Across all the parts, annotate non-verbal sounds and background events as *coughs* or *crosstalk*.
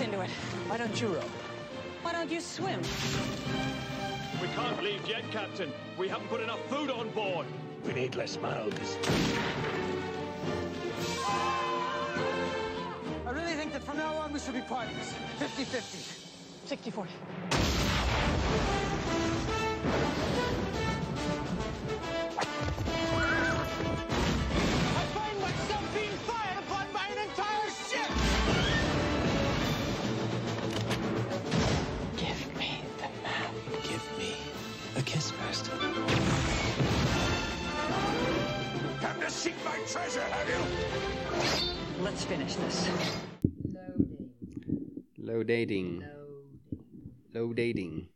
into it. Why don't you row? Why don't you swim? We can't leave yet, Captain. We haven't put enough food on board. We need less mouths. I really think that from now on we should be partners. 50 50. 60 40. I find myself being fired upon by an entire ship! Give me the map. Give me a kiss first. Come to seek my treasure, have you? Let's finish this. Loading. Low dating. Loading. Low dating. Loading.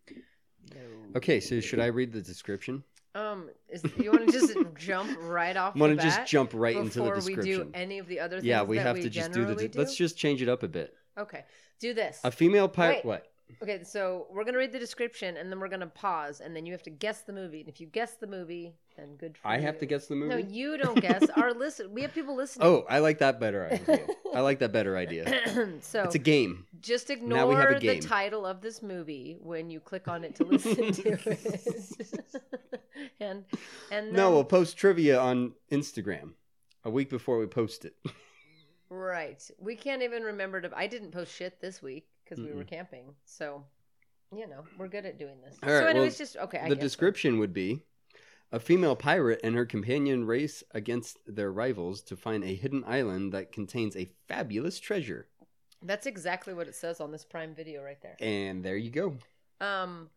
Okay, so should I read the description? Um, is, you want to *laughs* just jump right off? Want the to just bat jump right into the before we description? do any of the other things? yeah, we that have we to just do the. generally de- Let's just change it up a bit. Okay, do this. A female pirate. Wait. What? Okay, so we're gonna read the description and then we're gonna pause and then you have to guess the movie. And if you guess the movie, then good for I you. have to guess the movie. No, you don't guess. *laughs* Our listen, we have people listening. Oh, I like that better *laughs* idea. I like that better idea. so It's a game. just ignore Now we have a the game. title of this movie when you click on *laughs* it to listen to it. *laughs* and and then, No, we'll post trivia on Instagram a week before we post it. Right. We can't even remember to. I didn't post shit this week because we were camping. So, you know, we're good at doing this. All so, right, anyways, well, just okay. I the guess so. description would be a female pirate and her companion race against their rivals to find a hidden island that contains a fabulous treasure. That's exactly what it says on this Prime Video right there. And there you go. Um.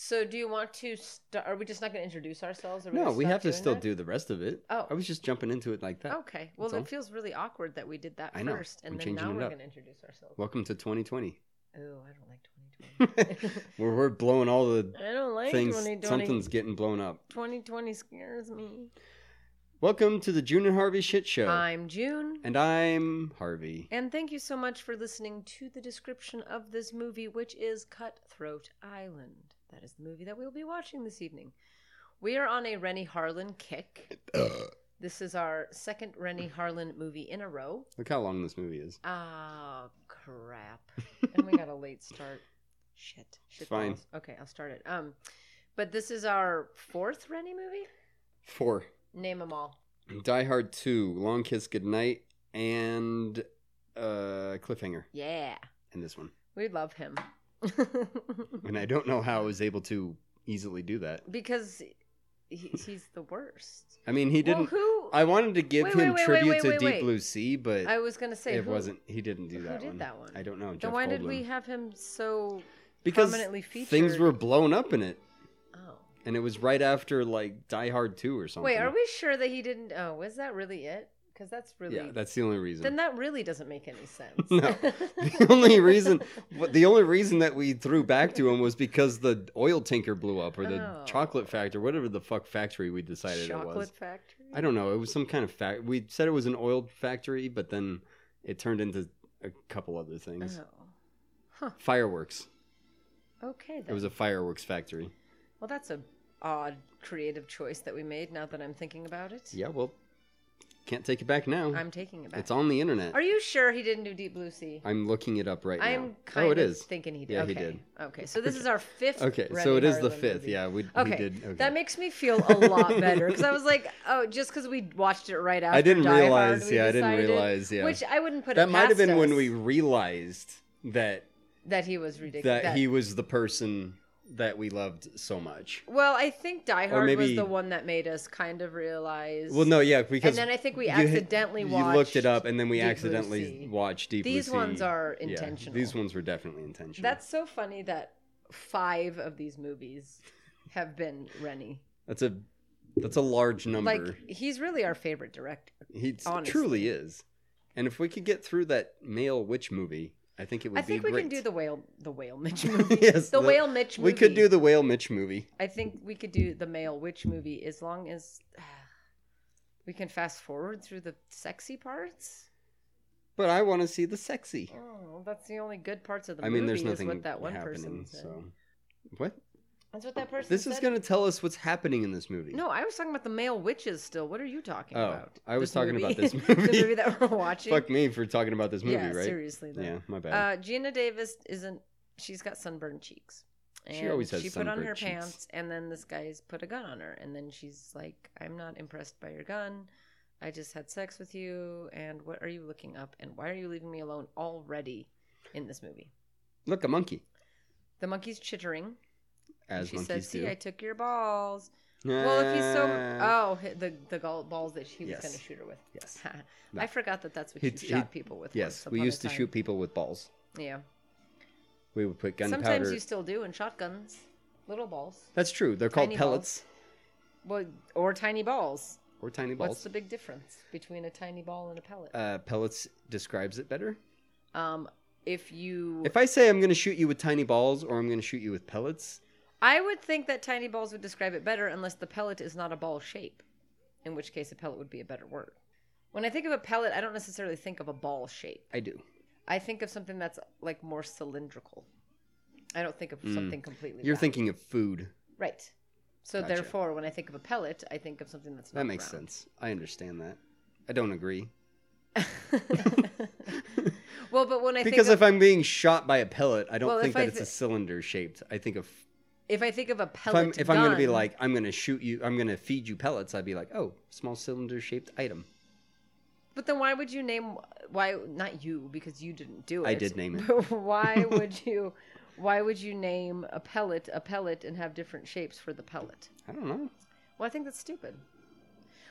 So, do you want to? St- are we just not going to introduce ourselves? Are No, gonna we stop have to doing still that? do the rest of it. Oh. I was just jumping into it like that. Okay. Well, That's all. it feels really awkward that we did that I know. first, I'm and then changing now it we're up. going to introduce ourselves. Welcome *laughs* to 2020, Oh, I don't like 2020. *laughs* where we're blowing all the I don't like things. 2020. Something's getting blown up. 2020 scares me. Welcome to the June and Harvey Shit Show. I'm June. And I'm Harvey. And thank you so much for listening to the description of this movie, which is Cutthroat Island. That is the movie that we'll be watching this evening. We are on a Rennie Harlan kick. this is our second Rennie Harlan movie in a row. Look how long this movie is. Oh, crap. and we got a late start. Shit. Shit Fine. balls. Okay, I'll start it. Um, But this is our fourth Rennie movie. Four. Name them all. Die Hard 2, Long Kiss Goodnight, and uh, Cliffhanger Yeah. in this one. We love him. *laughs* And I don't know how I was able to easily do that. because he, he's the worst. I mean, he didn't. Well, who? I wanted to give Wait, him wait, wait, tribute wait, to wait, Deep wait. Blue Sea, but I was gonna say it who- wasn't. He didn't do who that did one. that one? I don't know. Jeff Then why did Goldblum. we have him so? because prominently things featured? were blown up in it, Oh, and it was right after like Die Hard 2 or something. wait. Are we sure that he didn't? Oh, was that really it? Because that's really. Yeah, that's the only reason. Then that really doesn't make any sense. *laughs* No. *laughs* the only reason what- the only reason that we threw back to him was because the oil tanker blew up or the Oh. chocolate factory whatever the fuck factory we decided Chocolate it was Factory. i don't know it was some kind of fact we said it was an oil factory but then it turned into a couple other things Oh. fireworks Okay. Then. it was a fireworks factory Well, that's a odd creative choice that we made. Now that I'm thinking about it, yeah well can't take it back now I'm taking it back. it's on the internet Are you sure he didn't do Deep Blue Sea? i'm looking it up right now I'm kind oh it of is thinking he did. Yeah, okay. he did. Okay, so this is our fifth. okay so Rennie it is the Harlan fifth movie. yeah we, we Okay, did okay. that makes me feel a lot better because I was like, oh, just because we watched it right after. didn't Die Hard, realize, we yeah, I didn't decided- realize, yeah. Which I wouldn't put. that it might have past been when us we realized that that he was ridiculous. that, he was the person that we loved so much. Well, I think Die Hard was maybe- the one that made us kind of realize. Well, no, yeah, because then I think we you had- accidentally you looked it watched up, and then we Deep Blue accidentally Sea. watched Deep. Blue These ones Sea. are Yeah, intentional. these ones were definitely intentional. That's so funny that five of these movies have been Rennie. that's a that's a large number. Like he's really our favorite director. he honestly. truly is. And if we could get through that male witch movie, I think it would I think be we great. can do the whale, the *laughs* whale Mitch movie. Yes, the, the- whale Mitch movie. we could do the whale Mitch movie. I think we could do the male witch movie as long as *sighs* we can fast forward through the sexy parts. But I want to see the sexy. Oh, that's the only good parts of the I movie. mean, there's is nothing what that one person happening. said. So what? That's what that person This said. is going to tell us what's happening in this movie. No, I was talking about the male witches still. What are you talking Oh, about? I was talking about *laughs* this the movie. movie that we're watching. Fuck me for talking about this movie, yeah, right? seriously though. Yeah, my bad. Uh, Gina Davis isn't. She's got sunburned cheeks. And She always has She put on sunburned her cheeks. pants, and then this guy's put a gun on her, and then she's like, "I'm not impressed by your gun. I just had sex with you, and what are you looking up? And why are you leaving me alone already?" In this movie, Look, a monkey, the monkey's chittering. and as she monkeys says, do. "See, I took your balls." Well, if he's so Ah. oh hi- the the gall- balls that he was Yes. going to shoot her with. Yes. *laughs* I forgot that that's what He- you he- shot people with. yes, once we upon a used to time. shoot people with balls. Yeah. We would put Sometimes gunpowder. you still do in shotguns, little balls. That's true. They're called Tiny pellets Well, or tiny balls. or tiny What's balls. the big difference between a tiny ball and a pellet? Uh, pellets describes it better. um, if you, If I say I'm going to shoot you with tiny balls or I'm going to shoot you with pellets, I would think that tiny balls would describe it better, unless the pellet is not a ball shape, in which case a pellet would be a better word. When I think of a pellet, I don't necessarily think of a ball shape. I do. I think of something that's like more cylindrical. I don't think of something completely. Mm. You're round. thinking of food. right. So Gotcha. therefore, when I think of a pellet, I think of something that's not That makes round. sense. I understand that. I don't agree. *laughs* well, but when I Because think of, if I'm being shot by a pellet, I don't Well, think if that I it's a th- cylinder shaped. I think of if I think of a if I'm pellet, if I'm going to be gun- like I'm going to shoot you, I'm going to feed you pellets. I'd be like, oh, small cylinder shaped item. But then why would you name why not you because you didn't do it. I did name it. *laughs* But *laughs* why would you why would you name a pellet a pellet and have different shapes for the pellet? I don't know. Well, I think that's stupid.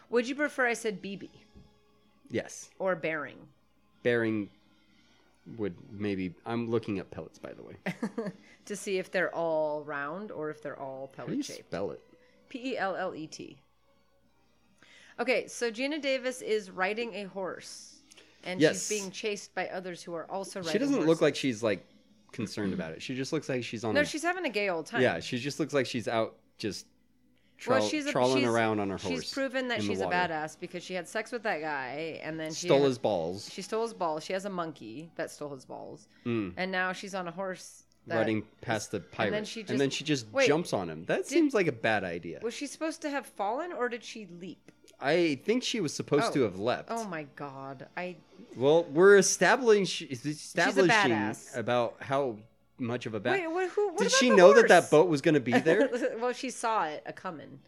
Would you prefer I said BB Yes, or bearing? bearing would maybe. I'm looking at pellets, by the way. to see if they're all round or if they're all How do you pellet shaped. spell it? P E L L E T. Okay, so Gina Davis is riding a horse, and Yes. she's being chased by others who are also riding. She doesn't look horses. like she's like concerned about it. She just looks like she's on. No, a, she's having a gay old time. yeah, she just looks like she's out just trol- well, she's a, trawling she's- around on her horse. She's proven that in the she's a water. badass because she had sex with that guy, and then she Stole had- his balls, She stole his balls. She has a monkey that stole his balls, and now she's on a horse. That, Mm. riding past the pirate, and then she she just, just- wait, jumps on him. That seems like a bad idea. Was she supposed to have fallen or did she leap? I think she was supposed Oh. to have leapt. Oh my god! I Well, we're establishing establishing badass. about how much of a bad. wait. What, who? What Did about she the know that that horse? boat was going to *laughs* be there? Hmm. well, she saw it a coming,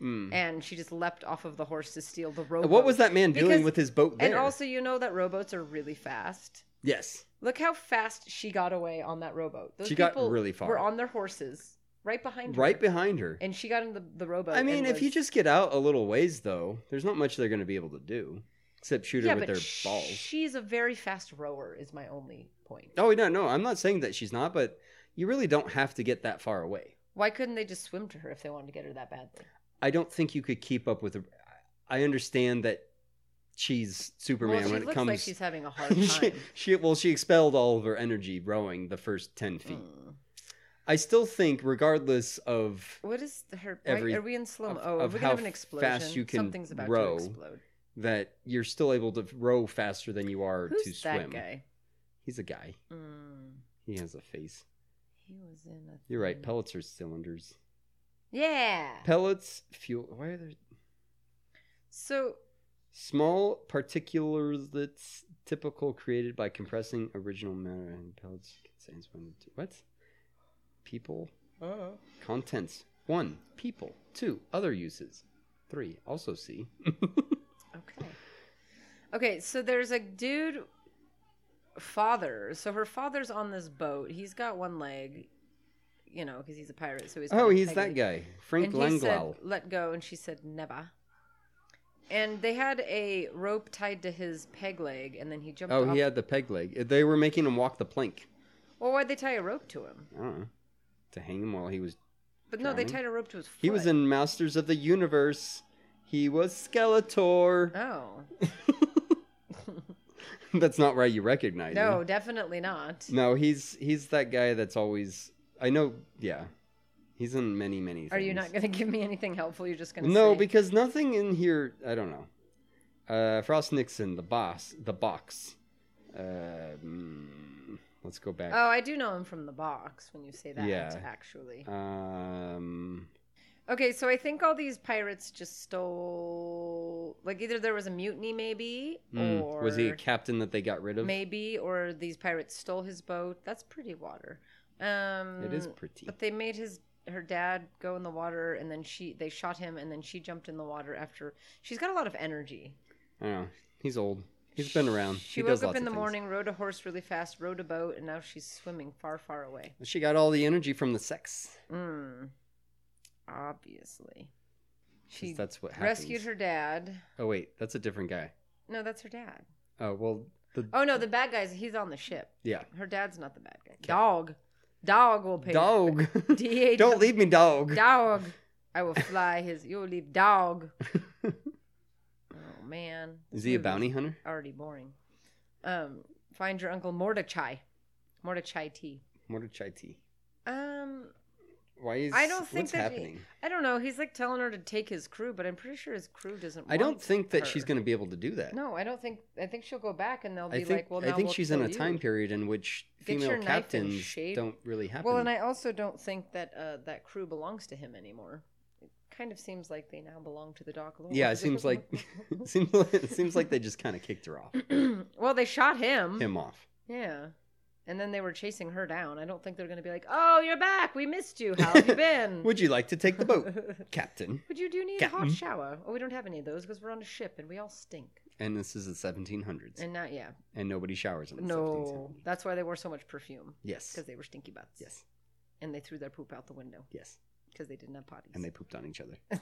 and she just leapt off of the horse to steal the rowboat. what was that man doing Because- with his boat And there? also, you know that rowboats are really fast. yes, Look how fast she got away on that rowboat. Those She got people really far. Were on their horses right behind her. right behind her. And she got in the, the rowboat. I mean, and if you was- just get out a little ways, though, there's not much they're going to be able to do except shoot her yeah, with but their sh- balls. She's a very fast rower. Is my only point. Oh no, no, I'm not saying that she's not, but you really don't have to get that far away. Why couldn't they just swim to her if they wanted to get her that badly? I don't think you could keep up with. The, I understand that she's Superman well, she when looks it comes. like *laughs* she's having a hard time. she, she well, she expelled all of her energy rowing the first ten feet. Mm. I still think, regardless of What is her? Every- are we in slow? of- Oh, are of we gonna have how an fast explosion? you can Something's about row. to explode. that, you're still able to row faster than you are Who's to that swim. guy? He's a guy. Mm, He has a face. he was in a. You're right. thing. Pellets are cylinders. Yeah. Pellets fuel. Why are there so small particulates typical created by compressing original matter and pellets contains one two. What? People. Contents. One. People. Two. Other uses. Three. Also *laughs* see. Okay. Okay, so there's a dude father. So her father's on this boat. He's got one leg, you know, because he's a pirate. So he's oh, kinda he's peggy. that guy. Frank And he Langlow. said, "Let go," and she said, "Never." And they had a rope tied to his peg leg, and then he jumped. Oh, off. he had the peg leg. They were making him walk the plank. Well, why'd they tie a rope to him? I don't know. To hang him while he was. But no, they Drowning? tied a rope to his. Foot. He was in Masters of the Universe. He was Skeletor. Oh *laughs* That's not right. You recognize no, him. definitely not. No, he's he's that guy that's always. I know. Yeah, he's in many many. Things. Are you not going to give me anything helpful? You're just going to No, say, because nothing in here. I don't know. Uh, Frost Nixon, the boss, the box. Um, Let's go back. Oh, I do know him from the box when you say that, Yeah. actually. Um, Okay, so I think all these pirates just stole. Like, either there was a mutiny, maybe, mm, or. was he a captain that they got rid of? Maybe, or these pirates stole his boat. That's pretty water. Um, It is pretty. But they made his her dad go in the water, and then she they shot him, and then she jumped in the water after. She's got a lot of energy. I don't know. He's old. He's been around. She he woke does up lots in of the things. morning, rode a horse really fast, rode a boat, and now she's swimming far, far away. She got all the energy from the sex. Mm. Obviously. 'cause She that's what happens. rescued her dad. Oh wait, that's a different guy. No, that's her dad. Oh well, the Oh no, the bad guy's he's on the ship. yeah Her dad's not the bad guy. Dog. Dog will pay. *laughs* dog. D-A- Don't leave me, dog. Dog. I *laughs* will fly his you'll leave dog. oh man. Is This he a movie's bounty hunter? Already boring. Um find your uncle Mordechai. Mordechai T. Mordechai T. Um Why is I don't think what's that he- happening? I don't know. He's like telling her to take his crew, but I'm pretty sure his crew doesn't. I don't want think that her. she's going to be able to do that. No, I don't think. I think she'll go back, and they'll I be think like, "Well, I now think we'll she's in kill a you. time period in which Get your knife female and captains shave. don't really happen. Well, and I also don't think that uh, that crew belongs to him anymore. It kind of seems like they now belong to the Doc Lord. yeah, it seems like *laughs* *laughs* seems like, it seems like they just kind of kicked her off, *laughs* well, they shot him. him off. Yeah, and then they were chasing her down. I don't think they're going to be like, "Oh, you're back. We missed you. How have you been? *laughs* Would you like to take the boat, *laughs* Captain? *laughs* Would you do need a hot Captain? shower? Oh, we don't have any of those because we're on a ship and we all stink. And this is the 1700s, and, And not yeah, nobody showers in the no. 1770s. That's why they wore so much perfume Yes, because they were stinky butts. yes, and they threw their poop out the window yes. because they didn't have potties. *laughs* And they pooped on each other, And-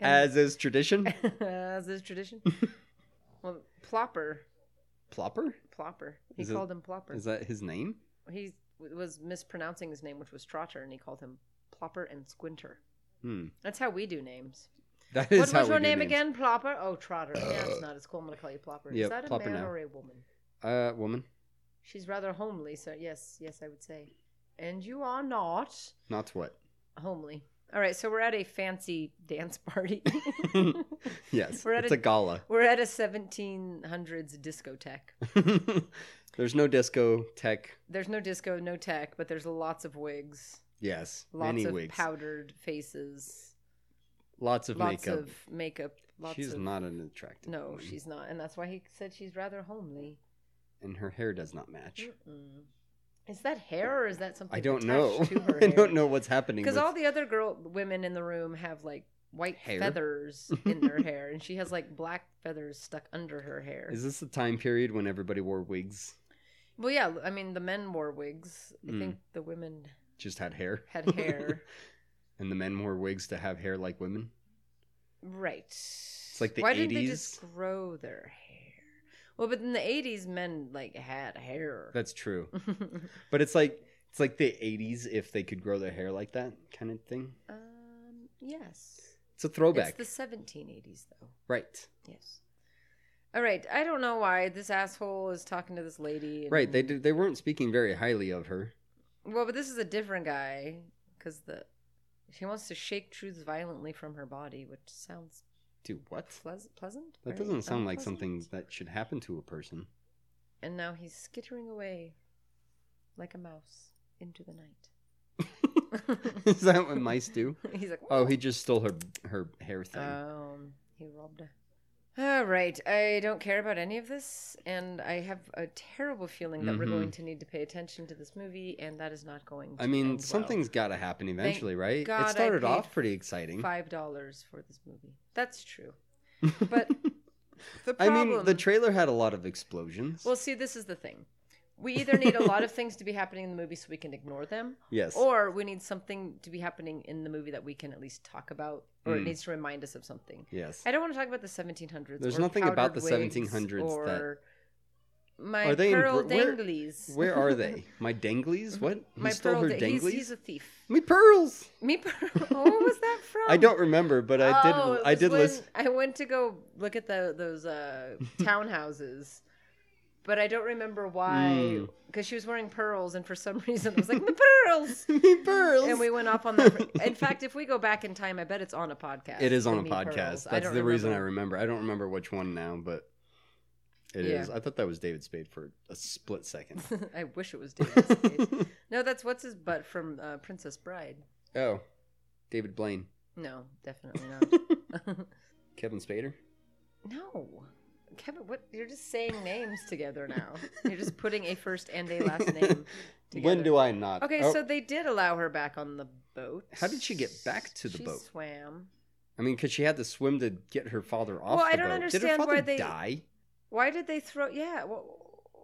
as is *laughs* tradition. as is *laughs* tradition. well, Plopper, Plopper Plopper. He Is it- called him Plopper. is that his name? He w- was mispronouncing his name, which was Trotter, and he called him Plopper and Squinter. Hmm. That's how we do names. That is what how was we your do name names. Uh, again? Plopper. Oh, Trotter. yeah, it's not as cool. I'm gonna call you Plopper. Yep, Is that a Plopper man now. or a woman? Uh, woman, She's rather homely, so yes, yes, I would say. And you are not not *laughs* what? homely. All right, so we're at a fancy dance party. *laughs* *laughs* Yes, We're at it's a- a gala. *laughs* We're at a 1700s discotheque. There's no disco tech. There's no disco, no tech, but there's lots of wigs, Yes, lots many of wigs, powdered faces, lots of lots makeup. of makeup, lots she's of not Mm. an attractive. no, woman, she's not, and that's why he said she's rather homely. and her hair does not match. Mm-mm. Is that hair or is that something? I don't know. *laughs* attached to her I don't hair? know what's happening. because with- all the other girl women in the room have like white Hair? *laughs* feathers in their hair, and she has like black feathers stuck under her hair. is this the time period when everybody wore wigs, well, yeah, I mean the men wore wigs. I Mm. think the women just had hair, *laughs* had hair. and the men wore wigs to have hair like women? Right. It's like the Why didn't they just 80s. grow their hair? Well, but in the eighties, men like had hair. That's true, but it's like it's like the '80s if they could grow their hair like that kind of thing. *laughs* um, yes. It's a throwback, It's the seventeen eighties, though. right? Yes. All right. I don't know why this asshole is talking to this lady. and- Right. They did, they weren't speaking very highly of her. Well, but this is a different guy because the she wants to shake truths violently from her body, which sounds Do what? pleas- pleasant. That right? doesn't sound like something Unpleasant? that should happen to a *laughs* person. And now he's skittering away like a mouse into the night. Is that what mice do? *laughs* He's like, Oh, he just stole her her hair thing. Um, he robbed her. All right, I don't care about any of this, and I have a terrible feeling that we're Mhm. going to need to pay attention to this movie, and that is not going. to I end mean, well. something's got to happen eventually, right? God I it started paid off pretty exciting. five dollars for this movie. That's *laughs* true, but the I problem. mean, the trailer had a lot of explosions. well, see, this is the thing. We either need a lot of things to be happening in the movie so we can ignore them, yes. or we need something to be happening in the movie that we can at least talk about, or it Mm. needs to remind us of something. yes. I don't want to talk about the 1700s. There's or nothing about powdered the wigs 1700s or that- my Are they in pearl Br- where- danglies. Where are *laughs* they? My danglies? What? He Mm-hmm. my stole pearl her da- danglies? He's, he's a thief. My pearls. Me *laughs* pearl. Oh, what was that from? I don't remember, but I did. Oh, it I was did when listen. *laughs* I went to go look at the those uh, townhouses, but I don't remember why. Mm. Because she was wearing pearls, and for some *laughs* reason I was like, "My pearls!" Me pearls. And we went off on that. In fact, if we go back in time, I bet it's on a podcast. It is the on a Me podcast. Pearls. I That's the don't reason I remember. remember. I don't remember which one now, but It is. Yeah. I thought that was David Spade for a split second. *laughs* I wish it was David *laughs* Spade. no, that's what's his butt from uh, Princess Bride. oh, David Blaine, No, definitely not. *laughs* Kevin Spader. no. Kevin, what you're just saying names together now. You're just putting a first and a *laughs* last name together. When do I not? Okay, Oh, so they did allow her back on the boat. How did she get back to the She boat? swam. I mean, because she had to swim to get her father off. Well, the I don't boat. Did understand her why father they- die? Why did they throw? Yeah. Well,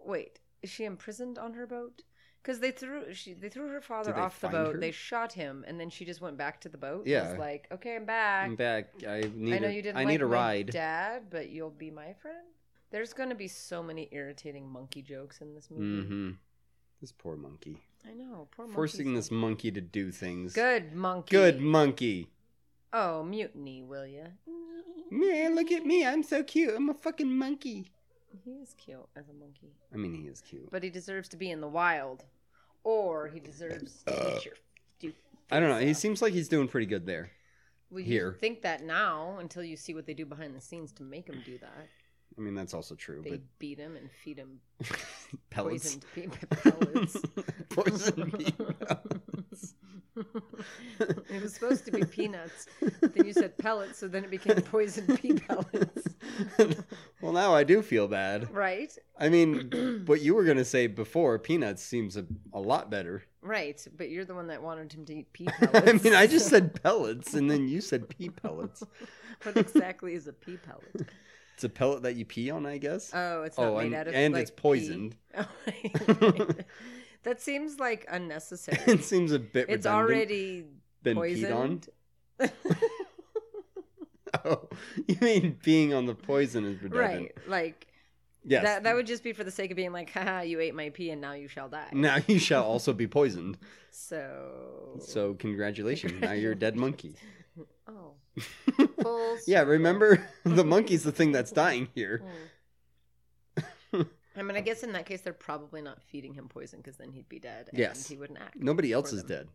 wait. Is she imprisoned on her boat? Because they threw she they threw her father Did they off the find boat. her? They shot him, and then she just went back to the boat. Yeah. was like, okay, I'm back. I'm back. I need. I know a, you didn't. I like need a my ride. Dad, but you'll be my friend. There's going to be so many irritating monkey jokes in this movie. Mm-hmm. This poor monkey. I know. Poor monkey. Mm-hmm. Forcing this monkey to do things. Good monkey. Good monkey. Oh, mutiny, will ya? Man, look at me. I'm so cute. I'm a fucking monkey. He is cute as a monkey. I mean, he is cute. But he deserves to be in the wild. Or he deserves to Uh, get your stupid I don't know. He face off. seems like he's doing pretty good there. well, you here. think that now until you see what they do behind the scenes to make him do that. I mean, that's also true. They But beat him and feed him *laughs* pellets. poisoned pe- *laughs* *laughs* pellets. Poison *laughs* bee pellets. it was supposed to be peanuts. but Then you said pellets, so then it *laughs* became poisoned pea pellets. well, now I do feel bad. Right? *clears throat* I mean, what you were going to say before, peanuts seems a, a lot better. *laughs* Right. But you're the one that wanted him to eat pea pellets. I mean, I just said pellets, and then you said pea pellets. what exactly is a pea pellet? It's a pellet that you pee on, I guess. Oh, it's not Oh, made and- out of and like, *laughs* it's poisoned. pea. that seems like *laughs* unnecessary. *laughs* it seems a bit it's redundant. already been peed on. poisoned. *laughs* *laughs* Oh, you mean being on the poison is redundant? right. Like Yes. that that would just be for the sake of being like, haha, you ate my pea and now you shall die. Now you shall also be poisoned. So So congratulations. Now you're a dead monkey. Oh. Full *laughs* Yeah, circle. remember the monkey's the thing that's dying here. Hmm. *laughs* I mean, I guess in that case, they're probably not feeding him poison because then he'd be dead and Yes. he wouldn't act. Nobody else for is them. dead.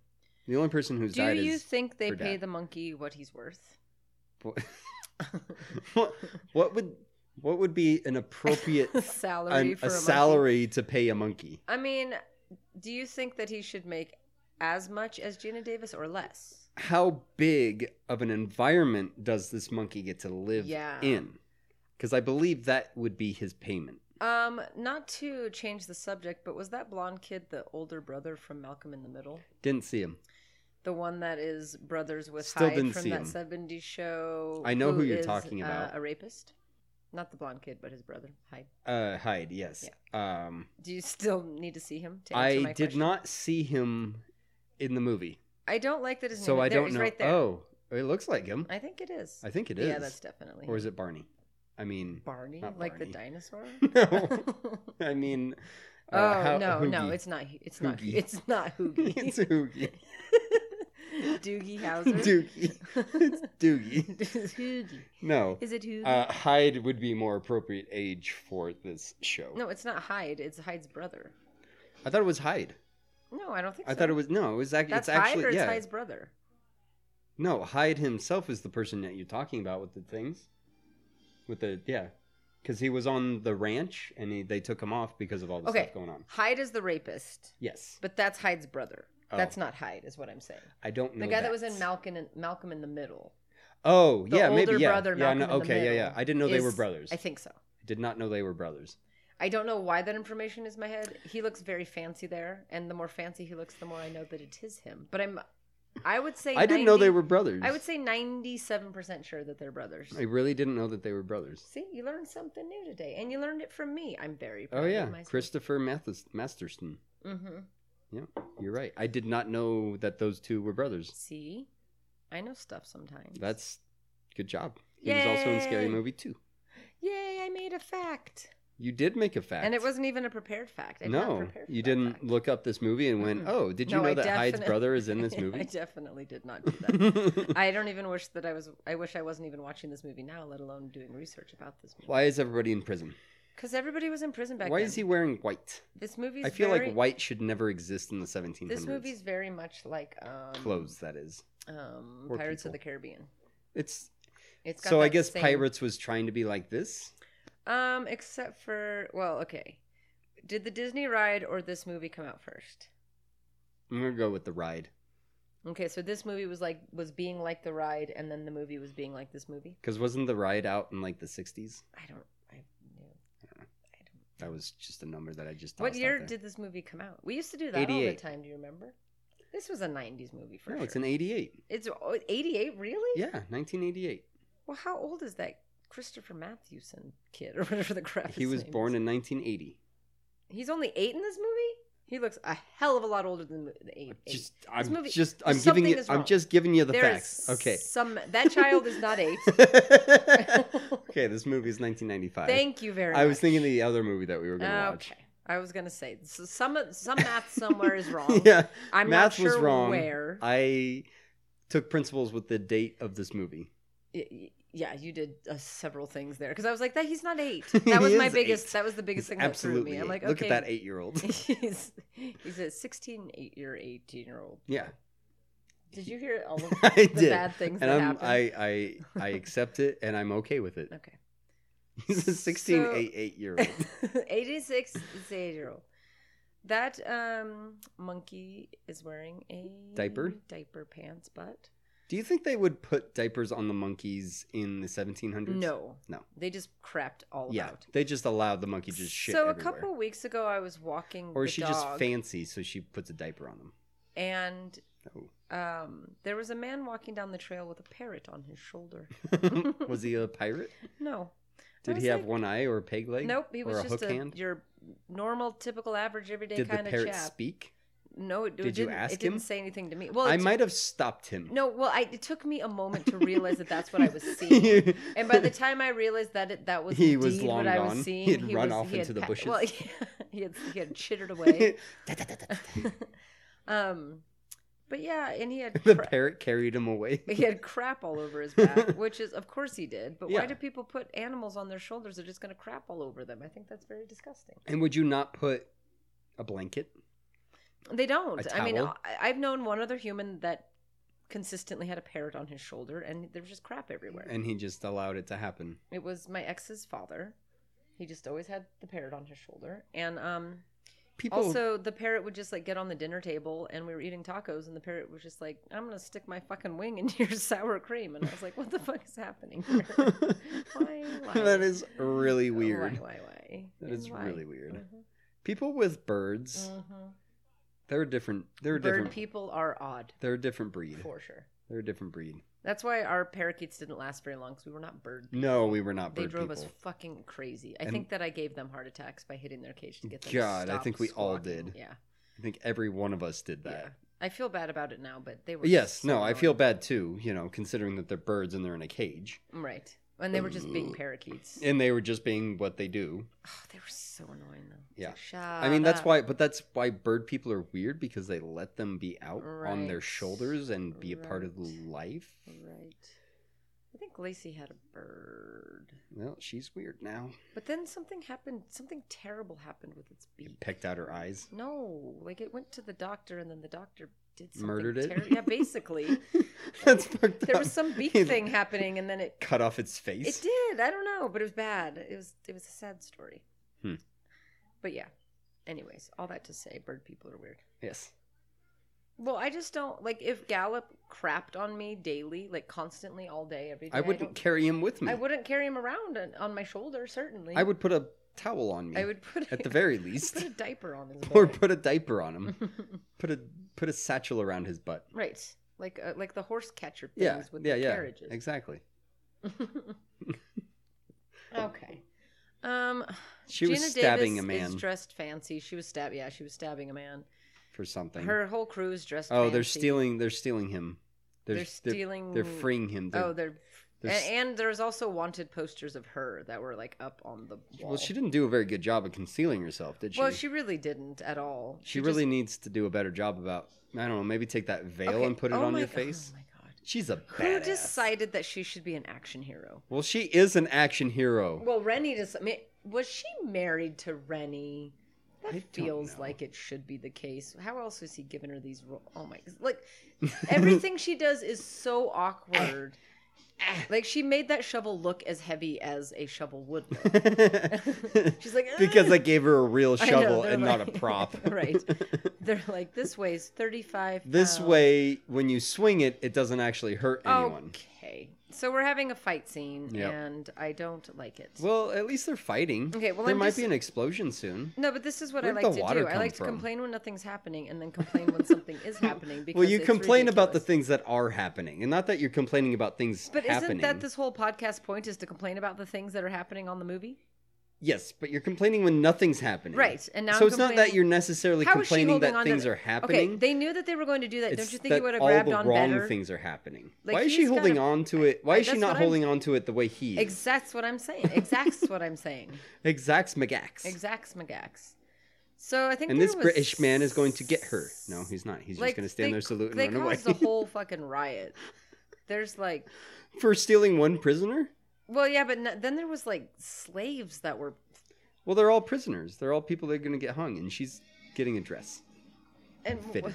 The only person who's Do died you is think they her pay dad. the monkey what he's worth? *laughs* po- *laughs* what, what would what would be an *laughs* appropriate salary an- for a a, Monkey? salary to pay a monkey? I mean, do you think that he should make as much as Gina Davis or less? How big of an environment does this monkey get to live Yeah. in? Because I believe that would be his payment. Um, not to change the subject, but was that blonde kid the older brother from Malcolm in the Middle? Didn't see him. The one that is brothers with Still Hyde didn't from see that him. 70s show. I know who you're is, talking about. Uh, a rapist? Not the blonde kid, but his brother, Hyde. Uh, Hyde, yes. Um, Do you still need to see him? To I answer did my question? not see him in the movie, I don't like that his name. so is- I there, don't he's know. Right there. Oh, it looks like him. I think it is. I think it yeah, is. that's definitely. Or him. is it Barney? I mean, Barney, not like the Barney. dinosaur? *laughs* no. *laughs* *laughs* I mean, uh, oh how- no, no, Hoogie. it's not. It's not. Hoogie. It's not Hoogie. *laughs* it's Hoogie. *laughs* Doogie Howser. *laughs* Doogie. *laughs* It's Doogie. It's Hoogie. No. Is it Hoogie? Uh, Hyde would be more appropriate age for this show. no, it's not Hyde. It's Hyde's brother. I thought it was Hyde. No, I don't think. I so. thought it was no. It was act- That's it's actually Hyde or it's yeah. Hyde's brother. No, Hyde himself is the person that you're talking about with the things, with the yeah, because he was on the ranch and he, they took him off because of all the Okay, stuff going on. Hyde is the rapist, Yes, but that's Hyde's brother. Oh. That's not Hyde, is what I'm saying. I don't know The guy that was in Malcolm in Malcolm in the Middle. Oh The yeah, older maybe yeah. brother, yeah, I Malcolm know- in the okay, yeah, yeah. Middle, I didn't know they were is- brothers. I think so. did not know they were brothers. I don't know why that information is in my head. He looks very fancy there, and the more fancy he looks, the more I know that it is him. But I'm, I would say I didn't know they 90 were brothers. I would say ninety-seven percent sure that they're brothers. I really didn't know that they were brothers. See, you learned something new today, and you learned it from me. I'm very proud Oh yeah, of myself. Christopher Mathis- Masterson. hmm Yeah, you're right. I did not know that those two were brothers. See, I know stuff sometimes. That's good job. He was also in Scary Yay. Movie too. yay! I made a fact, You did make a fact. and it wasn't even a prepared fact. I'm not no, prepared for you that didn't fact. look up this movie and went, Mm-mm. "Oh, did you No, know I that Hyde's definite- brother is in this *laughs* I movie?" definitely did not do that. *laughs* I don't even wish that I was. I wish I wasn't even watching this movie now, let alone doing research about this movie. *laughs* Why is everybody in prison? Because everybody was in prison back Why then. is he wearing white? This movie's. I feel very, like white should never exist in the 1700s. This movie's very much like um, clothes. That is. Um, Or Pirates people. of the Caribbean. It's It's got so. I that guess same- Pirates was trying to be like this. Um, except for well, okay. Did the Disney ride or this movie come out first? I'm gonna go with the ride Okay, so this movie was like was being like the ride, and then the movie was being like this movie. because wasn't the ride out in like the 60s? I don't. I knew. I don't. That was just a number that I just. What tossed out year there. did this movie come out? We used to do that all the 88. time. Do you remember? This was a '90s movie for No, sure. it's an 88. It's oh, '88, really? Yeah, 1988. Well, how old is that Christopher Mathewson kid *laughs* or whatever the crap? He was born in 1980. In- He's only eight in this movie. He looks a hell of a lot older than the the eight. eight. Just, I'm movie- just, I'm something giving you, is I'm wrong. just giving you the There is facts. Okay. Some that child is not *laughs* eight. okay, this movie is 1995. Thank you very much. Ah, I was thinking of the other movie that we were going to watch. Okay. I was gonna say so some some math somewhere *laughs* is wrong. yeah, I'm not math sure was wrong. where. I took principles with the date of this movie. Y- y- yeah, you did uh, several things there because I was like, that he's not *laughs* eiat He That was my is biggest. eight. That was the biggest It's thing that threw absolutely. me. I'm eight. like, Look okay, at that eight-year-old. *laughs* *laughs* he's he's a 16, eight year, eighteen year old. yeah, Did you hear all of *laughs* I the did, bad things and that I'm, happened? I, I, I accept it, and I'm okay with it. Okay, *laughs* He's a 16, So- eight, *laughs* eight-year-old. eighty six is eight year old. That um, monkey is wearing a Diaper? diaper pants, but Do you think they would put diapers on the monkeys in the 1700s? no, No. they just crapped all Yeah, about. they just allowed the monkey to just shit so a everywhere. couple weeks ago, I was walking, or the is she dog, just fancy, so she puts a diaper on them? and No. um, there was a man walking down the trail with a parrot on his shoulder. *laughs* *laughs* was he a pirate? No. I Did was he have like, one eye or a peg leg? Nope, he was or a just hook a, hand. your normal, typical, average, everyday Did the kind of parrot chap. speak? No, it, it Did you didn't, ask it didn't him? say anything to me. Well, I it- might have stopped him. No, well, I, it took me a moment *laughs* to realize that that's what I was seeing. And by the time I realized that it, that was He was indeed long what I gone. was seeing, He had run was, off he into had the pa- bushes. Well, *laughs* he had he had chittered *laughs* away. *laughs* um, but yeah, and he had the cra- parrot carried him away. he had crap all over his *laughs* back, which is of course he did. But Yeah. why do people put animals on their shoulders? They're just going to crap all over them. I think that's very disgusting. And would you not put a blanket? They don't. A I mean, I, towel? I've known one other human that consistently had a parrot on his shoulder, and there was just crap everywhere. And he just allowed it to happen. it was my ex's father. He just always had the parrot on his shoulder, and um, People *laughs* also the parrot would just like get on the dinner table, and we were eating tacos, and the parrot was just like, "I'm gonna stick my fucking wing into your *laughs* sour cream," and I was like, "What the fuck is happening?" *laughs* Here? Why, why? that is really weird. Oh, Why? Why? Why? That is Why? really weird. Mhm, People with birds, mhm. they're different. They're a Bird different. people are odd They're a different breed. for sure. They're a different breed. That's why our parakeets didn't last very long because we were not bird. No, we were not They bird drove people. us fucking crazy. I And- think that I gave them heart attacks by hitting their cage to get them. to God, I stop think we all squawking. did. Yeah, I think every one of us did yeah. that. I feel bad about it now, but they were. Yes, so no, I annoying. feel bad too, you know, considering that they're birds and they're in a cage. Right, and they were just big parakeets. And they were just being what they do. oh, they were so annoying though. It's Yeah. like, Shut I mean, that's up. why, but that's why bird people are weird because they let them be out on their Right. shoulders and be a part of Right. life. Right. I think Lacey had a bird, Well, she's weird now. but then something happened. Something terrible happened with its beak. It pecked out her eyes. *laughs* *laughs* No, like it went to the doctor, and then the doctor did something Murdered it? terri- yeah, *laughs* basically. that's fucked there up. was some beak It thing happening, and then it Cut off its face. it did. I don't know, but it was bad. It was it was a sad story. Hmm. But yeah. Anyways, all that to say, bird people are weird. Yes. Well, I just don't like if Gallup crapped on me daily, like constantly all day every day. I wouldn't carry him with me. I, wouldn't carry him around on, on my shoulder. Certainly, I would put a towel on me. I would put *laughs* at a- the very put least, a diaper on *laughs* his. or butt. put a diaper on *laughs* him. put a put a satchel around his butt. right, like uh, like the horse catcher things Yeah, with yeah, the yeah. carriages. Exactly. Okay. Um, She was Gina stabbing Davis a man Is dressed fancy. She was stab. Yeah, she was stabbing a man. for something. Her whole crew is dressed. oh, they're fancy. stealing. They're stealing him. They're, They're stealing- They're, freeing him. They're, oh, they're. and, they're s- and there's also wanted posters of her that were like up on the wall. well, she didn't do a very good job of concealing herself, did she? Well, she really didn't at all. She just- really needs to do a better job about. I don't know. Maybe take that veil Okay. and put it Oh on my your g- face. Oh my god. She's a Who badass. decided that she should be an action hero? well, she is an action hero. Well, Rennie just I mean, was she married to Rennie? That I don't feels know. like it should be the case. How else is he *laughs* giving her these? Ro- oh my! Like everything she does is so awkward, Like she made that shovel look as heavy as a shovel would look. *laughs* She's like, *laughs* because "Ugh." I gave her a real *laughs* I know, shovel they're and not a like- prop. *laughs* *laughs* right. Oh. They're like, this weighs 35 This pounds." way, when you swing it, it doesn't actually hurt anyone. Okay. So we're having a fight scene, Yep. and I don't like it. Well, at least they're fighting. Okay, well, there I'm might just- be an explosion soon. no, but this is what I Where'd like the to do. water I come like to from? complain when nothing's happening, and then complain when something is happening. Because *laughs* Well, you it's complain about the ridiculous. things that are happening, and not that you're complaining about things But happening. isn't that this whole podcast point is to complain about the things that are happening on the movie? Yes, but you're complaining when nothing's happening. Right, and now I'm so it's not that complaining- you're necessarily How is she complaining holding that on to things the- are happening. Okay, they knew that they were going to do that. It's Don't you think you that would have all grabbed the on wrong better? things are happening. Like, Why is she he's holding gotta- on to it? Why Right, is she that's not what I'm- holding on to it the way he? is? Exact's what I'm saying. Exact's what I'm *laughs* saying. Exacts McGax. Exacts McGax. So I think And there this was- British man is going to get her. No, he's not. He's Like, just going to stand they- there, salute, They and run away *laughs* caused a whole fucking riot. There's like, *laughs* for stealing one prisoner. well, yeah, but no, then there was like slaves that were, Well, they're all prisoners. They're all people that are going to get hung, and she's getting a dress. and wh- Fitted.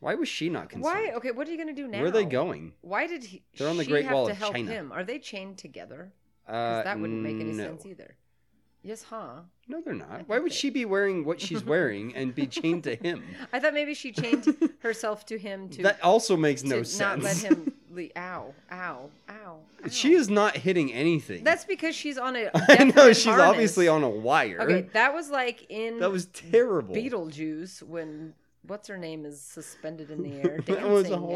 Why was she not concerned? why? Okay, what are you gonna do now? Where are they going? Why did he? They're on the she Great have Wall to of help China. Him? Are they chained together? Uh, Because that wouldn't make any no. sense either. Yes, huh? No, they're not. think Why would they- she be wearing what *laughs* she's wearing and be chained to him? I thought maybe she *laughs* chained herself to him *laughs* to, that also makes to no not sense. let *laughs* him. Le- ow, ow, ow, ow. she is not hitting anything. That's because she's on a. *laughs* I know definite she's harness. obviously on a wire. Okay, that was like in that was terrible. Beetlejuice when what's her name is suspended in the air dancing *laughs* That was at the end of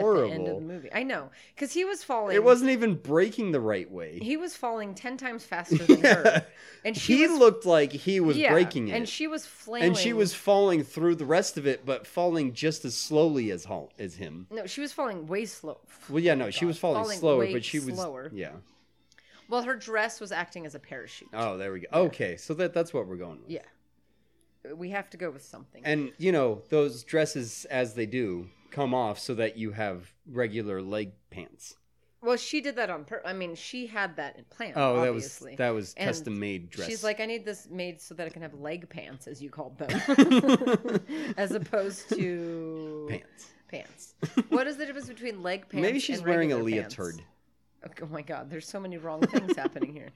the horrible. movie. I know because he was falling. It wasn't even breaking the right way. *laughs* He was falling ten times faster than Yeah. her, and she he was, looked like he was yeah, breaking it. and she was flailing. and she was falling through the rest of it, but falling just as slowly as hal- as him. no, she was falling way slow. Well, yeah, no, she was falling, slower, way but she was slower. *laughs* yeah. Well, her dress was acting as a parachute. Oh, there we go. Okay, so that that's what we're going with. Yeah, we have to go with something. And you know those dresses as they do come off so that you have regular leg pants. well, she did that on. Per- I mean, she had that in plan. Oh, obviously. that was that was And custom made dress. She's like, I need this made so that I can have leg pants, as you called them, *laughs* as opposed to pants. pants. What is the difference between leg pants? Maybe she's and wearing a regular pants? leotard. Oh my god, there's so many wrong things happening *laughs* here.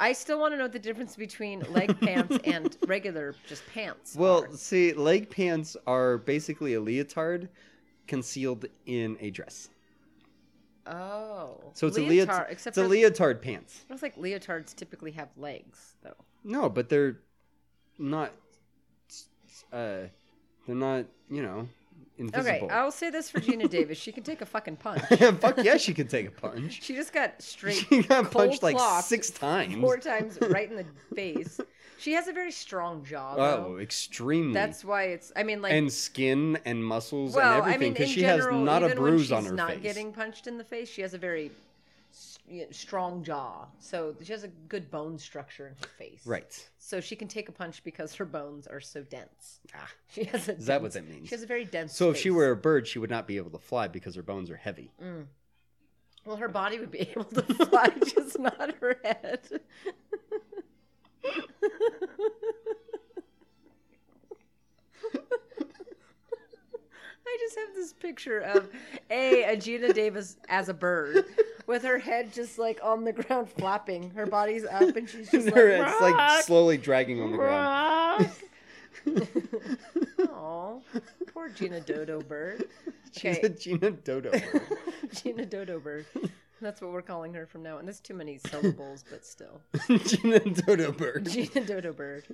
I still want to know the difference between leg pants and regular just pants. Well, are. see, leg pants are basically a leotard concealed in a dress. oh, So it's a leotard. Except it's a for- leotard pants. I was like leotards typically have legs though. No, but they're not. Uh, they're not. You know, invisible. Okay, I'll say this for *laughs* Gina Davis: she can take a fucking punch. Fuck yeah, she could take a punch. *laughs* She just got straight. She got cold punched like clocked six times. four times right in the *laughs* face. She has a very strong jaw. Oh, Though. extremely. that's why it's. I mean, like, and skin and muscles well, and everything I mean, because in she general, has not a even when bruise she's on her not face. getting punched in the face, she has a very s- y- strong jaw. So she has a good bone structure in her face. Right. So she can take a punch because her bones are so dense. She has a Ah. Is that what dense- that means? She has a very dense. So if she face. were a bird, she would not be able to fly because her bones are heavy. Mm. *laughs* well, her body would be *laughs* able to fly, just not her head. *laughs* I just have this picture of a a Gina Davis as a bird with her head just like on the ground flapping. Her body's up and she's just Her like, head's like slowly dragging on the ground. oh, poor Gina Dodo bird. She's a Gina Dodo. bird. *laughs* *laughs* Gina Dodo bird. That's what we're calling her from now on. That's too many syllables, but still. Gina Dodo bird. Gina Dodo bird.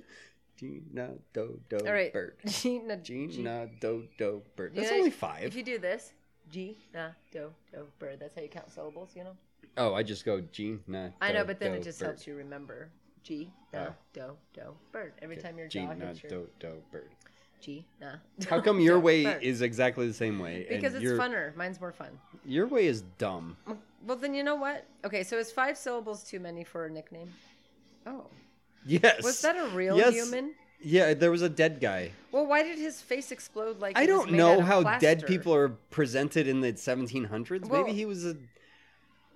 Gina Dodo All right. *laughs* *laughs* bird. Gina. Gina Dodo bird. You That's know, only If five. you do this, Gina Dodo bird. That's how you count syllables, you know? Oh, I just go Gina. I know, but then Dodo it just bird. helps you remember. G, na, Oh. do, do, bird. Every time your jaw Gina hits your Dodo bird. G, na. *laughs* How do, come your do, way bird? is exactly the same way? and Because it's your, funner. Mine's more fun. Your way is dumb. Well, then you know what? Okay, so is five syllables too many for a nickname? Oh. Yes. Was that a real Yes. human? *laughs* Yeah, there was a dead guy. Well, why did his face explode like I it was don't made out know of how dead plaster? people are presented in the 1700s. Well- Maybe he was a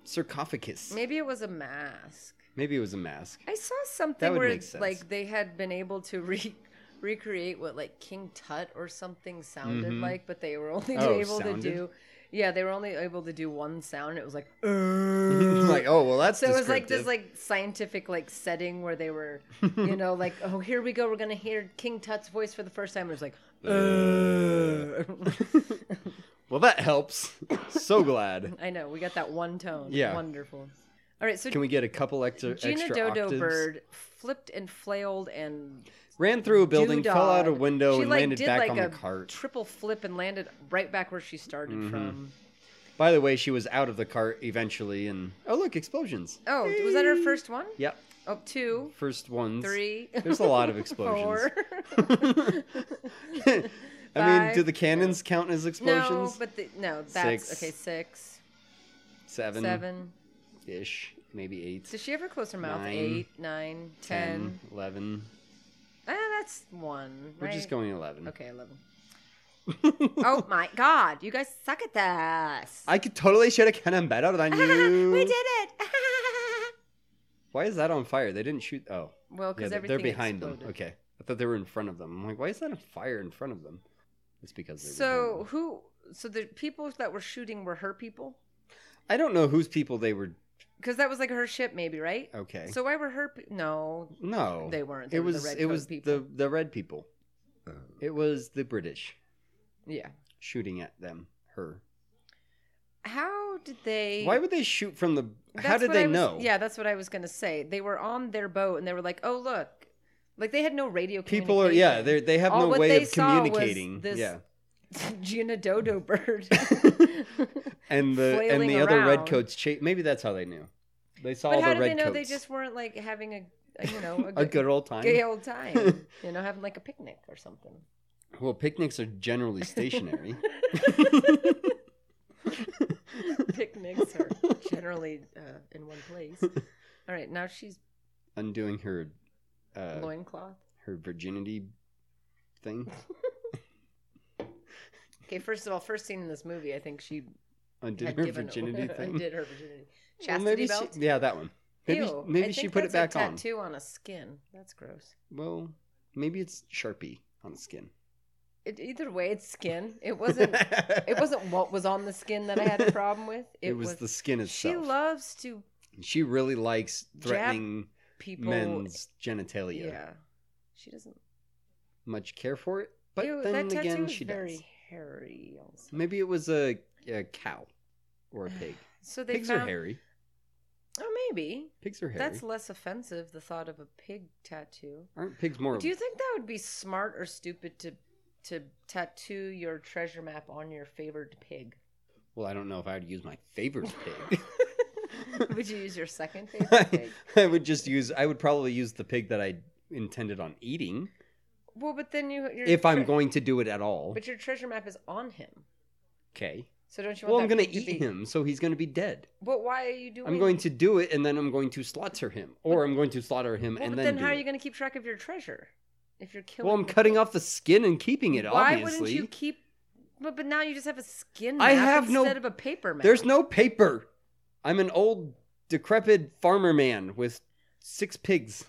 sarcophagus. Maybe it was a mask. Maybe it was *laughs* a mask. *laughs* I saw something would where make sense. like they had been able to re- recreate what like King Tut or something sounded like, but they were only Mm-hmm. *laughs* Oh, able sounded? to do Yeah, they were only able to do one sound. And it was like, like, oh well, that's so it was like this descriptive. like scientific like setting where they *laughs* were, you know, like, oh, here we go. We're gonna hear King Tut's voice for the first time. It was like, *laughs* Well, that helps. so glad. I know we got that one tone. Yeah. wonderful. All right, so Can we get a couple extra Gina extra Dodo octaves? Bird flipped and flailed and ran through a building, fell out a doodad. window, She, and like, landed did, back like, on a the cart. Mm-hmm. Triple flip and landed right back where she started from. By the way, she was out of the cart eventually, and oh look, explosions. Oh, was that her first one? Yep, Oh, two, first ones. three. There's a lot of explosions. Four. *laughs* I mean, Five. do the cannons count *laughs* as no, explosions? but the, no, that's Six. okay. Six, seven, seven. ish, maybe eight, Does she ever close her mouth? Nine. Eight, nine, ten. ten, eleven. Ah, that's one. We're just right? going eleven. *laughs* Okay, eleven. oh my god, you guys suck at this. I could totally shoot a cannon better than you. *laughs* we did it. *laughs* Why is that on fire? They didn't shoot. Oh, well, yeah, because they're, everything they're behind them. exploded. Okay, I thought they were in front of them. I'm like, why is that on fire in front of them? It's because they're behind So them. who? So the people that were shooting were her people, I don't know whose people they were. because that was like her ship, maybe, right? Okay, So why were her? Pe- no, no, they weren't. They it were the was red it coat was people. the the red people. It was the British yeah. shooting at them. Her. How did they? Why would they shoot from the? how That's did what they I was- know? Yeah, that's what I was gonna say. They were on their boat and they were like, "Oh look," like they had no radio. people are. Yeah, they they have All no what way they of saw was communicating. this- *laughs* Yeah, *laughs* communication. Gina Dodo bird. and the and flailing the other around. redcoats. Cha- maybe that's how they knew. They saw but all how the did they redcoats. know they just weren't like having a, a you know *laughs* a good old time. gay old *laughs* time, you know, having like a picnic or something. Well, picnics *laughs* are generally stationary. *laughs* Picnics *laughs* are generally uh, in one place. All right, now she's Undoing her uh, loincloth. her virginity thing. Okay, first of all, first scene in this movie, I think she Undid had *laughs* her given *laughs* virginity thing. undid her virginity. Well, Chastity maybe belt. she, yeah, that one. Maybe Ew, I maybe she think put it that's back a on. Tattoo on a skin. That's gross. Well, maybe it's Sharpie on the skin. It, either way, it's skin. It *laughs* wasn't. it wasn't what was on the skin that I had a problem with. It, was, the skin She itself. She, loves to she really likes threatening people. men's genitalia. yeah. She doesn't. Much care for it, but Ew, then that tattoo again, is she very does. Mm, hairy. Also. Maybe it was a, a cow *sighs* or a pig. So they Pigs found. are hairy. Oh, maybe Pigs are hairy. that's less offensive. The thought of a pig tattoo. Aren't pigs more? Do you think that would be smart or stupid to to tattoo your treasure map on your favored pig? *laughs* Well, I don't know if I would use my favorite pig. Would you use your second *laughs* favorite I, pig? I would just use. I would probably use the pig that I intended on eating Well, but then you. Your if I'm tre- going to do it at all. But your treasure map is on him. Okay. So don't you want Well, I'm that going to pig eat be- him, so he's going to be dead. But why are you doing I'm going to do it, and then I'm going to slaughter him, or I'm going to slaughter him, Well, but and then. then, do how are it. you going to keep track of your treasure if you're killing Well, I'm the cutting pig? off the skin and keeping it. Why obviously, wouldn't you keep But but now you just have a skin map I have no- instead of a paper map. there's no paper. I'm an old, decrepit farmer man with six pigs.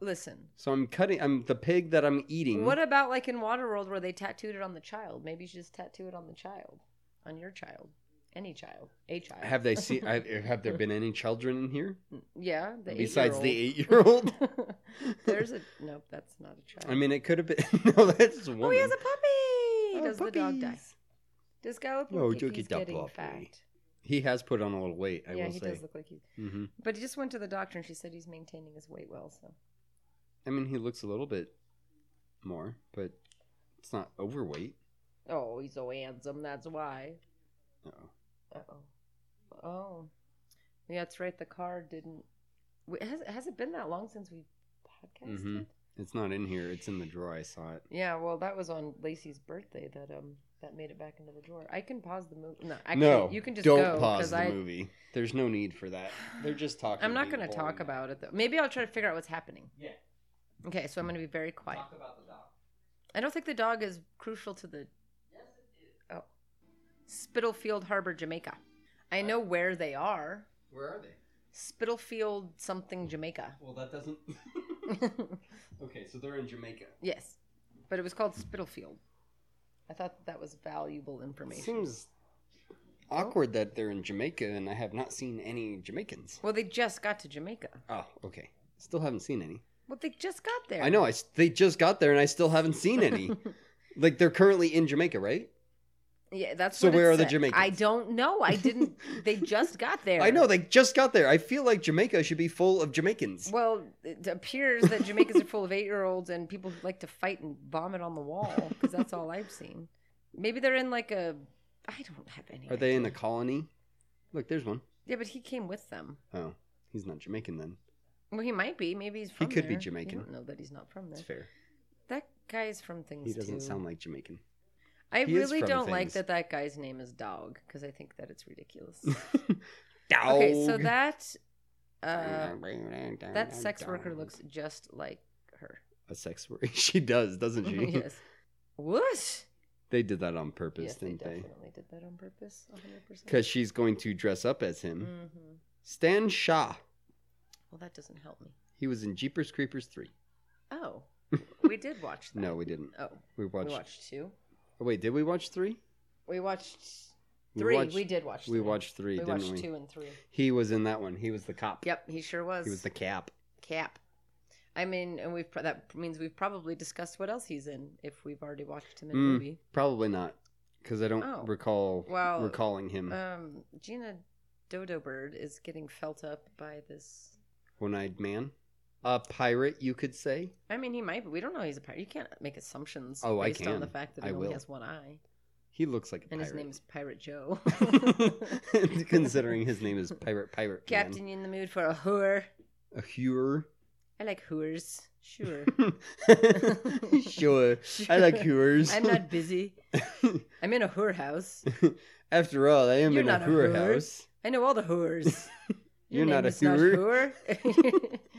Listen. So I'm cutting. I'm the pig that I'm eating. What about like in Waterworld where they tattooed it on the child? Maybe you should just tattoo it on the child, on your child, any child, a child. Mm, Have *laughs* they seen? I- Have there been any children in here yeah, the besides the eight-year-old. eight-year-old? *laughs* There's a nope. That's not a child. I mean, it could have been. *laughs* No, that's a woman. oh, he has a puppy. Oh, Does the dog die? puppies. Does Gallop No, look like Jokey he's Duck getting puppy. fat? He has put on a little weight. I yeah, will he say. does look like he's. hmm But he just went to the doctor, and she said he's maintaining his weight well. So I mean, he looks a little bit more, but it's not overweight. oh, he's so handsome. That's why. Uh-oh. Uh oh. Oh. Yeah, that's right. The car didn't. Wait, has, has it been that long since we podcasted? Mhm. It's not in here. It's in the drawer. I saw it. Yeah, well, that was on Lacey's birthday that um that made it back into the drawer. I can pause the movie. No, actually, no, you can just don't go, pause 'cause the I, movie. There's no need for that. They're just talking. I'm not being going to talk boring. about it though. Maybe I'll try to figure out what's happening. Yeah. Okay, so I'm going to be very quiet. Talk about the dog. I don't think the dog is crucial to the. Oh, Spitalfield Harbor, Jamaica. I know where they are. Where are they? Spitalfield something *laughs* Jamaica. Well, that doesn't. okay, so they're in Jamaica. yes, but it was called Spitalfield. I thought that, that was valuable information. Seems awkward that they're in Jamaica and I have not seen any Jamaicans. Well, they just got to Jamaica. Oh, okay. Still haven't seen any. Well, they just got there. I know. I s- they just got there and I still haven't *laughs* seen any. like they're currently in Jamaica, right? Yeah, that's So what it where are the said. Jamaicans? I don't know. I *laughs* didn't. they just got there. I know they just got there. I feel like Jamaica should be full of Jamaicans. Well, it appears that Jamaicans are full of eight-year-olds and people who like to fight and vomit on the wall because that's all I've seen. Maybe they're in like a. I don't have any. Are they in a idea. colony? Look, there's one. Yeah, but he came with them. Oh, he's not Jamaican then. Well, he might be. Maybe he's from. could be there. Jamaican. You don't know that he's not from It's there. fair. That guy is from things. He doesn't too. sound like Jamaican. I he is really from don't like things. that that guy's name is Dog because I think that it's *laughs* ridiculous. Dog. okay, so that. Uh, *laughs* That sex worker looks just like *laughs* her. a sex worker. She *laughs* does, doesn't she? yes. What? *laughs* They did that on purpose, Yes, they didn't they? definitely did that on purpose. 100%. Because she's going to dress up as him. Mhm. Stan Shaw. Well, that doesn't help me. He was in Jeepers Creepers three. *laughs* Oh, we did watch that. No, we didn't. Oh, We watched. we watched two. Oh, wait, did we watch three? We watched We three. We, watched- did watch. We three. watched three, We didn't watched we? two and three. He was in that one. He was the cop. Yep, he sure was. He was the cap. cap. I mean, and we've pro- that means we've probably discussed what else he's in if we've already watched him in a Mm. movie. Probably not, because I don't Oh. recall Well, recalling him Um, Gina Dodo Bird is getting felt up by this one-eyed man, a pirate, you could say. I mean, he might, but we don't know he's a pirate. You can't make assumptions Oh, I based on the can. fact that I he only will. has one eye. He looks like a And pirate. his name is Pirate Joe. *laughs* *laughs* Considering his name is Pirate Pirate Captain, Man. you in the mood for a whore? *laughs* a hewr. I like whores. *laughs* Sure. sure, I like hewers. I'm not busy. I'm in a whore house. *laughs* After all, I am You're in a not a hooer whore. house. I know all the *laughs* whores. You're name not a is whore.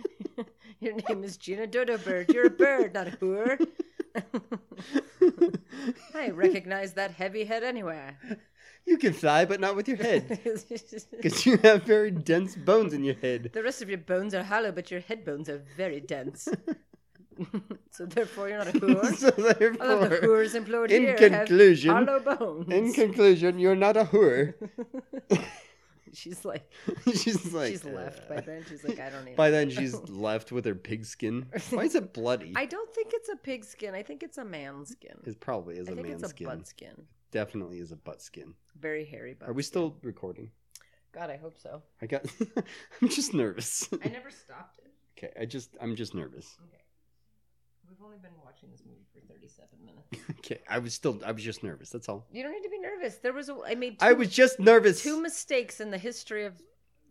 *laughs* Your name is Gina Dodo Bird. You're a bird, not a whore. I recognize that heavy head anywhere. *laughs* You can fly, but not with *laughs* your head, because you have very dense bones in your head. The rest of your bones are hollow, but your head bones are very dense. *laughs* so therefore, you're not a whore. *laughs* so All of the therefore, whores employed in here conclusion- have hollow bones. in conclusion, you're not a hooer. *laughs* she's like, *laughs* she's *laughs* like, she's left by uh, then. She's like, I *laughs* don't need. By it." *laughs* then, she's left with her pig skin. Why is it bloody? I don't think it's a pig skin. I think it's a man skin. It probably is I a think man it's a skin. butt skin. Definitely is a butt skin. Very hairy butt. Are we skin. still recording? God, I hope so. I got. *laughs* I'm just nervous. *laughs* I never stopped it. okay, I just I'm just nervous. *laughs* We've only been watching this movie for 37 minutes. Okay, I was still I was just nervous. That's all. you don't need to be nervous. There was a, I made two, I was just nervous two mistakes in the history of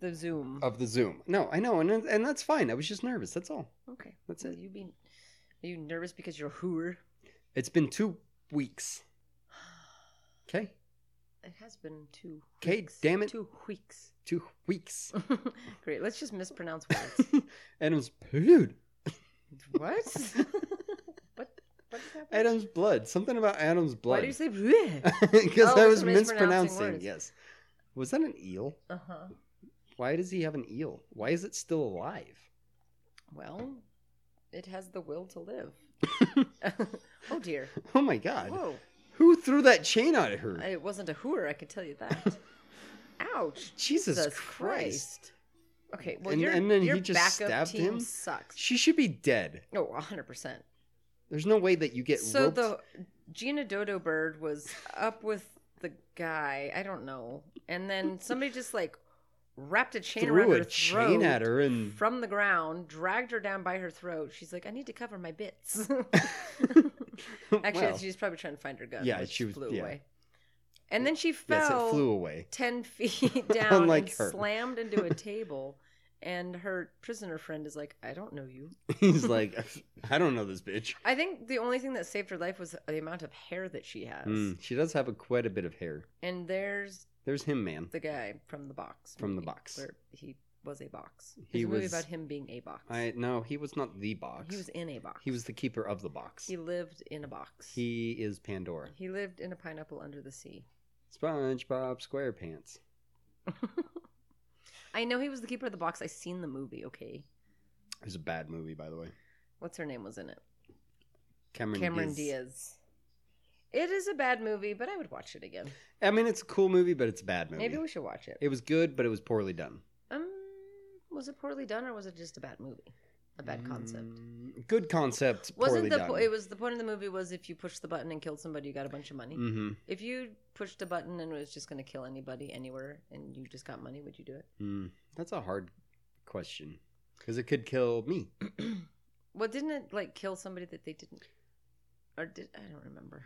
the Zoom. of the Zoom. No, I know, and and that's fine. I was just nervous. That's all. Okay. That's Will it. You be are you nervous because you're a hooer? It's been two *sighs* weeks. Okay, It has been two. Okay, damn it. Two weeks. two weeks. *laughs* Great. Let's just mispronounce *laughs* words. Adam's blood. what? *laughs* what? What's happening? Adam's blood. Something about Adam's blood. Why do you *laughs* say bleh? Because Oh, I it's was from mispronouncing mispronouncing. words. Yes. Was that an eel? Uh huh. Why does he have an eel? Why is it still alive? *laughs* Well, it has the will to *laughs* live. *laughs* oh dear. Oh my god. Whoa. Who threw that chain at her? It wasn't a hooer. I could tell you *laughs* that. Ouch. Jesus Jesus Christ. Christ. Okay. Well, And- your, and then he your just backup stabbed team him? sucks. She should be dead. Oh, 100%. There's no way that you get so roped. the Gina Dodo bird was up with the guy. I don't know, and then somebody just like wrapped a chain around threw her a chain throat at her and from the ground, dragged her down by her throat. She's like, "I need to cover my *laughs* bits." Actually, *laughs* Well, she's probably trying to find her gun. Yeah, which she was- flew yeah. away, and then she yes, fell it flew away. *laughs* ten *laughs* feet down Unlike and her. slammed into *laughs* a table. And her prisoner friend is like, "I don't know you." *laughs* He's like, I don't know this bitch. I think the only thing that saved her life was the amount of hair that she has. Hmm, she does have a, quite a bit of hair. And there's There's him, man. the guy from the box. From the movie, box. Where he was a box. It's He a movie was- about him being a box. I no, he was not the box. He was in a box. He was the keeper of the box. He lived in a box. He is Pandora. He lived in a pineapple under the sea. SpongeBob SquarePants. I know he was the keeper of the box. I seen the movie. Okay, It was a bad movie, by the way. what's her name was in it? Cameron, Cameron Diaz. Diaz. It is a bad movie, but I would watch it again. I mean, it's a cool movie, but it's a bad movie. Maybe we should watch it. It was good, but it was poorly done. Um, was it poorly done or was it just a bad movie? A bad concept. Mm, good concept, poorly Wasn't the done. po- it was the point of the movie was if you pushed the button and killed somebody, you got a bunch of money. mm-hmm. If you pushed a button and it was just going to kill anybody anywhere, and you just got money, would you do *clears throat* it? Mm, that's a hard question because it could kill me. Well, didn't it like kill somebody that they didn't, or did I don't remember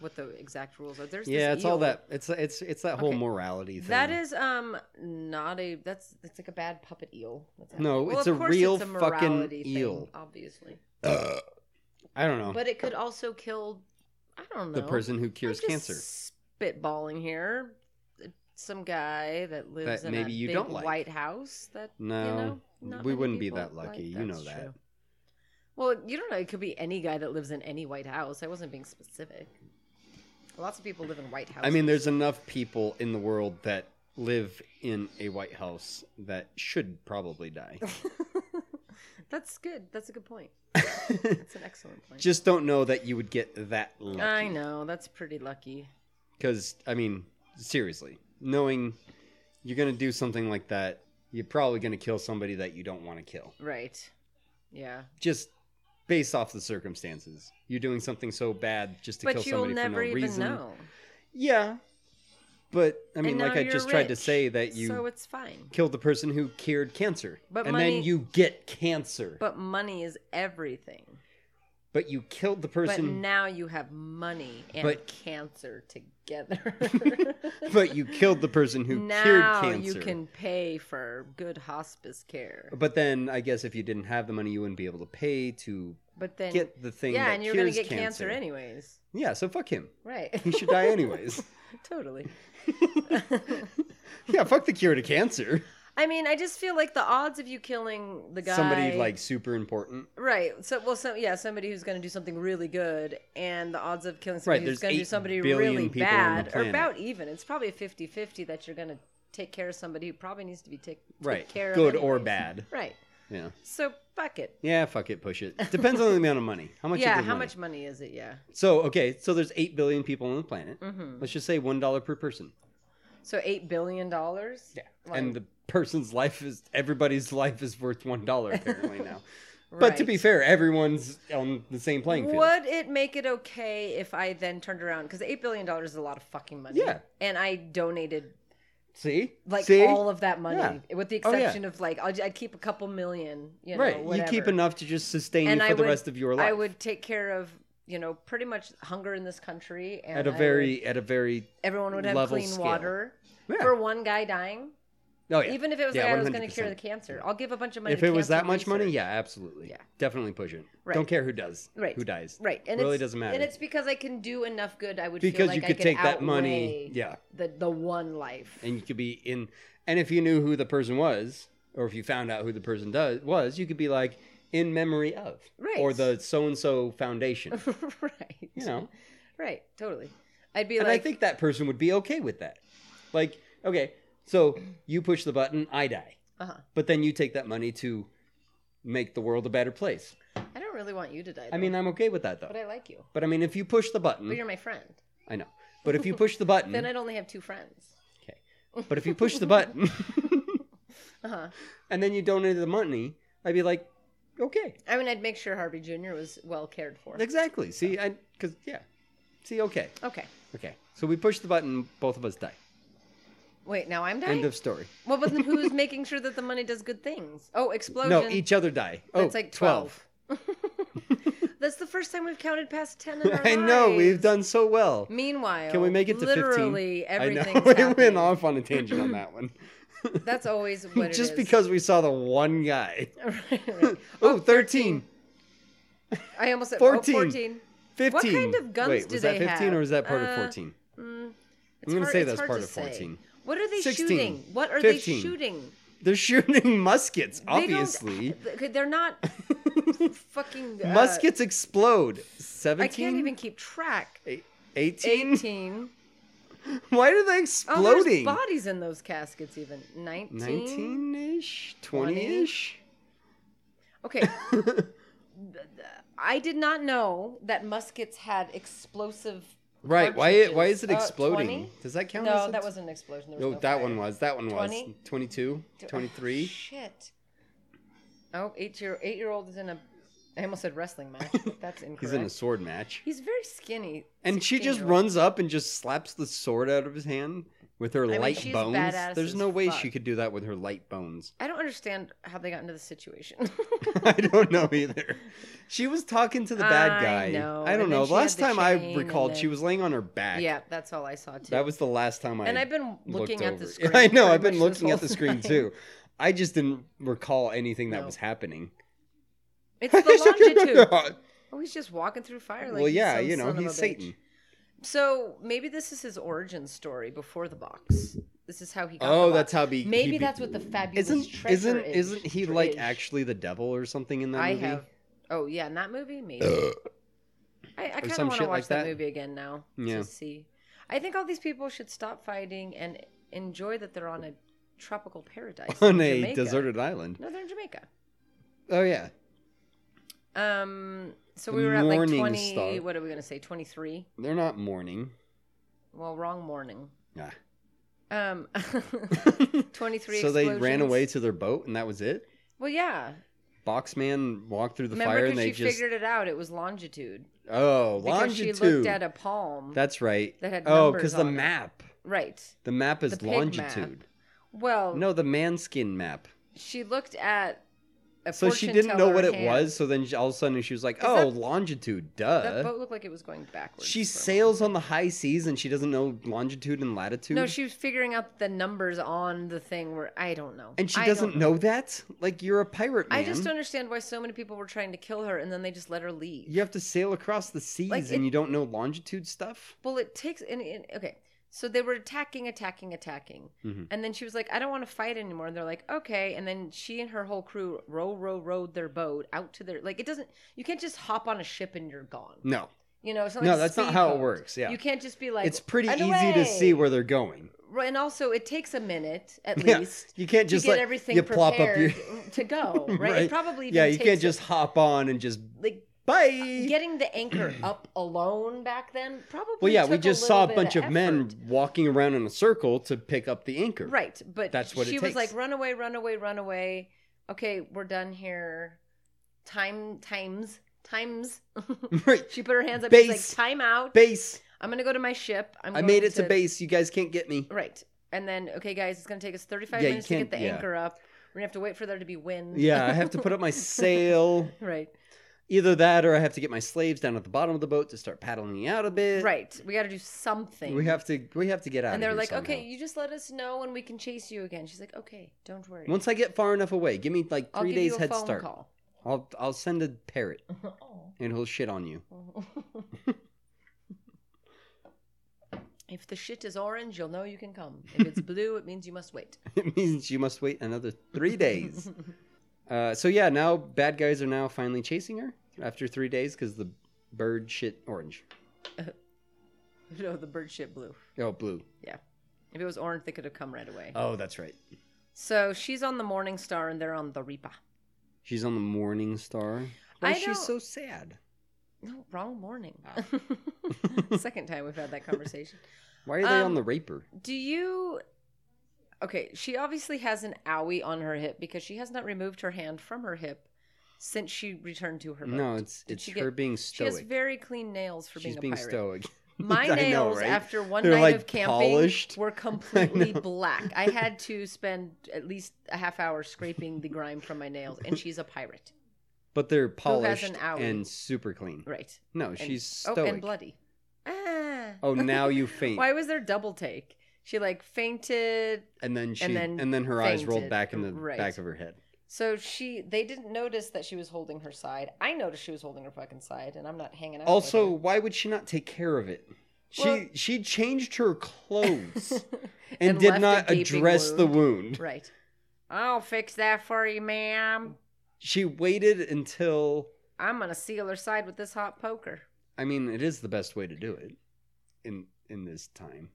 what the exact rules are. There's yeah, this it's all eel. that. It's it's it's that whole Okay. morality thing. That is um not a that's that's like a bad puppet eel. That's happening. No, Well, it's of a course real it's a fucking morality thing, eel. obviously. Ugh. *clears throat* I don't know. But it could also kill. I don't know the person who I'm cures just cancer. Spitballing here, some guy that lives That in maybe a you big don't like. White House. That No, you know, not we many wouldn't be people that lucky, you know That's that. true. Well, you don't know. It could be any guy that lives in any White House. I wasn't being specific. Lots of people live in White House. I mean, there's enough people in the world that live in a White House that should *laughs* probably die. That's good. That's a good point. That's an excellent point. Just don't know that you would get that I lucky. know. That's pretty lucky. Because I mean, seriously, knowing you're gonna do something like that, you're probably gonna kill somebody that you don't want to kill. Right. Yeah. just based off the circumstances. You're doing something so bad just to kill But you'll somebody never for no even reason. know. Yeah. But I mean, now like I you're just tried to rich, say that you So it's fine. killed the person who cured cancer. But and money- then you get cancer. But, But money is everything. you killed the But person but, now you have money and But- cancer *laughs* together. you killed the person who cured now cancer. you can pay for good hospice care. But then I guess if you didn't have the money you wouldn't be able to pay to But then get the thing yeah, that and you're gonna cures get cancer. cancer anyways. Yeah, so fuck him. Right. *laughs* *laughs* He should die anyways. totally. yeah, fuck the cure to cancer. *laughs* I mean, I just feel like the odds of you killing the guy Somebody like super important. right. So well, so yeah, somebody who's going to do something really good, and the odds of killing somebody Right, who's there's going to do 8 somebody billion really people on the bad are planet. about even. It's probably a 50-50 that you're going to take care of somebody who probably needs to be take, take Right. care of. Good or anyways. bad. Right. Yeah. So fuck it. Yeah, fuck it, push it. Depends on the amount of money. How much? is yeah. good How money? much money is it? Yeah. So okay, so there's eight billion people on the planet. Mm-hmm. Let's just say one dollar per person. So eight billion dollars. Yeah. and the person's life is everybody's life is worth one dollar *laughs* apparently now. But to be fair, everyone's on the same playing field. Would it make it okay if I then turned around? Because eight billion dollars is a lot of fucking money. Yeah. And I donated See, like See? all of that money, Yeah. with the Oh, yeah. exception of like I'll, I'd keep a couple million. You know, right. You keep whatever. enough to just sustain you for the rest of your life. I would take care of you know pretty much hunger in this country and at a I very would- at a very everyone would have level clean scale. water Yeah. for one guy dying. oh, yeah. Even if it was yeah, the guy that was going to 100%. cure the cancer, I'll give a bunch of money. If to it was cancer that much money, research. yeah, absolutely. Yeah. Definitely push it. Right. Don't care who does. Right. Who dies. Right, and really it's- doesn't matter. And it's because I can do enough good. I would feel Because like you I could take that money- outweigh yeah. the the one life. *laughs* and you could be in and if you knew who the person was or if you found out who the person does was you could be like in memory of Right. or the so and so foundation right, you know right, totally. I'd be and like, i think that person would be okay with that like okay so you push the button i die Uh-huh. but then you take that money to make the world a better place I don't really want you to die. i though, mean Hmm? i'm okay with that though but I like you. but i mean if you push the But button you're my friend. i know but if you push the button Then I'd only have two friends. Okay. But if you push the button *laughs* *laughs* Uh-huh. and then you donate the money, I'd be like, okay. I mean, I'd make sure Harvey Jr. was well cared for. Exactly. See, I, because, yeah. See, okay. Okay. Okay. So we push the button, both of us die. Wait, now I'm dying. End of story. Well, but then who's making sure that the money does good things? Oh, explosion. No, each other die. Oh, That's like 12. *laughs* That's the first time we've counted past ten in our *laughs* I know, we've lives. done so well. Meanwhile, Can we make it to 15? literally everything's I know. *laughs* we happening. went off on a tangent on that one. That's always *laughs* what it is. *laughs* Just because we saw the one guy. because. Oh, 13, I almost said 14. Oh, 14. 15. What kind of guns Wait, do was they that 15 have? or was that part Uh, of 14? It's gonna hard- say it's that's hard part to of say. 14. What are they 16, shooting? What are they 15. shooting? They're shooting *laughs* muskets, They don't- obviously. *laughs* *laughs* okay, they're not fucking uh, Muskets explode. I 17? can't even keep track. 18? 18. *laughs* Why are they Oh, there's exploding? bodies in those caskets. Even 19. 19 ish? 20 ish? Okay. I did not know that muskets had explosive *laughs* Right. Why? It, why is it Uh, exploding? 20? Does that count? as No, a- that wasn't an explosion. There was No, no, that fire. one was. That one was. 20? 22, Do- *sighs* 23. Shit. Oh, eight year eight year old is in a. I almost said wrestling match. *laughs* but That's incorrect. He's in a sword match. He's very skinny. And she just 16-year-old. runs up and just slaps the sword out of his hand with her mean, light she's bones. badass There's as no way fuck. she could do that with her light bones. *laughs* I don't understand how they got into the situation. I don't know either. She was talking to the bad I guy. know, I don't and know. then The she had last the time I chain and recalled, the- she was laying on her back. yeah, that's all I saw too. That was the last time I and I've been looked looking at over. *laughs* the screen. I know. pretty I've been much this looking at the whole screen *laughs* time. too. I just didn't recall anything that No. was happening. It's *laughs* the longitude. Oh, he's just walking through fire. Like well, he's yeah, some you know, son of a he's bitch. Satan. So maybe this is his origin story before the box. This is how he. got Oh, the that's box. how be. Maybe he be- that's what the fabulous isn't treasure isn't is. isn't he like Treasure. actually the devil or something in that I movie? *laughs* have. Oh yeah, in that movie, maybe. I, I kind of some want to shit watch like that. that. movie again now Yeah. to see. I think all these people should stop fighting and enjoy that they're on a tropical paradise on in a Jamaica. deserted island. No, they're in Jamaica. Oh yeah, Um, so The we were at like Morning twenty. Star. What are we gonna say? Twenty three. they're not mourning. Well, wrong morning. *laughs* Ah. Um, *laughs* twenty three. so they ran away to their boat, and that was it. Well, yeah. Boxman walked through the Remember fire, 'cause and they she just figured it out. It was longitude. oh Because longitude. she looked at a palm. That's right. that had oh, numbers the on it. map. right. The map is The pig longitude. Well, No, the manskin map. she looked at. A So she fortune didn't know teller what it hand. was. So then she, all of a sudden she was like, Is "Oh, that- longitude, That duh." boat looked like it was going backwards. She for a sails on the high seas, and she doesn't know longitude and latitude. moment. No, she was figuring out the numbers on the thing where I don't know. and she I don't doesn't know. that. Like you're a pirate man. I just don't understand why so many people were trying to kill her and then they just let her leave. You have to sail across the seas, Like, and it- you don't know longitude stuff. Well, it takes and, and okay. So they were attacking, attacking, attacking, Mhm. and then she was like, "I don't want to fight anymore." And they're like, "Okay." And then she and her whole crew row, row, rowed their boat out to their like. It doesn't. You can't just hop on a ship and you're gone. No, You know. It's not Mm. No, like a that's not how it speedboat. works, yeah. You can't just be like. it's pretty "And easy to away!" see where they're going. *laughs* Right, And also, it takes a minute at Yeah, least. you can't just to get like everything you plop up your *laughs* prepared to go. Right. It probably even yeah. You takes can't a- just hop on and just like uh, bye. *clears throat* getting the *clears throat* anchor up alone back then. Probably. well, yeah, we took just little saw a bit bunch of, men effort. walking around in a circle to pick up the anchor. Right, but That's what it she takes. was like. Run away, run away, run away. Okay, we're done here. Time, times, times. *laughs* Right. she put her hands up. Base. She's like, time out. Base. I'm gonna go to my ship. I'm I going made it to base. You guys can't *laughs* get me. Right, and then okay, guys, it's gonna take us 35 Yeah, you minutes to can't- get the yeah. anchor up. We're gonna have to wait for there to be wind. Yeah, I *laughs* have to put up my sail. right, Either that, or I have to get my slaves down at the bottom of the boat to start paddling out a bit. right. We got to do something. We have to. We have to get out. And they're of here like, somehow. okay, you just let us know and we can chase you again. She's like, okay, don't worry. Once I get far enough away, give me like I'll three give days you a head phone start. call. I'll I'll send *laughs* a parrot and he'll shit on you. *laughs* If the shit is orange, you'll know you can come. If *laughs* it's blue, it means you must wait. *laughs* It means you must wait another three days. uh, so yeah, now bad guys are now finally chasing her after three days because the bird shit orange. No, the bird shit blue. Oh, blue. Yeah. If it was orange, they could have come right away. Oh, that's right. So she's on the Morning Star and they're on the Reaper. She's on the Morning Star. Why I is she don't- so sad? No, wrong morning. Ah. *laughs* Second time we've had *laughs* that conversation. Why are they on Um, the Raper? Do you. Okay, she obviously has an owie on her hip because she has not removed her hand from her hip since she returned to her boat. No, it's Did it's she her get- being She has stoic. very clean nails for She's being a being pirate. stoic. *laughs* My I know, nails right? after one They're, night like, of camping polished. *laughs* were completely know. black. I had to spend at least a half hour scraping the grime from my nails, and she's a pirate, But they're has polished an owie? and super clean. right? No, And- she's stoic. Oh, and bloody. Ah. Oh, now you *laughs* faint. Why was there double take? She like fainted, and then she and then, then her eyes rolled fainted. back in the Right. back of her head. so she they didn't notice that she was holding her side. I noticed she was holding her fucking side, and I'm not hanging out. with Also, her. why would she not take care of it? She Oh, Well- she changed *laughs* her clothes *laughs* and, And did left not a gaping address the wound. right. I'll fix that for you, ma'am. She waited until I'm gonna seal her side with this hot poker. I mean, it is the best way to do it in in this time.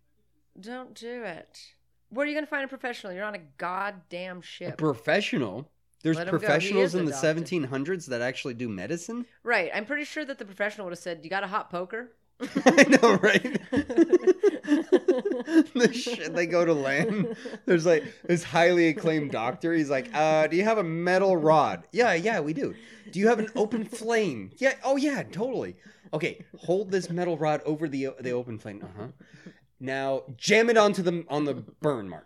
Don't do it. Where are you going to find a professional? You're on a goddamn A ship. professional. There's Let him go. He professionals is in the adopted. 1700s that actually do medicine. right. I'm pretty sure that the professional would have said, You got a hot poker? *laughs* I know, *laughs* right? the shit they go to land. There's like this highly acclaimed doctor. He's like, uh, do you have a metal rod? Yeah, yeah, we do. Do you have an open flame? Yeah, oh yeah, totally. Okay, hold this metal rod over the the open flame. Uh huh. Now jam it onto the on the *laughs* burn mark.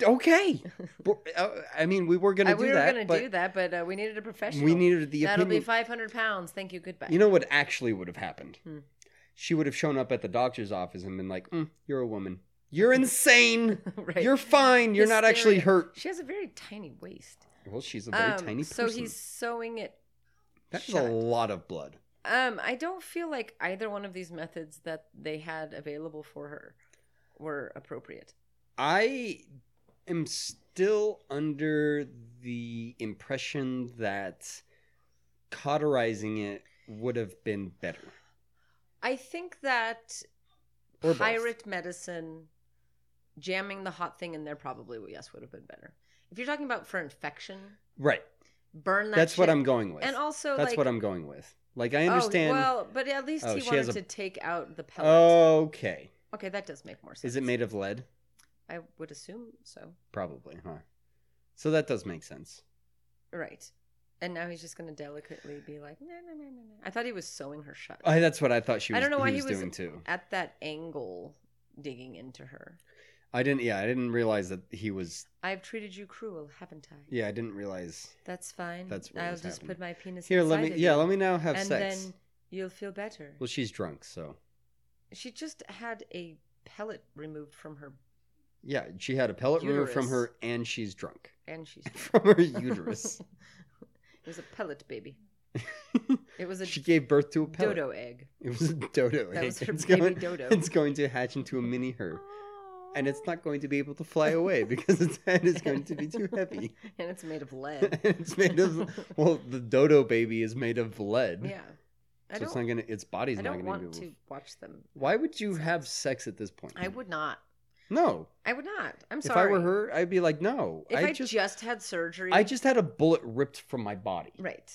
Okay. Well, uh, I mean, we were gonna Uh, do we were that, going to but do that, but uh, we needed a professional. we needed the That'll opinion. be 500 pounds. Thank you. Goodbye. You know what actually would have happened? Hmm. She would have shown up at the doctor's office and been like, mm, "You're a woman. *laughs* You're insane. *laughs* Right. You're fine. You're not actually Hysteria. hurt." She has a very tiny waist. Well, she's a very Um, tiny so person. he's sewing it. That's a shut. lot of blood. Um, I don't feel like either one of these methods that they had available for her were appropriate. I am still under the impression that cauterizing it would have been better. I think that Or both. pirate medicine jamming the hot thing in there probably yes would have been better. If you're talking about for infection, Right. burn that. That's what shit. I'm going with. And also, That's like, what I'm going with. Like I oh, understand. well, but at least Oh, he she has wanted to a- take out the pellet. okay. okay, that does make more sense. Is it made of lead? I would assume so. Probably, huh? So that does make sense. Right. And now he's just going to delicately be like, no, no, no, no, no. I thought he was sewing her shut. I, that's what I thought she I was, don't know why he he was was- doing too. At that angle, digging into her. I didn't. Yeah, I didn't realize that he was. I've treated you cruel, haven't I? Yeah, I didn't realize. That's fine. That's what I'll was just put happening. my penis Here, let inside me. of Yeah, you, let me now have and sex. then you'll feel better. Well, she's drunk, so she just had a pellet removed from her, yeah, she had a pellet removed from Uterus. her, and she's drunk *laughs* and she's from her *laughs* uterus. it was a pellet *laughs* baby. It was a she gave birth to a pellet. dodo egg. It was a dodo. That egg. was her it's baby going, dodo. *gasps* It's going to hatch into a mini her, and it's not going to be able to fly away because its head is going to be too heavy. *laughs* and it's made of lead. it's made of well, the dodo baby is made of lead. yeah, I so it's don't. not gonna. Its body's I not don't gonna be want able. to watch them. Why would you have sex at this point? I would not. No. I would not. I'm If sorry. I were her, I'd be like, no. if I, just, just, had surgery, I just had a bullet ripped from my body. right.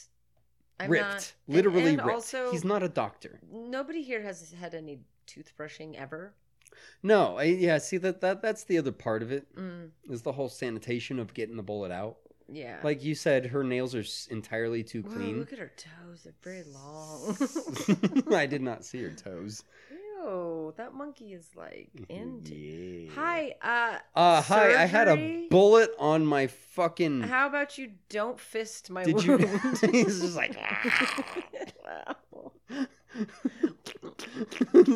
ripped, not- and- literally and ripped. Also, He's not a doctor. Nobody here has had any toothbrushing ever. No. I, yeah. See that that that's the other part of it Mm, is the whole sanitation of getting the bullet out. yeah. Like you said, her nails are s- entirely too Whoa, clean. look at her toes; they're *laughs* very *laughs* long. I did not see *laughs* her toes. Ew, that monkey is *laughs* like into. Yeah. Hi. Uh. Uh, hi, I had a surgery? bullet on my fucking. How about you don't fist my Mm. Did you? wound? *laughs* He's just like "Ah." *laughs*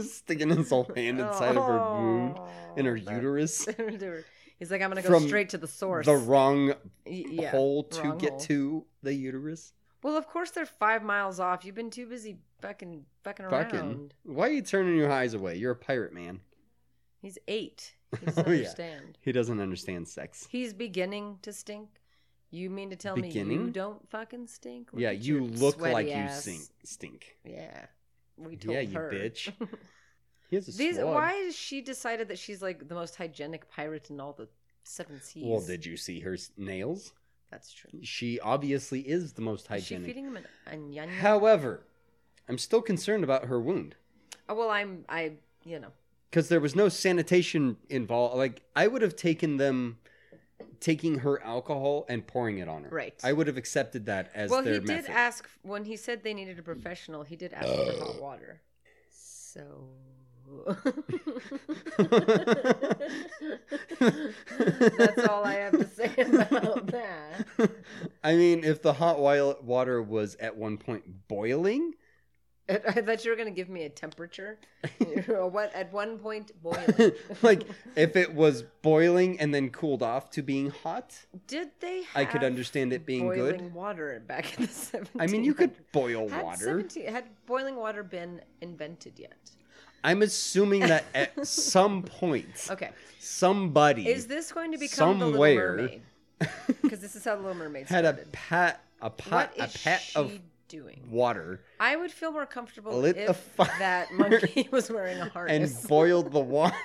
sticking his whole *laughs* hand inside of her wound and her Oh, *laughs* uterus, that- He's like, I'm gonna go From straight to the source. the wrong Y- yeah. hole to wrong get hole. to the uterus. Well, of course they're five miles off. You've been too busy fucking fucking around. Fucking! Why are you turning your eyes away? You're a pirate, man. He's *laughs* eight. He doesn't Oh, yeah. understand. He doesn't understand sex. He's beginning to stink. You mean to tell me you Beginning? don't fucking stink? Look yeah, at you your look sweaty like ass. you stink. Stink. Yeah, we told Yeah, you her. *laughs* bitch. He has a These swab. why is she decided that she's like the most hygienic pirate in all the seven seas? Well, did you see her s- nails? that's true. She obviously is the most Is she hygienic. feeding him an onion? However, I'm still concerned about her wound Oh, well, I'm I you know because there was no sanitation involved. Like I would have taken them taking her alcohol and pouring it on her. Right. I would have accepted that as well, their he did method. *laughs* ask when he said they needed a professional. He did ask for Oh. hot water. So. *laughs* That's all I have to say about that. I mean, if the hot wi- water was at one point boiling, *laughs* And I thought you were going to give me a temperature. Or what at one point *laughs* boiling. like if it was boiling and then cooled off to being hot, Did they? Have I could understand it being good. boiling water back in the 1700s. I mean, you could boil had water. 17 had boiling water been invented yet? I'm assuming that *laughs* at some point, Okay, somebody is this going to become the Little Somewhere. *laughs* Mermaid? Because this is how the Little Mermaid had a started. pat a pot What a is pat she of doing? water I would feel more comfortable Lit a if fire that monkey *laughs* was wearing a and harness. boiled the water.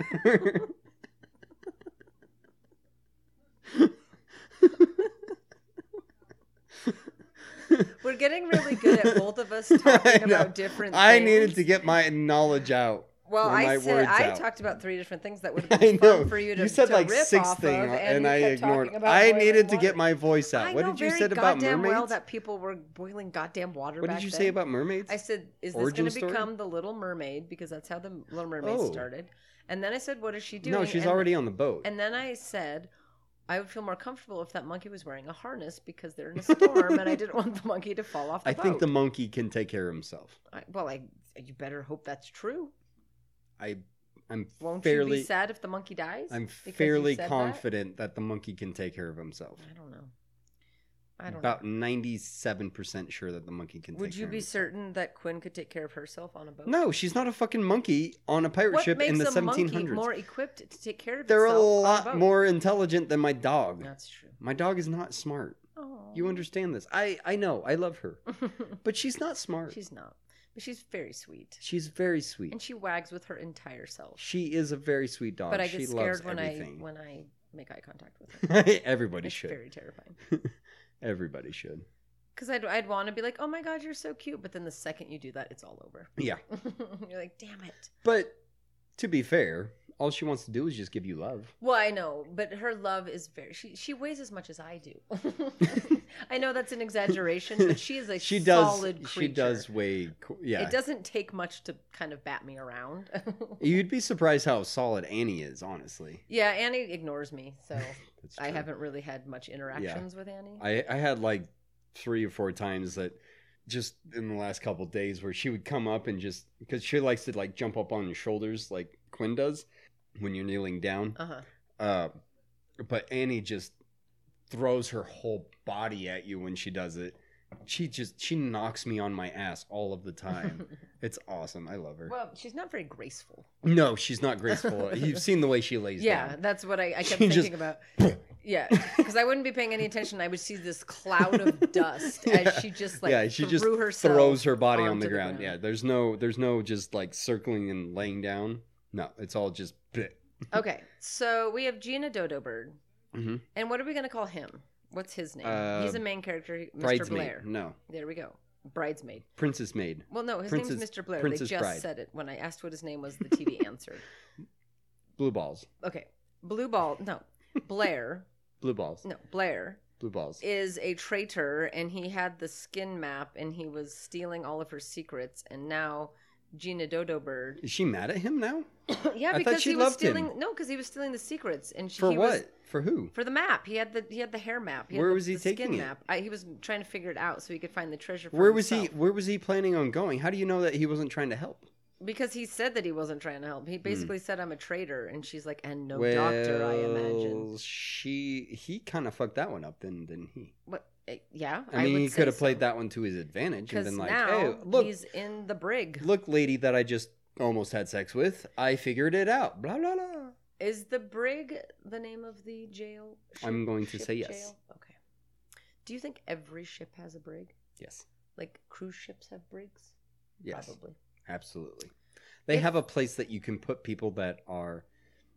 We're getting really good at both of *laughs* us *laughs* talking about different I things. needed to get my knowledge out. Well, or I my said words I out. talked about three different things that would have *laughs* I been know fun for you to. you said to like rip six off thing, of, and you I kept ignored. talking about I boiling needed to get water. my voice out. I What know did you very said about goddamn mermaids? well that people were boiling goddamn water. what back did you then. say about mermaids? I said, "Is this Origin going to story? become the Little Mermaid?" Because that's how the Little Mermaid Oh. started. And then I said, "What is she doing?" no, she's and, already on the boat. And then I said, "I would feel more comfortable if that monkey was wearing a harness because they're in a storm, and I didn't want the monkey to fall off the I think the boat." monkey can take care of himself. I- well, I you better hope that's true. I I'm Won't you fairly be sad if the monkey dies? I'm because you fairly said that? confident that? the monkey can take care of himself. I don't know. I don't About know. ninety seven percent sure that the monkey can. Would take you care be of himself. certain that Quinn could take care of herself on a boat? No, she's not a fucking monkey on a pirate What ship makes in the a monkey seventeen hundreds. more equipped to take care of They're a itself on lot boat? more intelligent than my dog. That's true. My dog is not smart. Aw. You understand this? I I know. I *laughs* love her, but she's not smart. She's, she's not, but she's very sweet, very sweet. and she wags with her entire self. She is a very sweet dog. But I Oh, she get loves scared when everything. I when I make eye contact with her. *laughs* Everybody It's should. very terrifying. Everybody should. Because I'd, I'd want to be like, oh my god, you're so cute, but then the second you do that, it's all over. *laughs* Yeah, you're like, damn it. but to be fair, all she wants to do is just give you love. Well, I know, but her love is very. She she weighs as much as I do. *laughs* I know that's an exaggeration, but she is a *laughs* She does. solid creature. She does weigh. co- Yeah. It doesn't take much to kind of bat me around. *laughs* You'd be surprised how solid Annie is, honestly. yeah, Annie ignores me, so That's I true. haven't really had much interactions with Annie. I, I had like three or four times that just in the last couple of days where she would come up and just because she likes to like jump up on your shoulders like Quinn does when you're kneeling down. Uh huh. Uh, but Annie just throws her whole body at you when she does it. She just she knocks me on my ass all of *laughs* the time. it's awesome. I love her. Well, she's not very graceful. no, she's not graceful. You've seen the way she lays Yeah, down. that's what I, I kept She thinking just- about. *laughs* Yeah, because I wouldn't be paying any attention. I would see this cloud of dust Yeah. as she just like yeah, she just threw herself throws her body on onto the ground. Yeah, there's no there's no just like circling and laying down. No, it's all just bleh. Okay, so we have Gina Dodo Bird, Mhm. and what are we gonna call him? What's his name? Uh, He's a main character, Mr. bridesmaid. Blair. No, There we go, bridesmaid. princess maid. Well, no, his name's Princess- Mr. Blair. Princess they just Bride. said it when I asked what his name was. The *laughs* TV answered. Blue balls. Okay, Blue Ball. No, Blair. Blue balls. No, Blair Blue balls. is a traitor, and he had the skin map, and he was stealing all of her secrets, and now. Gina Dodo Bird. *clears throat* Is she mad at him now? Yeah, thought because she he was loved him. stealing. No, because he was stealing the secrets, and she, For he what? was For who? For the map, he had the he had the hair map. had Where the- was he the skin taking it? Map. I, he was trying to figure it out so he could find the treasure. For Where was he? himself. Where was he planning on going? How do you know that he wasn't trying to help? Because he said that he wasn't trying to help. He Hmm. basically said, "I'm a traitor," and she's like, "And no doctor, I imagine." Well, She he kind of fucked that one up, then didn't he? What? eh, Yeah, I mean, would he could have say played so. that one to his advantage and Because been like, now "Hey, look, he's in the brig. look, lady that I just almost had sex with, I figured it out. Blah blah blah. Is the brig the name of the jail? ship- I'm going to ship say yes. jail? Okay. Do you think every ship has a brig? Yes. Like cruise ships have brigs? Yes. Probably. Absolutely. They If- have a place that you can put people that are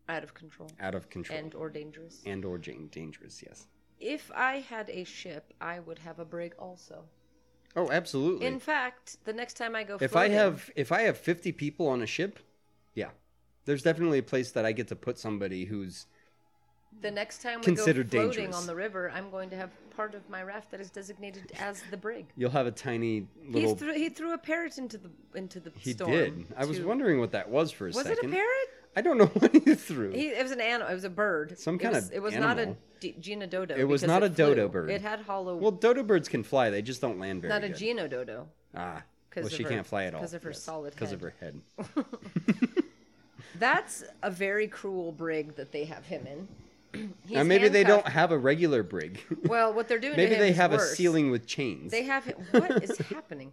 Out of control, out of control and or dangerous. and or jan- dangerous. Yes. If I had a ship, I would have a brig also. Oh, absolutely. In fact, the next time I go, if I floating- have if I have 50 people on a ship, yeah. There's definitely a place that I get to put somebody who's the next time we considered go floating dangerous. on the river, I'm going to have part of my raft that is *laughs* designated as the brig. you'll have a tiny He little threw, he threw a parrot into the into the He storm. did. I was to- wondering what that was for a Was it a second. parrot? I don't know *laughs* what he threw. He, it was an animal. It was a bird. Some It kind was- of It was not a animal. D- Gina dodo. It was because not a flew. dodo bird. It had hollow. well, dodo birds can fly. They just don't land very not a good. Gino dodo. Ah, 'Cause well, of she her- can't fly at all. 'cause of her solid Because of head. her *laughs* head. That's a very cruel brig that they have him in. *clears throat* Now, He's maybe they don't handcuffed. have a *laughs* regular brig. Well, what they're doing. to *laughs* maybe him they is have a worse. ceiling with chains. They have him. What is *laughs* happening?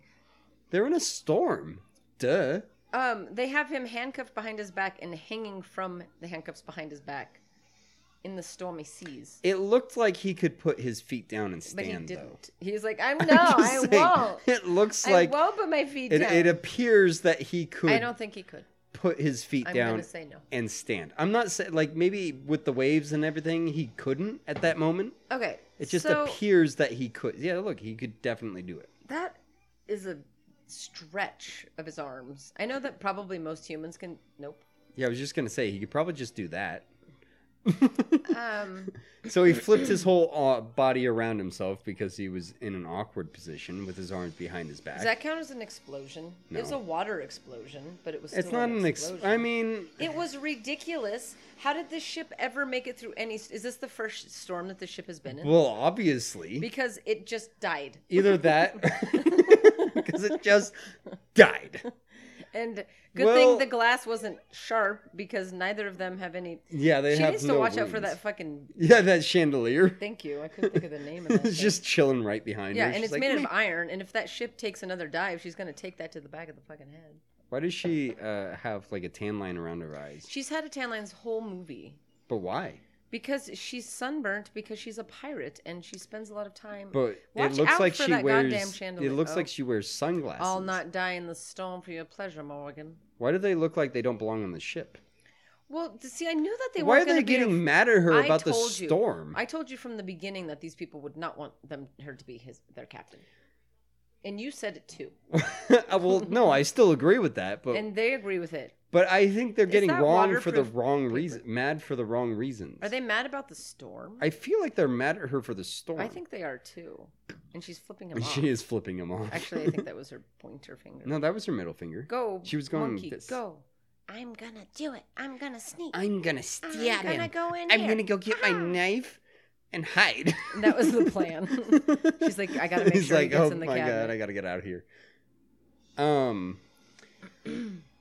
They're in a storm. Duh. Um, they have him handcuffed behind his back and hanging from the handcuffs behind his back in the stormy seas. It looked like he could put his feet down and But he stand, though. didn't. He's like, I'm *laughs* no, *laughs* I'm I just saying, won't. *laughs* It looks I like won't put my feet it, down. it appears that he could I don't think he could. put his feet I'm down gonna say no. and stand. I'm not saying like maybe with the waves and everything he couldn't at that moment. Okay. It just so appears that he could. Yeah, look, he could definitely do it. That is a stretch of his arms. I know that probably most humans can. Nope. Yeah, I was just gonna say he could probably just *laughs* do that. Um, So he flipped his whole uh, body around himself because he was in an awkward position with his arms behind his back. does that count as an explosion? It was No. a water explosion, but it was. it's still not an. Ex- explosion. I mean, It was ridiculous. How did this ship ever make it through any? Is this the first storm that the ship has been in? well, obviously, because it just died, *laughs* either that because it just died. and good Well- thing the glass wasn't sharp because neither of them have any. Yeah, they she have needs no to watch out for wings. that fucking. *laughs* Yeah, that chandelier. *laughs* Thank you. I couldn't think of the name of that. it's thing. just chilling right behind yeah, her. and She's it's like, made out "Meh." of iron. And if that ship takes another dive, she's gonna take that to the back of the fucking head. Why does she uh, have like a tan line around her eyes? She's had a tan line's whole movie But why? because she's sunburnt because she's a pirate and she spends a lot of time. But Watch it looks out like for she that goddamn wears. It chandelier. looks Oh. like she wears sunglasses. I'll not die in the storm for your pleasure, Morgan. Why do they look like they don't belong on the ship? Well, th- see, I knew that they Why are weren't gonna they be a- getting mad at her I about the told you. storm? I told you from the beginning that these people would not want them her to be his their captain, and you said it too, *laughs* Uh, well, no, I still agree with that, but and they agree with it. but I think they're getting that wrong for the waterproof wrong paper? reason, mad for the wrong reasons. Are they mad about the storm? I feel like they're mad at her for the storm. I *laughs* think they are too, and she's flipping him off. she is flipping them off. Actually, I think that was her pointer finger. *laughs* no, that was her middle finger. Go. She was going monkey, this. Go. I'm gonna do it. I'm gonna sneak. I'm gonna stab I'm gonna him. go in I'm here. Ah. gonna go get my knife and hide. That was the *laughs* plan. She's like, I gotta make He's sure he like, gets oh in the my god, cabinet. I gotta get out of here. Um,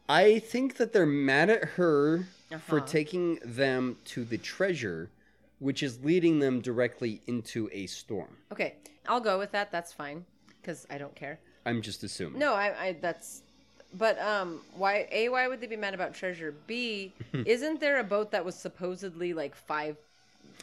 I think that they're mad at her for Uh-huh. taking them to the treasure, which is leading them directly into a storm. Okay, I'll go with that. That's fine, because I don't care. I'm just assuming. No, I, I that's. But um, why a why would they be mad about treasure? *laughs* B isn't there a boat that was supposedly like five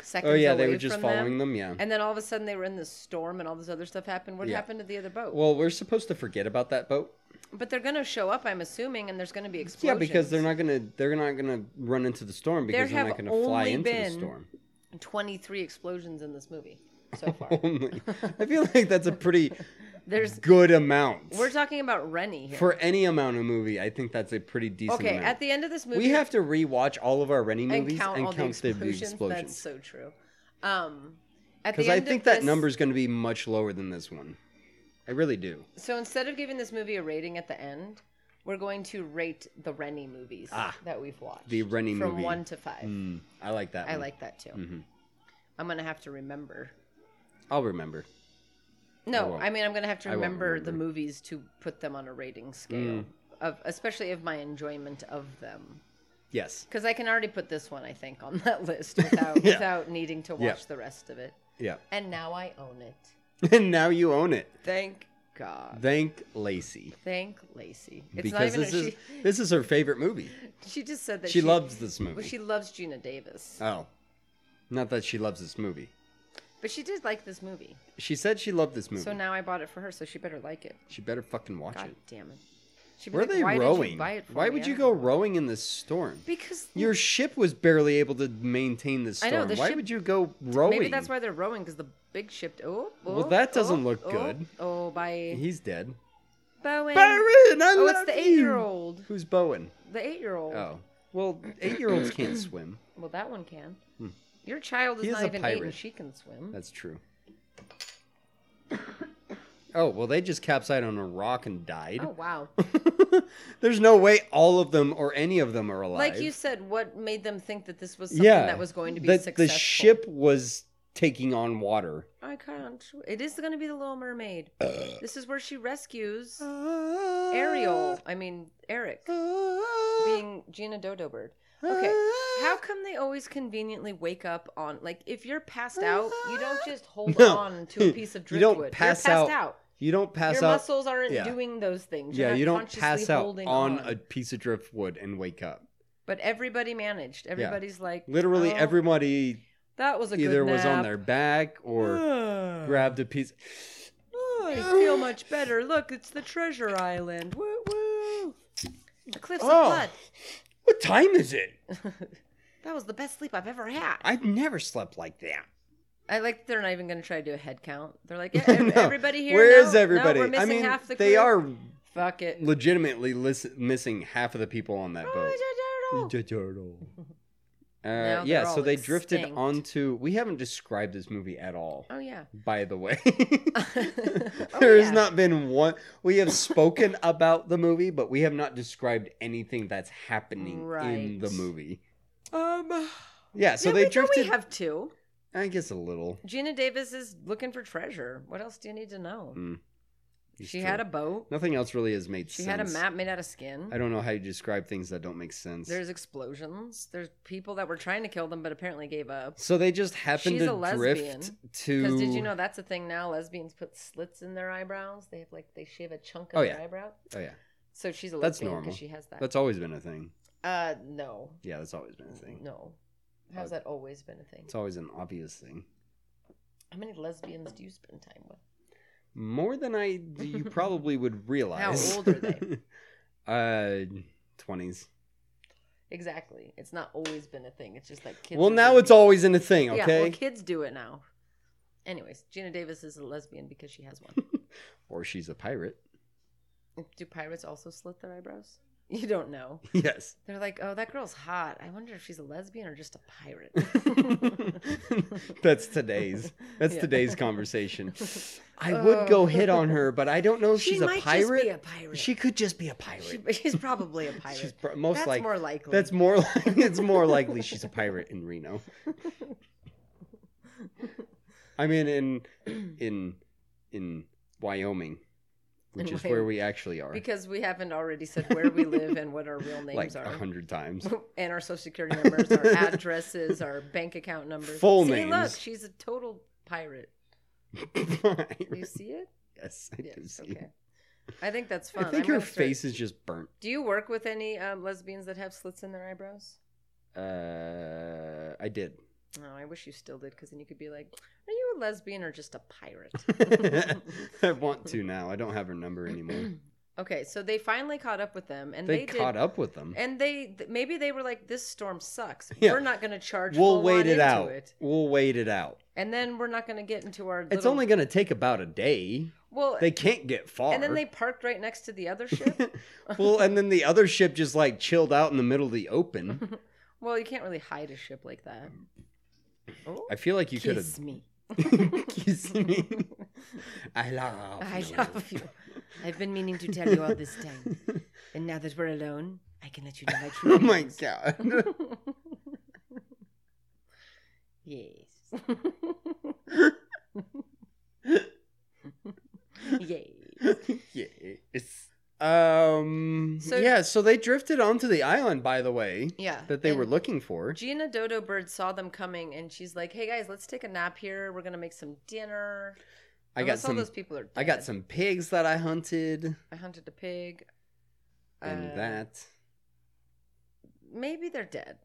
seconds? Oh yeah, they away were just from following them, them. Yeah. and then all of a sudden they were in this storm, and all this other stuff happened. What Yeah. happened to the other boat? Well, we're supposed to forget about that boat. but they're gonna show up, I'm assuming, and there's gonna be Yeah, explosions. because they're not gonna they're not gonna run into the storm There because they're have not gonna fly only into been- the storm. twenty three explosions in this movie so *laughs* far. Only. I feel like that's a pretty *laughs* There's good amount. we're talking about Rennie here. for any amount of movie, I think that's a pretty decent okay, amount. at the end of this movie, we have to rewatch all of our Rennie and movies count and all count the, the explosions. That's explosions. so true. Um, at the Because I end of think that this- number is going to be much lower than this one. I really do. So instead of giving this movie a rating at the end, we're going to rate the Rennie movies that we've watched. Ah, the Rennie from movie. one to five. Mm, Mm-hmm. I like that. I one. like that too. I'm gonna have to remember. I'll remember. No, won't. I, mean I'm gonna have to I won't remember, the remember. Mm. movies to put them on a rating scale of, especially of my enjoyment of them, Yes. because I can already put this one I think on that list without *laughs* Yeah. without needing to watch Yeah. the rest of it. Yeah. *laughs* And now I own it. and now you own it. Thank God. Thank Lacey. Thank Lacey. It's not because even this she, is this is her favorite movie. she just said *laughs* that She, loves this movie. Well, she loves Gina Davis, oh, not that she loves this movie. but she did like this movie. She said she loved this movie. So now I bought it for her, so she better like it. she better fucking watch God it. damn it! She'd be Where are like, they "Why did you rowing? buy it for me? Why would I you don't go know." rowing in this storm? *laughs* Because Your ship was barely able to maintain the I storm. know, the why ship- would you go rowing? maybe that's why they're rowing because the big ship. Oh, oh Well, that doesn't oh, look oh, good. Oh, by He's dead. Bowen. Byron, I oh, it's love the you. eight-year-old. Who's Bowen? The eight-year-old. Oh, well, eight-year-olds can't swim. Well, that one can. Your child is Hmm. He not is a even eight, and pirate. she can swim. That's true. Oh well, they just capsized on a rock and died. Oh wow! *laughs* There's no way all of them or any of them are alive. Like you said, what made them think that this was something that was going to be that successful? The ship was taking on water. I can't. It is going to be the Little Mermaid. Uh. this is where she rescues Ariel. I mean Eric, being Gina Dodo Bird. Okay, how come they always conveniently wake up on like if you're passed out, you don't just hold No. on to a piece of *laughs* You driftwood. don't You're pass passed out- out. You don't pass Your out. muscles aren't yeah. doing those things. You're yeah, not you don't consciously pass out holding on, a piece of driftwood and wake up. But everybody managed. Everybody's like Literally, "Oh, everybody that was a either good was on nap. *sighs* their back or grabbed a piece. Oh, I *sighs* feel much better. Look, it's the treasure island. Woo woo. The cliffs Oh. of What time is it? blood. That was the best sleep I've ever had. I've never slept like that. I like that they're not even going to try to do a head count. They're *laughs* like, "Eh, No. everybody here. Where no, is everybody? No, we're I missing mean, half the they crew. are Fuck it. legitimately lis- missing half of the people on that boat. Oh, it's a turtle. *laughs* Uh, they're yeah, so all they drifted extinct. onto. We haven't described this movie at all, Oh, yeah. by the *laughs* way. Oh, there has yeah. not been one. We have spoken *laughs* about the movie, but we have not described anything that's happening in Right. the movie. Um, Yeah, so yeah, they we know drifted. We have two. I guess a little. Gina Davis is looking for treasure. What else do you need to know? Mm. It's she true. had a boat. Nothing else really has made She sense. had a map made out of skin. I don't know how you describe things that don't make sense. There's explosions. There's people that were trying to kill them but apparently gave up. so they just happened She's to a drift lesbian. to. Because did you know that's a thing now? Lesbians put slits in their eyebrows. They have like they shave a chunk of Oh, their yeah. eyebrow. Oh yeah, So she's a lesbian That's 'cause normal. she has that. that's always been a thing. uh, no, Yeah, that's always been a thing. Uh, no. How's that always been a thing? It's always an obvious thing. How many lesbians do you spend time with? More than I *laughs* you probably would realize. old are they? *laughs* uh, twenties. Exactly. It's not always been a thing. It's just like kids. Well, are now doing it's always in a thing. it. Okay. Yeah, well, kids do it now. Anyways, Gina Davis is a lesbian because she *laughs* has one. or she's a pirate. *laughs* do pirates also slit their eyebrows? You don't know. Yes. *laughs* They're like, oh, that girl's hot. I wonder if she's a lesbian or just a *laughs* pirate. That's today's. That's Yeah. Oh. today's *laughs* conversation. I would go hit on her, but I don't know if She she's a might just pirate. be a pirate. She could just be a pirate. She- she's probably a pirate. *laughs* She's pro- most That's like- more likely. That's more. *laughs* Like, it's more likely she's a pirate *laughs* in Reno. I mean, in in in Wyoming, which In is where Wyoming. we actually are, because we haven't already said where we live and what our real names *laughs* like a are. hundred times. *laughs* *laughs* and our social security numbers, our addresses, our bank account numbers. Full see, Look, names. she's a total pirate. Do you Pirate. see it? *laughs* yes, I do Yes. see. Okay. I think that's I fun. think I'm her gonna start- face is just burnt. Do you work with any um, lesbians that have slits in their eyebrows? Uh, *laughs* I did. *laughs* Oh, I wish you still did, because then you could be like, "Are you a lesbian or just a *laughs* pirate?" I want to now. I don't have her *clears throat* number anymore. okay, so they finally caught up with them, and they, They, caught did, up with them. and they th- maybe they were like, "This storm sucks. Yeah. We're not going to charge. We'll full wait on it into out. it. We'll wait it out. and then we're not going to get into our. It's little- only going to take about a day. well, They can't get far. and then *laughs* they parked right next to the other ship. well, and then the other ship just like chilled out in the middle of the open. well, you can't really hide a ship like that. Oh, Um, I feel like you could kiss have me. *laughs* *laughs* kissed me. I love. I you. love you. I've been meaning to tell you all this time, and now that we're alone, I can let you know my true. *laughs* Oh my feelings. god. *laughs* Yes. Yay. yes. Um. So- yeah. So they drifted onto the island, by the way, *laughs* Yeah. that they were and looking for. Gina Dodo Bird saw them coming and she's like, hey guys, let's take a nap here. We're going to make some dinner. I got Unless some. all those people are I got dead. some pigs that I hunted, I hunted a pig. and Uh, that, Maybe they're dead.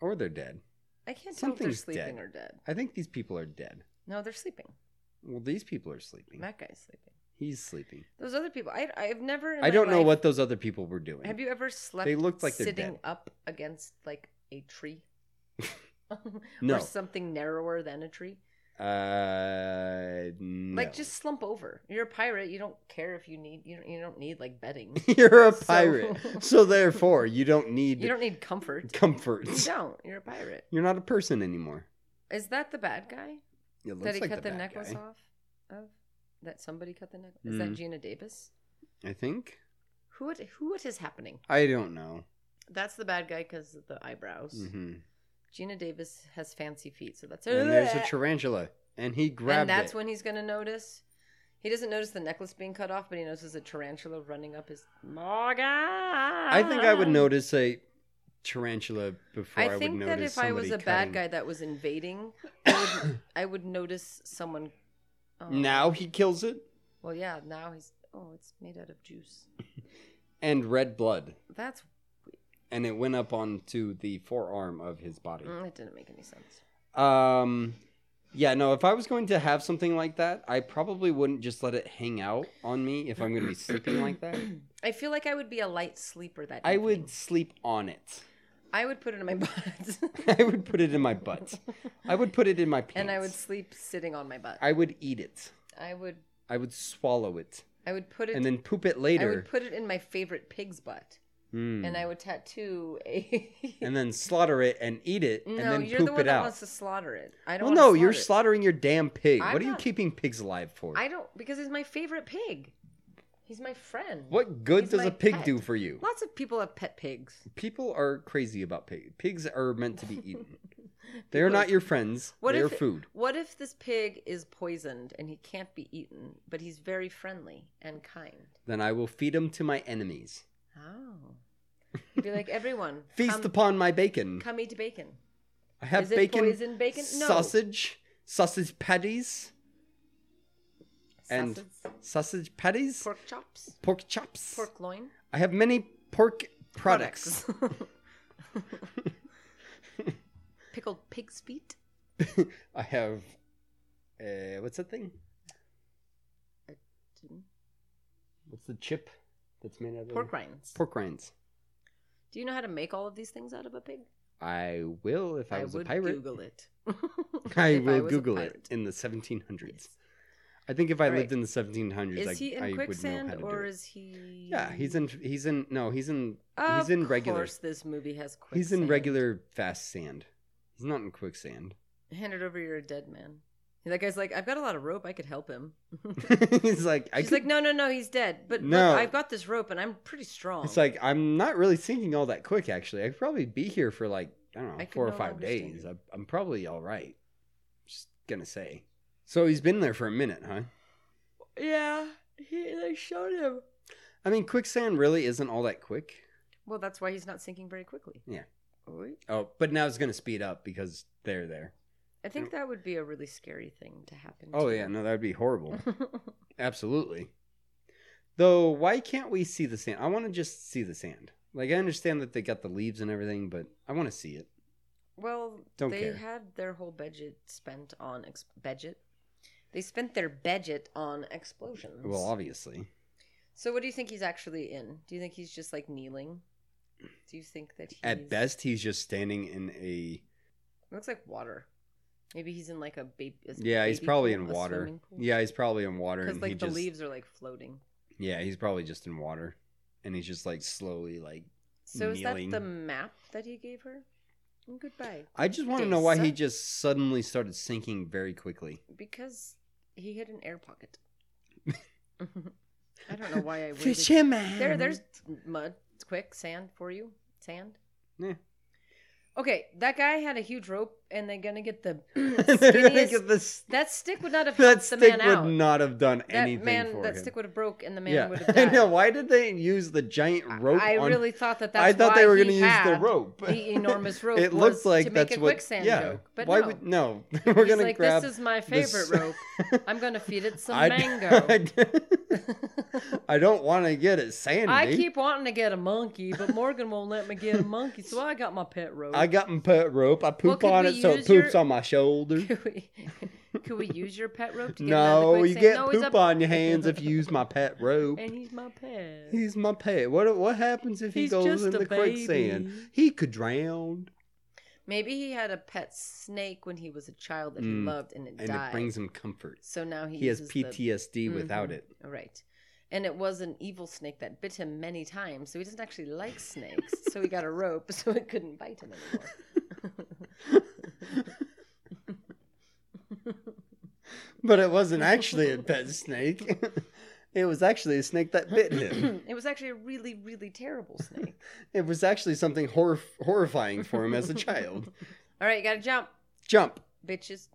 or they're dead. I can't tell if they're Something's sleeping dead. or dead. I think these people are dead. No, they're sleeping. Well, these people are sleeping. That guy's sleeping. He's sleeping. Those other people, I, I've never. in I my don't know life- what those other people were doing. Have you ever slept? looked like they're sitting dead. up against like a tree, No. or something narrower than a tree. Uh, no. Like just slump over. You're a pirate. You don't care if you need you don't, you don't need like bedding. *laughs* you're a So- pirate, *laughs* so therefore *laughs* you don't need you don't need *laughs* comfort. comfort. You don't. You're a pirate. You're not a person anymore. Is that the bad guy It looks that he like cut the, bad necklace guy. off of? That somebody cut the necklace. Is that Mm. Gina Davis? I think. Who it, who it is happening? I don't know. That's the bad guy because of the eyebrows. hmm Gina Davis has fancy feet, so that's And there's a tarantula, and he grabbed and that's it. when he's gonna notice. He doesn't notice the necklace being cut off, but he notices a tarantula running up his. Morgan. I think I would notice a tarantula before I, Ah. I think would that notice if I was a somebody bad cutting- guy that was invading, I would, *coughs* I would notice someone. Oh, Now he kills it Well, yeah. Now he's. Oh, it's made out of juice. and red blood, That's. and it went up onto the forearm of his body. mm, That didn't make any sense. Um, yeah, no. If I was going to have something like that, I probably wouldn't just let it hang out on me if I'm going to *coughs* be sleeping like that. I feel like I would be a light sleeper that. I evening. would sleep on it. *laughs* I would put it in my *laughs* butt. I would put it in my butt. I would put it in my pants. and I would sleep sitting on my butt. I would eat it. I would I would swallow it I would put it and then poop it I later. would put it in my favorite pig's butt. Mm. And I would tattoo a *laughs* and then slaughter it and eat it and No, then you're poop the one it that out. wants to slaughter it. I well, don't no, wanna you're slaughter slaughtering your damn pig. I'm what are you not- keeping pigs alive for? it. I don't because he's my favorite pig. He's my friend. what good He's does my a pig pet. do for you? Lots of people have pet pigs. People are crazy about pigs. Pigs are *laughs* meant to be eaten. they are not your friends. What they are if food. What if this pig is poisoned and he can't be eaten, but he's very friendly and kind? Then I will feed them to my enemies. Oh. He'd be like, *laughs* everyone, Feast come, upon my bacon. come eat bacon. I have Is it bacon, poisoned bacon? No. sausage, sausage patties, and Sausage, sausage patties, pork, pork chops, chops. pork loin. I have many pork products. *laughs* Pickled pig's feet. *laughs* I have, uh, what's that thing? What's the chip that's made out of Pork rinds. Pork rinds. Do you know how to make all of these things out of a pig? I will if I, was would a pirate. Google it. *laughs* I If will was a Google pirate. it in the 1700s. I think if I All right. lived in the 1700s, I, Is he in I would know quicksand how to do or it. is he? Yeah, he's in. He's in. No, he's in. Of he's in regular. course, this movie has quicksand. He's in regular fast sand. He's not *laughs* in quicksand. *laughs* Hand it over, you're a dead man. And that guy's like, I've got a lot of rope. I could help him. he's like, I She's could, like, no, no, no, he's dead. But look, No. I've got this rope and I'm pretty strong. It's like I'm not really sinking all that quick. Actually, I could probably be here for like I don't know I could four or no five longer stand days. it. I, I'm probably all right. Just gonna say. So he's been there for a minute, huh? yeah, he, they showed him. I mean, quicksand really isn't all that quick. Well, that's why he's not sinking very quickly. Yeah. Oi. Oh, but now it's gonna speed up because they're there. I think that would be a really scary thing to happen. Oh to yeah, you. no, that would be *laughs* horrible. Absolutely. Though, why can't we see the sand? I want to just see the sand. Like I understand that they got the leaves and everything, but I want to see it. well, Don't they care. had their whole budget spent on ex- budget. They spent their budget on explosions. Well, obviously. so what do you think he's actually in? Do you think he's just like kneeling? Do you think that he's At best, he's just standing in a It looks like water. Maybe he's in like a baby. Yeah, he's probably in water. Yeah, he's probably in water. because And he like the just, leaves are like floating. Yeah, he's probably just in water, and he's just like slowly like. So is Kneeling. that the map that he gave her? Goodbye. I just want to know why he Desa? just suddenly started sinking very quickly. Because he hit an air *laughs* pocket. I don't know why I waited. Fisherman. There, *laughs* there's mud, quick sand for you, sand. Yeah. Okay, that guy had a huge rope, and they're gonna get the *clears throat* *clears throat* They're gonna skinniest. get this. That stick would not have That helped the stick man would out. not have done that anything man, for that him. stick would have broke, and the man yeah, *laughs* would have I died. know. Why did they use the giant rope? I on- really thought that that's I thought why they were going gonna to use the rope. the *laughs* enormous rope it was looks like to make that's a what. quicksand yeah. joke, but why no. would no? *laughs* we're He's gonna like, grab. this is my this- favorite rope. I'm going to feed it some *laughs* I- mango. *laughs* I d- I don't want to get it sandy. I keep wanting to get a monkey, but Morgan won't let me *laughs* get a monkey, so I got my pet rope. I got my pet rope. I poop could on we it so it use your- poops on my *laughs* *laughs* shoulder. could, we, could we use your pet rope to get out of the No, you quicksand? get No, *laughs* he's poop a- on your hands if you use *laughs* my pet rope. And he's my pet. He's my pet. What what happens if he He's goes just in a the quicksand? baby. He could drown, Maybe he had a pet snake when he was a child that Mm. he loved, and it and died. it brings him comfort. so now he, He has uses the- PTSD without Mhm. it. Right. And it was an evil snake that bit him many times, so he doesn't actually like snakes. so he got a rope *laughs* so it couldn't bite him *laughs* *laughs* anymore. But *laughs* it wasn't actually a pet snake. *laughs* it was actually a snake that bit him. *coughs* it was actually a really, really terrible snake. *laughs* It was actually something horrif horrifying for him as a child. All right, you gotta jump, Jump. bitches.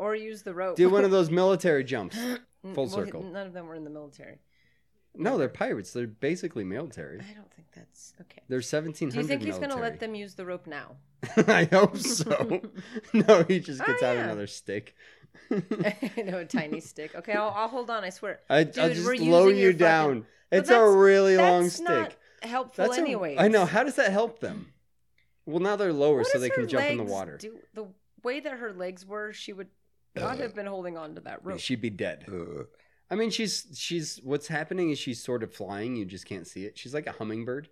Or use the rope. Do *laughs* one of those military *gasps* jumps. Mm, N- full well, circle. None of them were in the military. No, they're pirates. They're basically military. I don't think that's okay. They're 1700 Do you think he's military. gonna let them use the rope now? *laughs* *laughs* I hope so. *laughs* no, he just Oh, gets out yeah. *laughs* another stick. no, a *laughs* tiny stick. Okay, I'll, I'll hold on. I swear. I, I'll Dude, just we're lower using your you down. But It's a that's- really that's long stick. Not helpful, a- anyway. I know. How does that help them? Well, now they're lower, so they can jump in the water. Do, the way that her legs were, she would not have been holding on to that rope. She'd be dead. I mean, she's she's what's happening is she's sort of flying. You just can't see it. She's like a hummingbird.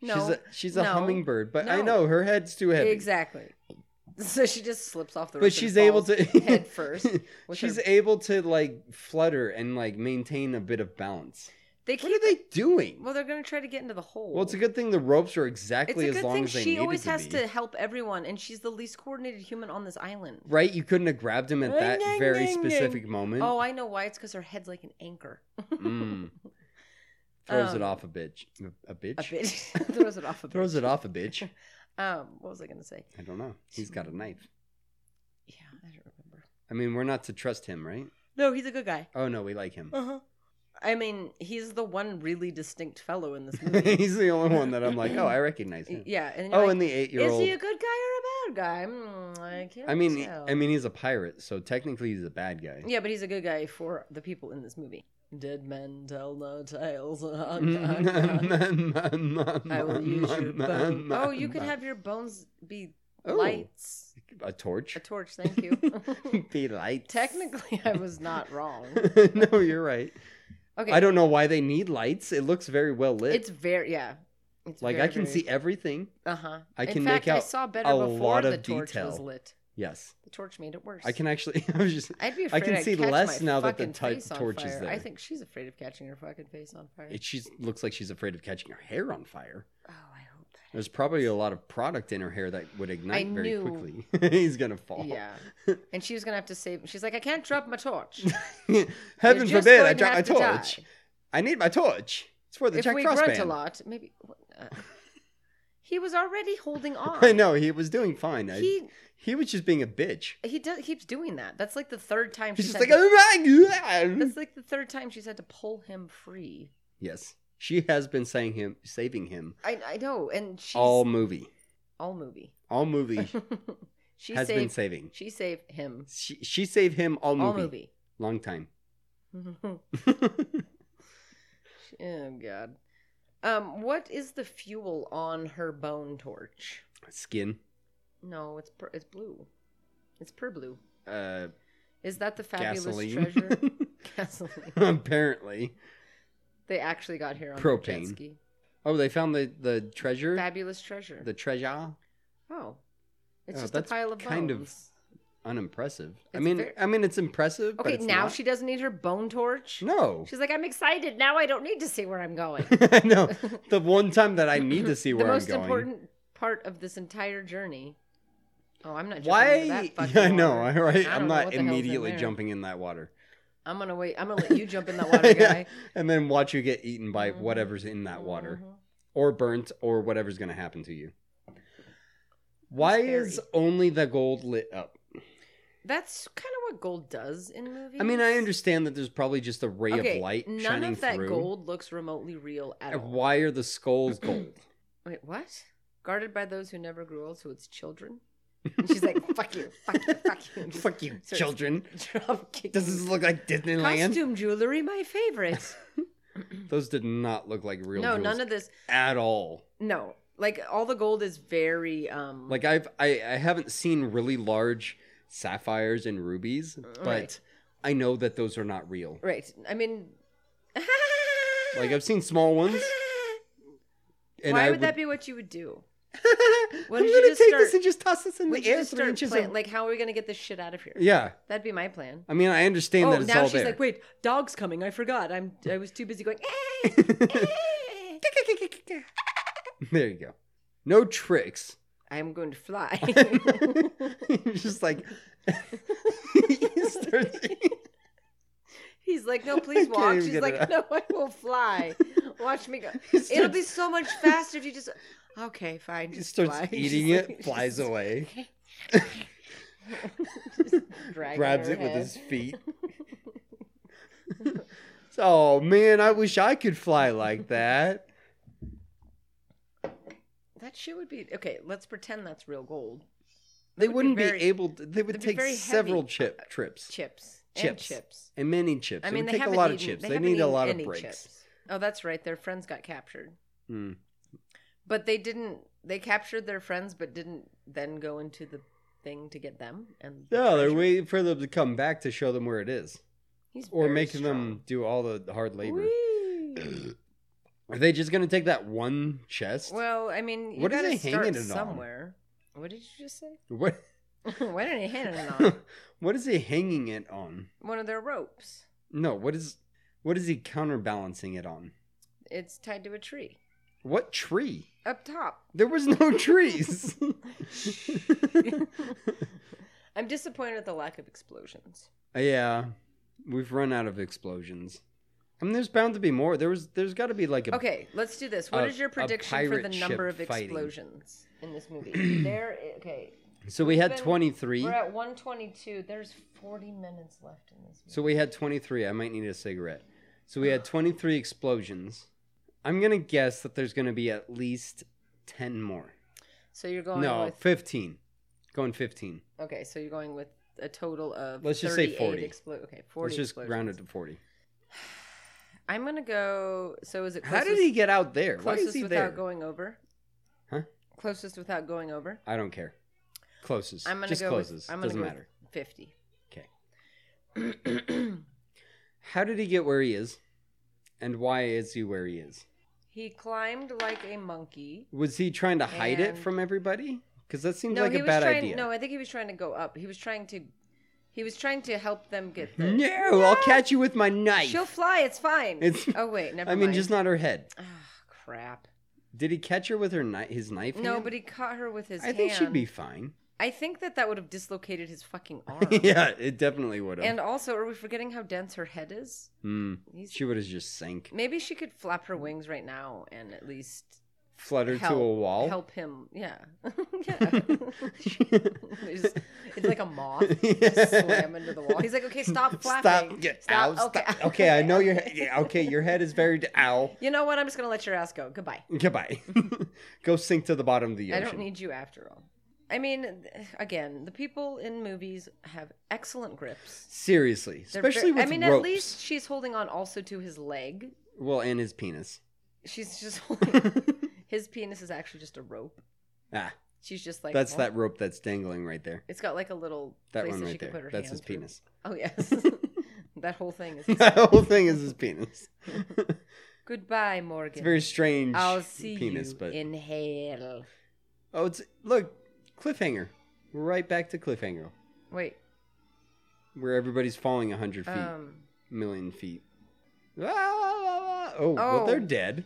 no. she's a, she's a no, hummingbird, but I no. know her head's too heavy. Exactly. So she just slips off the roof. But she's able to head *laughs* first. with she's her- able to like flutter and like maintain a bit of balance. They What keep, are they doing? well, they're going to try to get into the hole. Well, it's a good thing the ropes are It's exactly a as good long thing as they she needed always to has be. to help everyone, and she's the least coordinated human on this island. Right? You couldn't have grabbed him at that Ding, very ding, specific moment. Oh, I know why. It's because her head's like an *laughs* anchor. Mm. Throws it Um, off a bitch. A bitch? A bit *laughs* throws it off a bit. Throws it off *laughs* a bitch. Um, what was I going to say? I don't know. He's got a knife. Yeah, I don't remember. I mean, we're not to trust him, right? No, he's a good guy. Oh no, we like him. Uh huh. I mean, he's the one really distinct fellow in this movie. *laughs* *laughs* He's the only one that I'm like, oh, I recognize him. yeah, and you're Oh, like, and the is eight-year-old. he a good guy or a bad guy? Mm, I can't. I mean, tell. I mean, he's a pirate, so technically he's a bad guy. *laughs* yeah, but he's a good guy for the people in this movie. Dead men tell no tales. Oh, *laughs* I will use your *laughs* bone. Oh, you could have your bones be Oh. lights. a torch. A torch, thank you. *laughs* Be light. Technically, I was not wrong. *laughs* no, you're right. Okay, I don't know why they need lights. It looks very well lit. It's very yeah. It's like I can see everything. Uh huh. I In can fact, make out I saw better a before lot the of torch was detail. lit. Yes, The torch made it worse. I can actually. *laughs* I was just. I'd be I afraid can I'd see catch less my now that the fucking ti- face on torch is fire. there. I think she's afraid of catching her fucking face on fire. It, she looks like she's afraid of catching her hair on fire. oh, I hope that. There's probably a lot of product in her hair that would ignite very knew- quickly. *laughs* He's gonna fall. Yeah. and she was gonna have to save. She's like, I can't drop my torch. Heaven You're just forbid going I to drop my have to die. torch. I need my torch. It's for *laughs* the if Jack we Frost grunt a band. lot, maybe. what- Uh, he was already holding on. *laughs* *laughs* I know he was doing fine. I, he He he was just being a bitch. he does, keeps doing that. That's like the third time He's she's just had like, to- oh my god. That's like the third time she's had to pull him free. Yes, she has been saying him, saving him I, I know, and she's all all, movie. *laughs* movie. All movie *laughs* she has been saved saving. she saved him She she saved him all movie. all movie. Long time. *laughs* She- *laughs* oh god. Um, what is the fuel on her bone torch? Skin. No, it's per, it's blue. It's per blue. Uh, *laughs* Is that the fabulous gasoline. *laughs* treasure? Gasoline. Apparently. They actually got here on their jet Propane. ski. Oh, they found the the treasure. Fabulous treasure. The treasure. oh, it's Oh, just that's a pile of bones. kind of- Unimpressive. I It's mean, ver- I mean, it's impressive. but okay, it's now not. she doesn't need her bone torch. *laughs* No. *laughs* She's like, I'm excited. Now I don't need to see where I'm going. I know. The one time that I need to see where the I'm most going. important part of this entire journey. Oh, I'm not. Jumping into Why? *laughs* that fucking Yeah, I know. water. All right, I I'm don't know what not the hell's in immediately there. jumping in that water. I'm gonna wait. I'm gonna let you jump in *laughs* that water, guy. Mm-hmm. and then watch you get eaten by whatever's in that water, Mhm. or burnt, or whatever's going to happen to you. Why is scary. only the gold lit up? That's kind of what gold does in movies. I mean, I understand that there's probably just a ray Okay, of light none shining of that through. gold looks remotely real at And all. Why are the *clears throat* skulls gold? Wait, what? Guarded by those who never grew old, so it's children. And she's like, "Fuck you, fuck you, fuck *laughs* you, and just Fuck you, starts children! drop kicking. Does this look like Disneyland? Costume jewelry, my favorite. Those did not look like *laughs* real. no, jewels none of this. at all. No, like all the gold is very um Like I've I, I haven't seen really large sapphires and rubies, but Uh, Right. I know that those are not real. right. I mean, *laughs* *laughs* Like I've seen small ones. And why I would, that be what you would do? *laughs* I'm Why don't gonna you just take this start- and just toss this in Would the you air just three start inches. plan- of- like, how are we gonna get this shit out of here? yeah, that'd be my plan. I mean I understand Oh, that it's now all she's there. *laughs* like, wait, dog's coming. I forgot. I'm. I was too busy going. "Eh, *laughs* eh." *laughs* there you go. No tricks. I'm going to fly. *laughs* *laughs* just like *laughs* He starts- He's like, no, please can't walk. even She's get it like, out. no, I will fly. Watch me go. *laughs* It's It'll just- be so much faster if you just. Okay, fine. he Just starts fly. *laughs* eating She's it, like- flies away, Just dragging grabs her it with head. *laughs* his feet. *laughs* oh man, I wish I could fly like that. That shit would be okay. Let's pretend that's real gold They would be wouldn't be, very- able. To, they would they'd be take very heavy. uh, several chip trips chips. And Chips. chips. and many chips. I mean, they they would take a haven't lot of eaten- chips. They, haven't need a eaten lot of any breaks. chips. Oh, that's right. Their friends got captured, Mm. but they didn't. They captured their friends, but didn't then go into the thing to get them. And the No, they're treasure. waiting for them to come back to show them where it is. He's or very make them strong. do all the hard labor. Whee! Are they just gonna take that one chest? Well, I mean, you What are gotta they start hanging it on? somewhere. What did you just *laughs* say? *laughs* what? Why didn't he hang it on *laughs* what is he hanging it on? one of their ropes? No, what is what is he counterbalancing it on? It's tied to a tree What tree? up top. There *laughs* was no trees. I'm disappointed at the lack of explosions. Uh, yeah, we've run out of explosions. I mean, there's bound to be more. There was, there's got to be like a Okay, let's do this. What A- is your a prediction for the pirate ship number of fighting. explosions in this *clears throat* movie? there, i- okay, So we had Then 23. we're at 122. There's 40 minutes left in this movie. So we had 23. I might need a cigarette. So we had 23 explosions. I'm gonna guess that there's gonna be at least 10 more. So you're going no, with 15. Going 15. okay. So you're going with a total of Let's just say 38 40. Explo- okay, 40. Let's just explosions. round it to 40. I'm gonna go. So is it How closest, did he get out there? Why closest is he without there? going over? Huh? Closest without going over. I don't care. Closest. I'm gonna just go. closes. With, I'm gonna Doesn't go matter. With 50. How did he get where he is? And why is he where he is? He climbed like a monkey. Was he trying to hide it And- from everybody? Because that seems no, like he a was bad trying. idea. No, I think he was trying to go up. He was trying to. He was trying to help them *laughs* get there. no, I'll catch you with my knife. She'll fly. It's fine. It's- oh *laughs* wait, never I mind. mean, just not her head. Ah, crap. But Did he catch her with her knife? His knife? No, hand? but he caught her with his I think she'd hand. be fine. *laughs* I think that that would have dislocated his fucking arm. yeah, it definitely would have. And also, are we forgetting how dense her head is? Hmm. He's- she would have just sank, Maybe she could flap her wings right now and at least fluttered help, to a wall. help him. Yeah. *laughs* *laughs* yeah. *laughs* Just- it's like a moth. Yeah. Just slam into the wall. He's like, okay, stop flapping. Stop! Get out! Okay. stop. okay, I *laughs* know your. he- Yeah, okay, your head is very. Ow! You know what? I'm just going to let your ass go. Goodbye. Goodbye. *laughs* Go sink to the bottom of the I ocean. don't need you after all. I mean, th- again, the people in movies have excellent grips. Seriously, They're especially ver- with I mean, ropes. at least she's holding on also to his leg. Well, and his penis. She's Oh. just *laughs* holding. his penis is actually just a rope. ah, She's just like that's "Oh." that rope that's dangling right there. It's got like a little That place one that right she can put there. her That's hand his through. penis. Oh *laughs* yes, *laughs* that whole thing is. *laughs* that whole thing is his penis. Goodbye, Morgan. It's a very strange I'll see penis, you but in hell. oh, it's look cliffhanger. We're right back to cliffhanger, Wait, where everybody's falling a hundred feet, um, million feet. Ah, la, la, la. Oh, well, Oh. they're dead.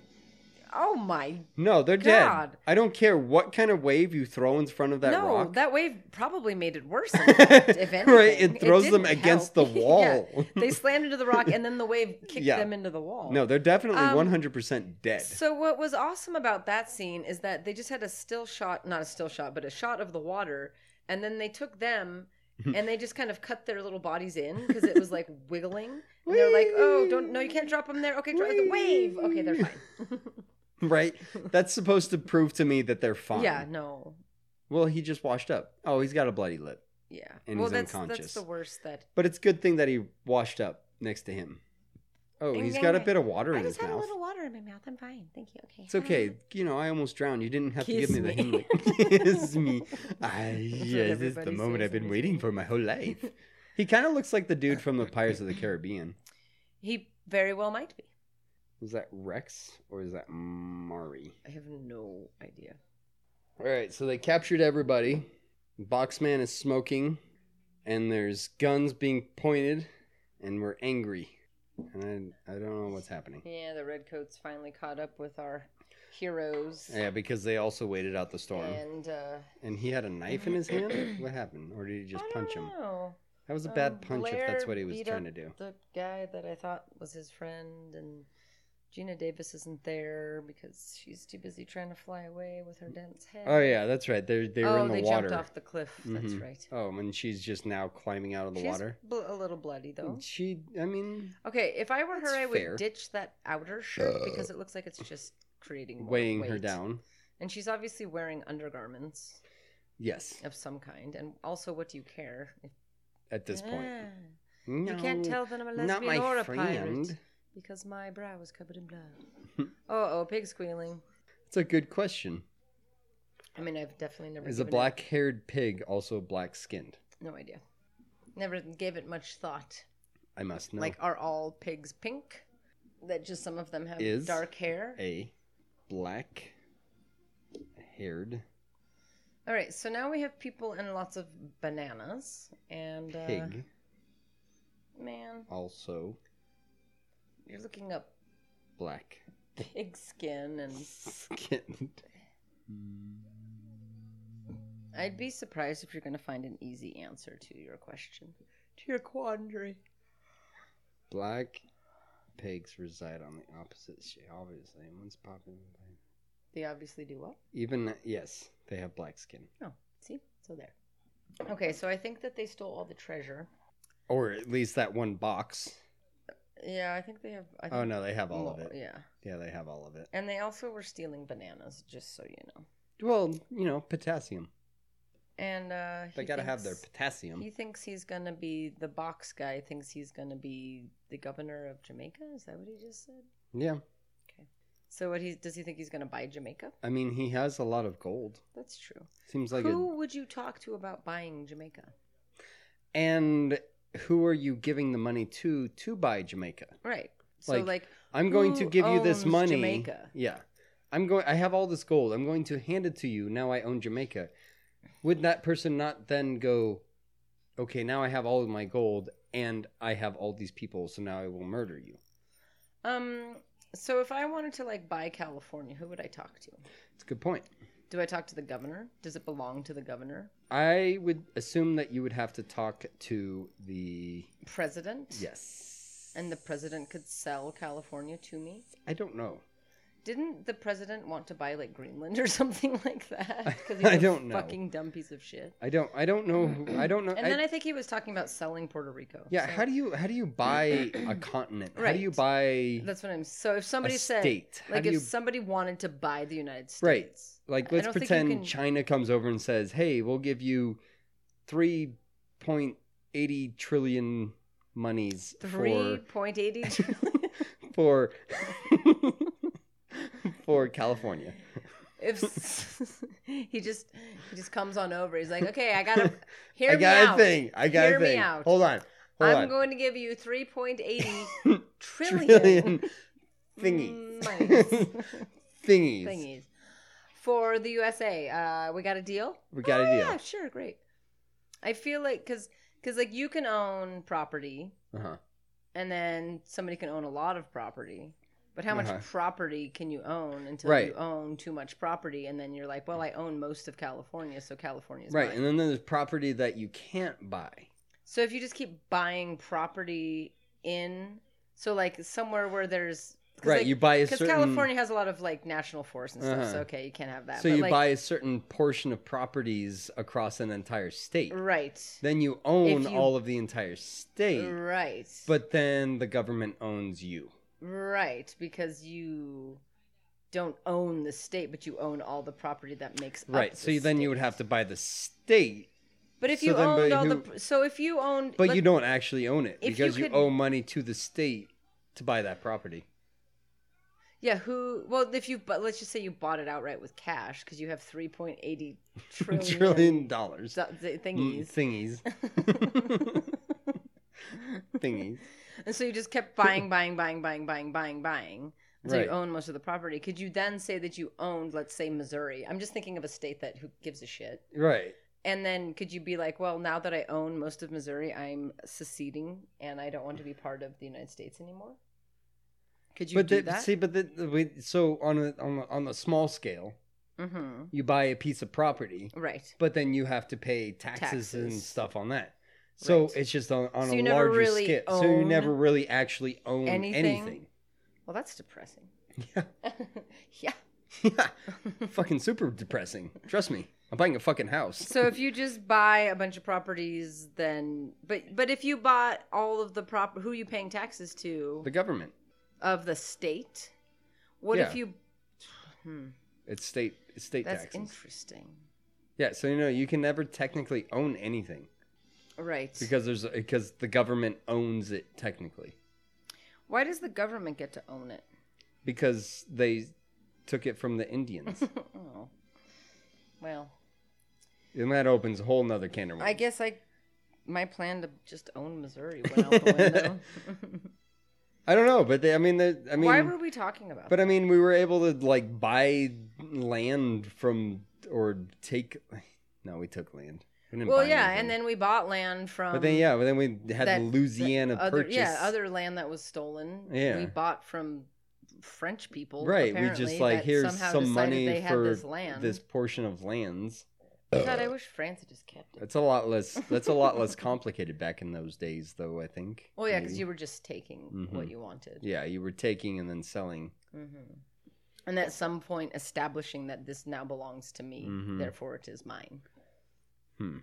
oh my No, they're God. dead. I don't care what kind of wave you throw in front of that no, rock. that wave probably made it worse. *laughs* than that, if anything, Right, it throws them didn't against help. *laughs* the Yeah, wall. they slammed into the rock, and then the *laughs* wave kicked Yeah. them into the wall. no, they're definitely Um, one hundred percent dead. So what was awesome about that scene is that they just had a still shot, not a still shot, but a shot of the water, and then they took *laughs* them and they just kind of cut their little bodies in because it was like wiggling. And they're like, "Oh, don't no, you can't drop them there. Okay, drop the wave. Okay, they're fine." *laughs* right? That's supposed to prove to me that they're fine. yeah, no. Well, he just washed up. Oh, he's got a bloody lip. Yeah. And well, he's that's unconscious. that's the worst that But it's a good thing that he washed up next to him. Oh, Ding, he's ding, got a ding. bit of water I in his just had a mouth. little water in my mouth. I'm fine. Thank you. Okay. It's okay. You know, I almost drowned. You didn't have to Kiss give me, me. the *laughs* hymn. *laughs* Kiss me. I, what yes, this is the everybody moment says I've been in waiting Spain. for my *laughs* whole life. He kind of looks like the dude from the Pirates of the Caribbean. He very well might be. Is that Rex or is that Mari? I have no idea. All right, so they captured everybody. Boxman is smoking, and there's guns being pointed, and we're angry. And I, I don't know what's happening. Yeah, the redcoats finally caught up with our heroes. Yeah, because they also waited out the storm. And uh, And he had a knife in *clears throat* his hand? What happened? Or did he just I punch don't him? know. That was a Um, bad punch if that's Blair what he was beat trying to up do. The guy that I thought was his friend, and Gina Davis isn't there because she's too busy trying to fly away with her dense head. Oh, yeah, that's right. They're, they were oh, in the they water. jumped off the cliff. That's Mhm. right. Oh, and she's just now climbing out of the She's water. bl- a little bloody though. She, I mean, Okay, if I were That's her, I would fair. Uh, ditch that outer shirt because it looks like it's just creating more weighing her weight. down. And she's obviously wearing undergarments Yes, of some kind. And also, what do you care? If, at this point. Ah, you can't No, tell that I'm a lesbian Not my or a friend. pirate because my brow is covered in blood. *laughs* oh, oh, pig squealing. That's a good question. I mean, I've definitely never. Is a given it- black haired pig also black skinned? No idea. Never gave it much thought. I must know. Like, are all pigs pink? That just some of them have Is dark hair. a black haired All right, so now we have people and lots of bananas and uh, pig Man, also you're looking up black pig skin, and skinned. I'd be surprised if you're going to find an easy answer to your question, to your quandary. Black pigs reside on the opposite shade, obviously. One's popular. They obviously do what? Even, yes, they have black skin. Oh, see, so there. Okay, so I think that they stole all the treasure. Or at least that one box. Yeah, I think they have. I think Oh, no, they have all of more, it. Yeah, Yeah, they have all of it. and they also were stealing bananas, just so you know. Well, you know, potassium. And uh, They he gotta have their thinks- potassium. He thinks he's gonna be the box guy. Thinks he's gonna be the governor of Jamaica. Is that what he just said? Yeah. So what he does he think he's gonna buy Jamaica? I mean, he has a lot of gold. That's true. Seems like Who a. would you talk to about buying Jamaica? And who are you giving the money to to buy Jamaica? Right. So Like, like, I'm going to Who give you this owns money. Jamaica? Yeah. I'm going I have all this gold. I'm going to hand it to you. Now I own Jamaica. Would that person not then go, "Okay, now I have all of my gold and I have all these people, so now I will murder you." um so if I wanted to like buy California, who would I talk to? It's a good point. Do I talk to the governor? Does it belong to the governor? I would assume that you would have to talk to the President? yes. And the president could sell California to me? I don't know. Didn't the president want to buy like Greenland or *laughs* something like that? Because *laughs* I don't know. Fucking dumb piece of shit. I don't I don't know who- I don't know And then I think he was talking about selling Puerto Rico. Yeah, so how do you how do you buy *clears throat* a continent? How do you Right. buy That's what I'm. So if somebody said, state, how like, do if you- somebody wanted to buy the United States, Right. Like, I let's don't think you pretend can- China comes over and says, "Hey, we'll give you three point eighty trillion monies Three point eighty. for *laughs* for for California." *laughs* if *laughs* s- he just he just comes on over, he's like, okay, I gotta *laughs* hear I me got a out. thing. I got Hear a me thing. out. Hold on. Hold I'm on. going to give you three point eighty *laughs* trillion *laughs* trillion *laughs* thingy Mm, *laughs* monies. thingies. thingies for the USA. Uh, we got a deal. We got a Oh, deal. Yeah, sure, great. I feel like because because like you can own property Uh-huh. and then somebody can own a lot of property. But how Uh-huh. much property can you own until Right. you own too much property, and then you're like, "Well, I own most of California, so California is Right, mine." and then there's property that you can't buy. so if you just keep buying property in, so like somewhere where there's 'cause, Right, like, you buy a because certain California has a lot of like national forests and stuff. Uh-huh. So okay, you can't have that. So but, you like, buy a certain portion of properties across an entire state. right, Then you own you- all of the entire state, right, but then the government owns you. right because you don't own the state, but you own all the property that makes up Right. the So you, then you would state. have to buy the state, But if So you then, owned but all the who- the, so if you owned, but let- you don't actually own it if because you, you could- owe money to the state to buy that property. yeah, who? Well, if you, but let's just say you bought it outright with cash because you have three point *laughs* eighty trillion, Trillion dollars. do- th- Mm, thingies, Thingies. Hmm. *laughs* Thingies. *laughs* and so you just kept buying, buying, buying, buying, buying, buying, buying. until Right. you own most of the property. Could you then say that you owned, let's say, Missouri? I'm just thinking of a state that who gives a shit. Right. And then could you be like, well, now that I own most of Missouri, I'm seceding and I don't want to be part of the United States anymore? Could you but do the, that? see, but the, the, we- so on a on a, on the small scale, mm-hmm. you buy a piece of property, Right. but then you have to pay taxes, and Taxes. stuff on that. So Right. it's just on, on So a you never larger really scale. So you own never really actually own anything. anything? Well, that's *laughs* depressing. *laughs* Yeah. Yeah. *laughs* fucking super depressing. Trust me. I'm buying a fucking house. So if you just buy a bunch of properties, then but but if you bought all of the prop, who are you paying taxes to The government. of the state? What if Yeah. you? It's state it's state That's taxes. interesting. yeah, so you know, you can never technically own anything Right. because there's because the government owns it technically. Why does the government get to own it? *laughs* Because they took it from the Indians. *laughs* Oh. Well, and that opens a whole nother can of worms. I guess I my plan to just own Missouri went out *laughs* the window. I don't know, but they, I mean, they, I mean, Why were we talking about But that? I mean, we were able to like buy land from or take. No, we took land. We didn't Well, buy yeah, anything. and then we bought land from. but then yeah, but then we had that- the Louisiana other, purchase. Yeah, other land that was stolen. Yeah. we bought from French people. right. We apparently, just like that here's somehow some decided money they had for this land. portion of lands. God, I wish France had just kept it. That's a lot less. That's a lot less complicated back in those days, though. I think. Well, yeah, because maybe. you were just taking what Mhm. you wanted. Yeah, you were taking and then selling. Mm-hmm. And at some point, establishing that this now belongs to me, Mhm. therefore it is mine. Hmm.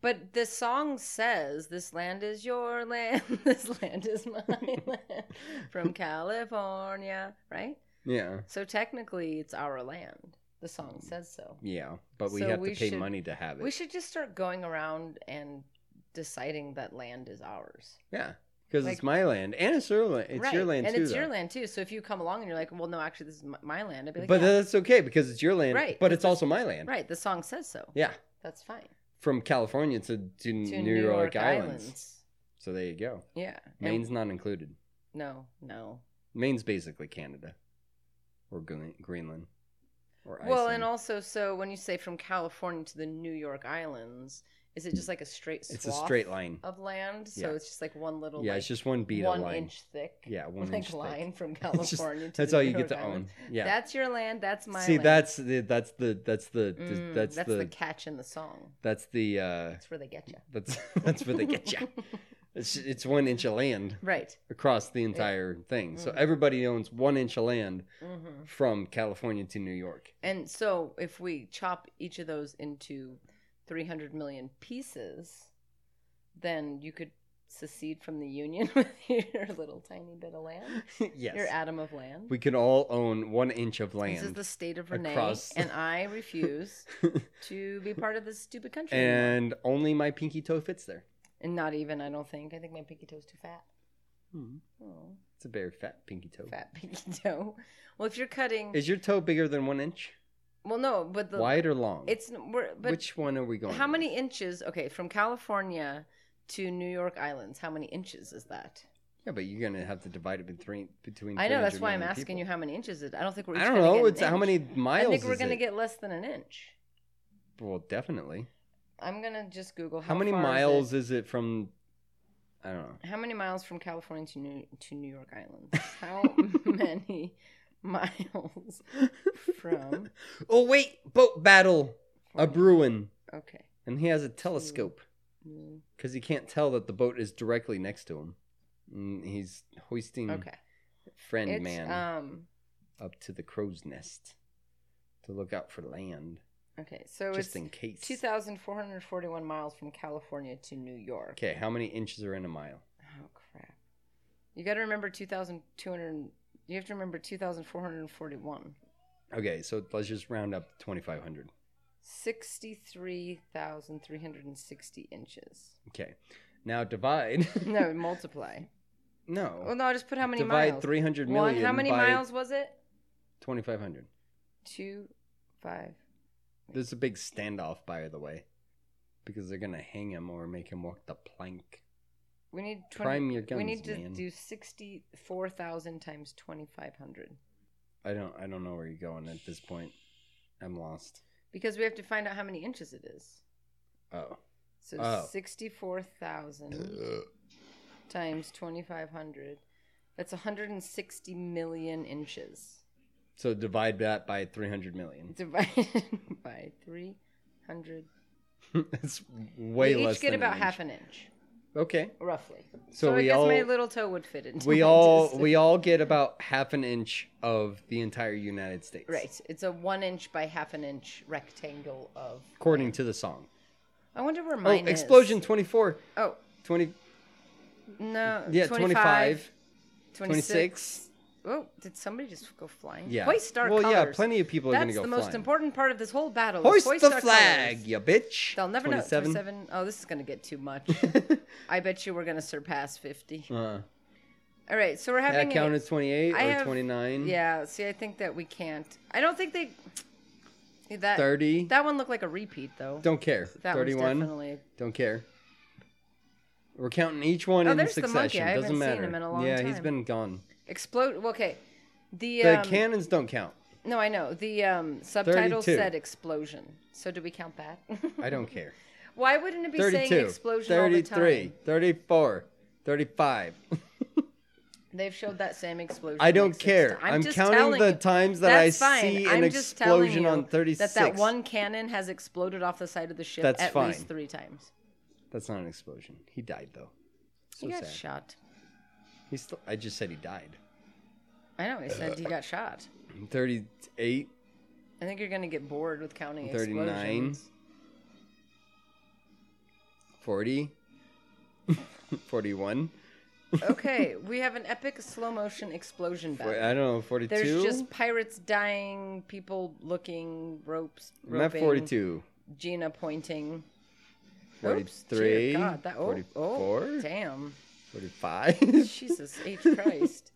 But the song says, "This land is your *laughs* land. This land is my *laughs* land." From California, right? Yeah. So technically, it's our land. The song says so. Hmm. Yeah, but we So have we to pay should- money to have it. We should just start going around and deciding that land is ours. Yeah, because Like- it's my land and it's your land. It's your land and too. it's your though. land too. So if you come along and you're like, "Well, no, actually, this is my- my land," I'd be like, but "Yeah, that's okay because it's your land. Right, But but it's also my land. right. The song says so. Yeah, That's fine." from California to, to, New, York, Islands. So there you go. Yeah. And- Maine's not included. no, no. Maine's basically Canada or Green- Greenland or Iceland. Well, and also, so when you say from California to the New York Islands, is it just like a straight? it's a swath straight line. of land. So Yeah. it's just like one little. yeah, like, it's just one beat one of line. inch thick. Yeah, one like inch thick. line from *laughs* It's just- California. to that's the all New you get York to own. Islands. Yeah. That's your land. That's my. See, land. that's the that's the that's the Mm, that's, the, catch in the song. that's the uh That's where they get you. that's *laughs* that's where they *laughs* get you. It's it's one inch of land. Right. across the entire thing. So Mhm. everybody owns one inch of land hmm from California to New York. *laughs* And so if we chop each of those into 300 million pieces, then you could secede from the union *laughs* with your little tiny bit of land, yes. your atom of land. we can all own one inch of This is land. the state of Renee, across- *laughs* and I refuse to be part of this stupid country. anymore. and only my pinky toe fits there. And not even, I don't think. I think my pinky toe's too fat. Hmm. Oh, It's a very fat pinky toe. fat pinky toe. Well, if you're cutting, Is your toe bigger than one inch? well, no, but the Wide or long? it's we're, but Which one are we going? how with? many inches? Okay, from California to New York Islands, how many inches is that? Yeah, but you're gonna have to divide it between between. I know that's 300 why I'm million asking you people. how many inches it. I don't think we're. Each I don't gonna know. get an It's how inch. many miles. I think we're is gonna it? get less than an inch. Well, definitely. I'm gonna just Google How, many far is it- miles is it from? I don't know. How many miles from California to New to New York *laughs* Islands? How many miles *laughs* from? *laughs* Oh wait, boat battle. A Bruin, Hmm. Okay. and he has a telescope Mm, because he can't tell that the boat is directly next to him. And he's hoisting Okay. friend It's man um. up to the crow's nest to look out for land, Okay, so just it's in case. 2,441 miles from California to New York. Okay, how many inches are in a mile? Oh crap! You got to remember 2,200. You have to remember 2,441. Okay, so let's just round up twenty five hundred. 63,360 inches. *laughs* Okay, now divide. No, multiply. no, Well, no, I'll just put how many divide miles. three hundred Well, million. how many by miles was it? Twenty five hundred. Two, five. There's a big standoff, by the way, because they're gonna hang him or make him walk the plank. We need 20, Prime your We guns, need to man. do 64,000 times 2,500. I don't I don't know where you're going at this point. I'm lost. Because we have to find out how many inches it is. Oh. So Oh. 64,000 times 2,500. That's 160 million inches. So divide that by 300 million. *laughs* Divided *laughs* by 300. it's way we less. each get than about an half inch. an inch, *laughs* Okay. roughly. So So, I we guess my all- little toe would fit into We my all distance. we all get about half an inch of the entire United States. Right. It's a one inch by half an inch rectangle of. According to the song. I wonder where Oh, mine is. explosion 24 Oh, 20 no. yeah, 25 26. Oh, did somebody just go flying? Yeah. Hoist our well, yeah, colors. plenty of people are That's going to go the flying. most important part of this whole battle. is Hoist, the our flag, colors. you bitch. They'll never know. 27. 27. Oh, this is going to get too much. *laughs* I bet you we're going to surpass 50. Uh, All right, so we're having that a- count as 28 I or have- 29. Yeah, see, I think that we can't. I don't think they. See, That 30. That one looked like a repeat, though. Don't care. that one's 31. definitely. Don't care. We're counting each one Oh, in there's the monkey. I succession. haven't Doesn't seen matter. him in a long yeah, he's time. been gone. Explode. well, Okay. The, The um, cannons don't count. No, I know. The um, subtitle 32. said explosion. So do we count that? I don't care. *laughs* Why wouldn't it be 32, saying explosion 33, all the time? 34, 35. They've showed that same explosion. I don't like six care. times. I'm just counting telling the you. times that I That's fine. see an I'm just telling explosion you on 36. That that one cannon has exploded off the side of the ship That's at fine. least three times. *laughs* That's not an explosion. He died though. So he got sad. shot. He still. I just said he died. I know. He said he got shot. 38. I think you're gonna get bored with counting 39. explosions. *laughs* 40, 41. okay, we have an epic slow motion explosion Wait, battle. I don't know, 42? There's just pirates dying, people looking, ropes. I'm at roping, 42. Gina pointing. Oops, dear 43. God, that, oh, oh, 44? damn. *laughs* 45. Jesus H. Christ.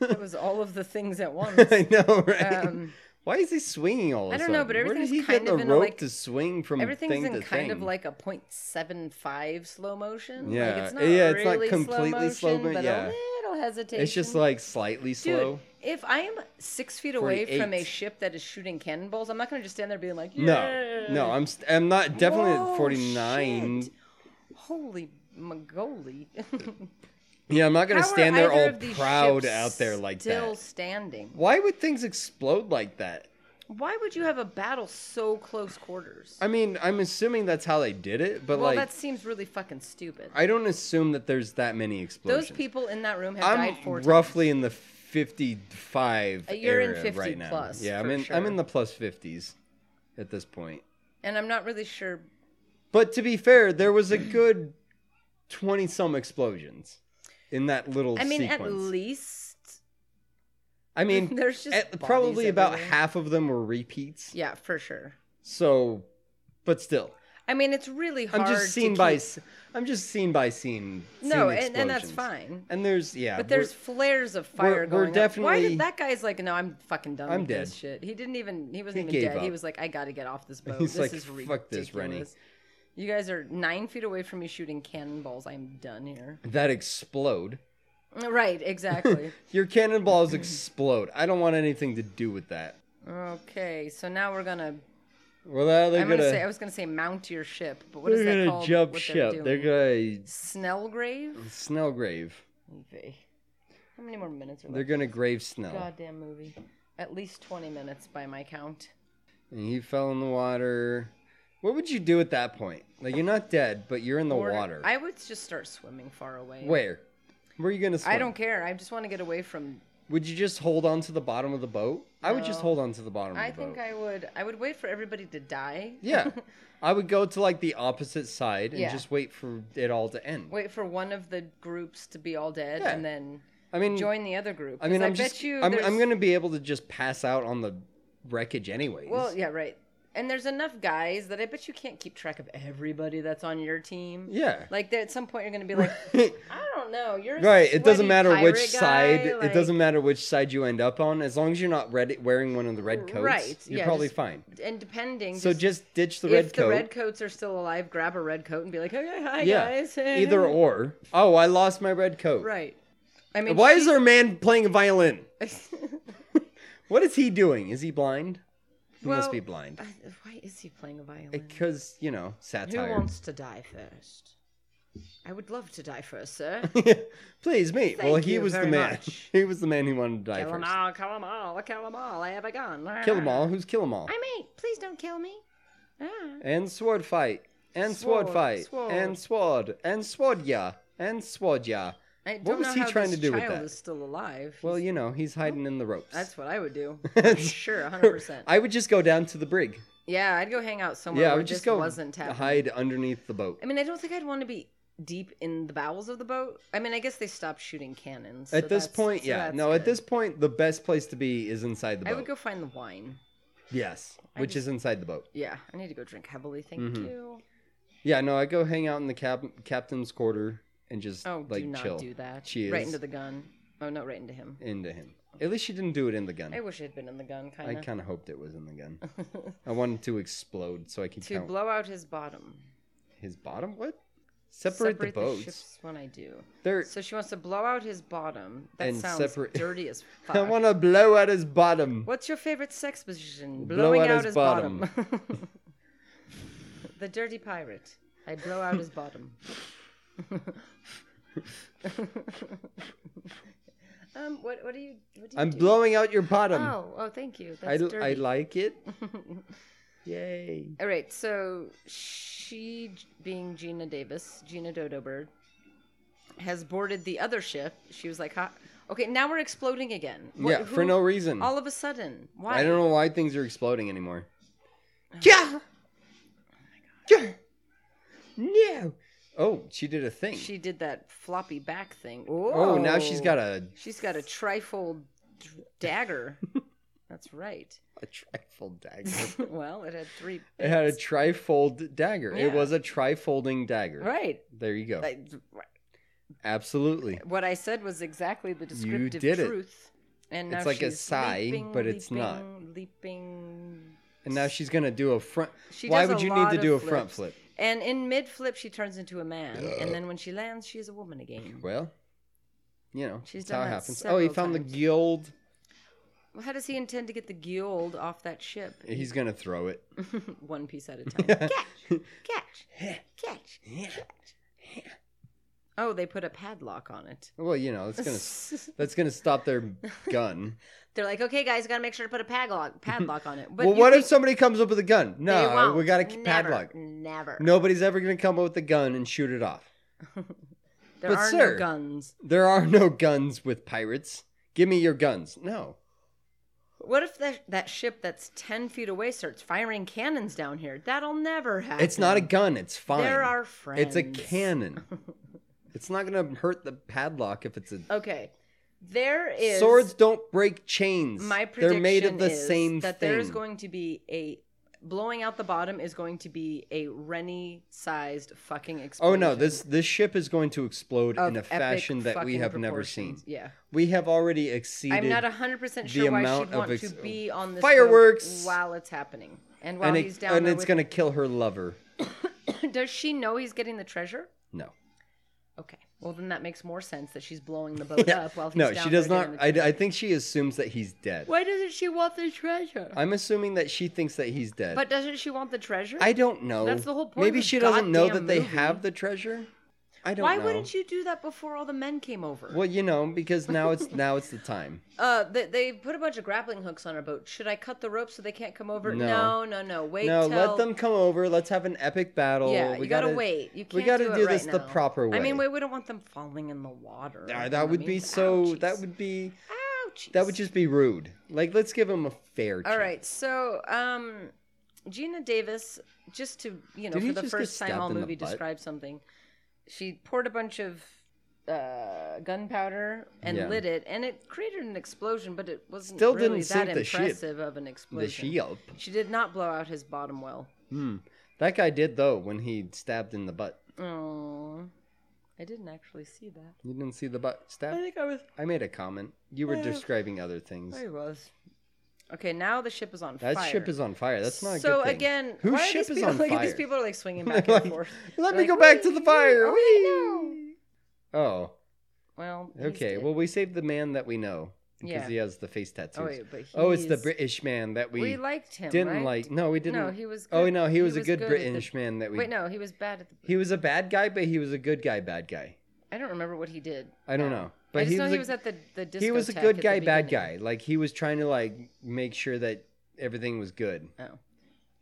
That was all of the things at *laughs* once. I know, right? Um, Why is he swinging all of I a don't know, sudden? but Where did everything's he kind get the of in a, rope like- to swing from Everything's thing in to kind thing? of like a 0.75 slow motion. Like, Yeah, it's not yeah, really it's not completely slow slow motion, mo- but yeah. a little hesitation. It's just like slightly Dude, slow. if I am six feet away from a 48. ship that is shooting cannonballs, I'm not going to just stand there being like, No, no, I'm st- I'm not definitely Whoa, at 49. shit. Holy magoli. *laughs* Yeah, I'm not gonna How are stand there either all of these proud ships out there like still that. standing. Why would things explode like that? Why would you have a battle so close quarters? I mean, I'm assuming that's how they did it, but well, like, that seems really fucking stupid. I don't assume that there's that many explosions. Those people in that room have I'm died four roughly in the 55 Uh, you're in area 50 right now. plus, yeah, I'm for in I'm sure. in the plus 50s at this point. times, and I'm not really sure. But to be fair, there was a good 20 some explosions in that little I mean, sequence. at least I mean, *laughs* there's just at- bodies probably about everywhere. half of them were repeats. yeah, for sure. So, but still, I mean, it's really hard. I'm just to seen by keep- s- I'm just seen by scene. no, scene and, and that's explosions. fine. And there's yeah, But there's flares of fire we're- going. we're up. Why definitely- did that guy's like? No, I'm fucking done I'm with this dead. shit. He didn't even. He wasn't He even gave dead. He up. was like, I got to get off this boat. *laughs* He's this like, is "Fuck this, Rennie." ridiculous. You guys are nine feet away from me shooting cannonballs. I'm done here. we're- that explode. Right, *laughs* exactly. Your cannonballs explode. I don't want anything to do with that. okay, so now we're gonna. Well, now they're I'm gonna, gonna, say I was gonna say mount your ship, but what they're is that gonna called? jump what ship. They're, gonna Mm. Snellgrave. Snell grave. How many more minutes are They're left? gonna grave Snell, Goddamn movie. At least twenty minutes by my count. and he fell in the water. What would you do at that point? Like you're not dead, but you're in the Or- water. I would just start swimming far away. Where? Where are you gonna swim? I don't care. I just want to get away from. Would you just hold on to the bottom of the boat? I would just No. hold on to the bottom I of the boat. think I would. I would wait for everybody to die. *laughs* Yeah. I would go to like the opposite side and Yeah. just wait for it all to end. Wait for one of the groups to be all dead, Yeah. and then I mean, join the other group. I mean, 'Cause I'm bet just, you. I'm, there's- I'm gonna be able to just pass out on the wreckage anyways. Well, *laughs* yeah, right. And there's enough guys that I bet you can't keep track of everybody that's on your team. yeah. Like there, at some point, you're gonna be *laughs* like, I don't know. You're a right. It doesn't sweaty matter which pirate side. guy, It like- doesn't matter which side you end up on, as long as you're not red, wearing one of the red coats. Right, You're yeah, probably just fine. And depending, So just ditch the red if coat. the redcoats are still alive, grab a red coat and be like, "Hey, hi yeah. guys." hey, Either hey." or. Oh, I lost my red *laughs* coat. Right. I mean, Why is she- there a man playing a violin? *laughs* What is he doing? Is he blind? He must Well, be blind. I- Why is he playing a violin? Because, you know, Who satire. wants to die first? I would love to die first, *laughs* sir. *laughs* Please, me. well, Thank he you was the very man. much. *laughs* He was the man who wanted to die kill them first. all, kill them all, kill them all. I have a gun. Kill them all. Who's kill them all? I'm eight. Please don't kill me. Ah. And sword fight. And sword, Sword, fight. sword. And sword. And sword ya. And sword ya. I don't was know he how trying this to do with child that? is still alive. Well, He's- you know, he's hiding in the ropes. that's what I would *laughs* do. That's- sure, 100%. *laughs* I would just go down to the brig. yeah, I'd go hang out somewhere Yeah, I where would just this go wasn't happening. hide underneath the boat. I mean, I don't think I'd want to be deep in the bowels of the boat. I mean, I guess they stopped shooting cannons. so at this that's- point, so yeah. that's No, at good. this point, the best place to be is inside the boat. I would go find the wine. Yes, I which just- is inside the boat. Yeah, I need to go drink heavily. Thank Mm-hmm. you. Yeah, no, I go hang out in the cap- captain's quarter and just Oh, like do not chill do that. She Right is. into the gun. Oh, no, right into him. into him. At least she didn't do it in the gun. I wish it had been in the gun, I kind of. kind of hoped it was in the *laughs* gun. I wanted to explode so I could To count blow out his bottom. his bottom. What? Separate, the The boats. ships when I do. They're, So she wants to blow out his bottom. That And sounds separate- dirty as fuck. *laughs* *laughs* I want to blow at his bottom. What's your favorite sex position? Blow Blowing out out his his bottom. *laughs* *laughs* the dirty pirate. I blow out his bottom. *laughs* *laughs* um, what what do you what do you I'm do? blowing out your bottom. Oh, oh, thank you. I, That's l- dirty. I *laughs* like it. Yay. All right, so she, being Gina Davis, Gina Dodo Bird, has boarded the other ship. She was like, "Huh? Okay, now we're exploding again." What- yeah, for who- no reason. All of a sudden, why? Oh. I don't know why things are exploding anymore. Yeah. Yeah. No. Oh, she did a thing. She did that floppy back thing. oh, now she's got a, She's got a trifold d- *laughs* dagger. That's right. a trifold *laughs* dagger. well, it had three. it had a bits. trifold dagger. It Yeah. was a trifolding dagger. right. There you go. Like, right. Absolutely. What I said was exactly the descriptive did it. truth. And now It's like a she's sigh, leaping, but it's not. leaping, Leaping. And now she's gonna do a front. She Why does a would you need to lot do a of front flip? flips. And in mid flip, she turns into a man, and then when she lands, she is a woman *laughs* again. Well, you know, She's that's how done it that happens. Oh, he several found times. the guild. Well, How does he intend to get the guild off that ship? He's gonna throw it. *laughs* One piece *laughs* at a time. catch, catch, catch. Oh, they put a padlock on it. Well, you *laughs* know, that's gonna that's gonna stop their gun. They're like, okay, guys, gotta make sure to put a padlock padlock on it. But well, you what if think somebody comes up with a gun? they No, we won't. gotta keep Never, padlock. Never. Nobody's ever gonna come up with a gun and shoot it off. there but are sir- no guns. There are no guns with pirates. Give me your guns. No. What if that that ship that's ten feet away starts firing cannons down here? That'll never happen. It's not a gun. It's fine. There are friends. It's *laughs* a cannon. it's not gonna hurt the padlock if it's a Okay, there is Swords don't break chains. My prediction They're made of the is same that thing. there is going to be a blowing out the bottom is going to be a Rennie-sized fucking explosion. Oh no, this this ship is going to explode of in a epic fashion that we fucking have never seen. proportions. Yeah, We have already exceeded I'm not hundred percent sure why amount she'd of want ex- to be on this boat Fireworks! while it's happening and while and, it- he's down and there. it's with- going to kill her lover. *laughs* Does she know he's getting the treasure? No. Okay. Well, then that makes more sense that she's blowing the *laughs* boat up while he's No, down she does there not getting the I, treasure. I think she assumes that he's dead. Why doesn't she want the treasure? I'm assuming that she thinks that he's dead. But doesn't she want the treasure? I don't know. That's the whole point Maybe of the she doesn't know that goddamn they movie. have the treasure. I don't Why know. wouldn't you do that before all the men came over? Well, you know, because *laughs* now it's now it's the time. Uh, they, they put a bunch of grappling hooks on our boat. Should I cut the rope so they can't come over? No, No. no, no. Wait. no, till... let them come over. Let's have an epic battle. Yeah, we you gotta, wait. You can't we gotta do, do, it right this the now. proper way. I mean, we wouldn't want them falling in the water. Ah, You know that what would I be mean? so. That Ouchies. would be. Ouchies. That would just be rude. Like, let's give him a fair. All chance. right, so um, Gina Davis, just to you know, Did he for the just first get time all stabbed in the movie butt? describe something, she poured a bunch of uh, gunpowder and Yeah. lit it, and it created an explosion, but it wasn't Still really didn't that sink the ship. impressive of an The explosion. shield. She did not blow out his bottom well. Hmm. That guy did though when he stabbed in the butt. Oh, I didn't actually see that. You didn't see the butt stab. I think I was. I made a comment. You were describing other things. I was. Okay, now the ship is on That fire. ship is on fire. That's not a so good thing. again, whose why are ship these is people, *laughs* on like, fire? These *laughs* people are like swinging They're back like, and forth. Let They're me like, go back to the "Whee!" fire. Oh, Whee! Oh, Well, he's okay. dead. Well, we saved the man that we know because Yeah. he has the face tattoos. oh, wait, but Oh, it's the he's- British man that we, We, liked him. didn't right? like. No, we didn't. No, he was. oh good- no, he was a good, at the- British man that we. Wait, no, he was bad at the. He was a bad guy, but he was a good guy. Bad guy. I don't remember what he did. I don't now. know, but I just he know was he a- was at the the discotheque. he was a at good the guy, bad beginning. guy. Like he was trying to like make sure that everything was good, Oh,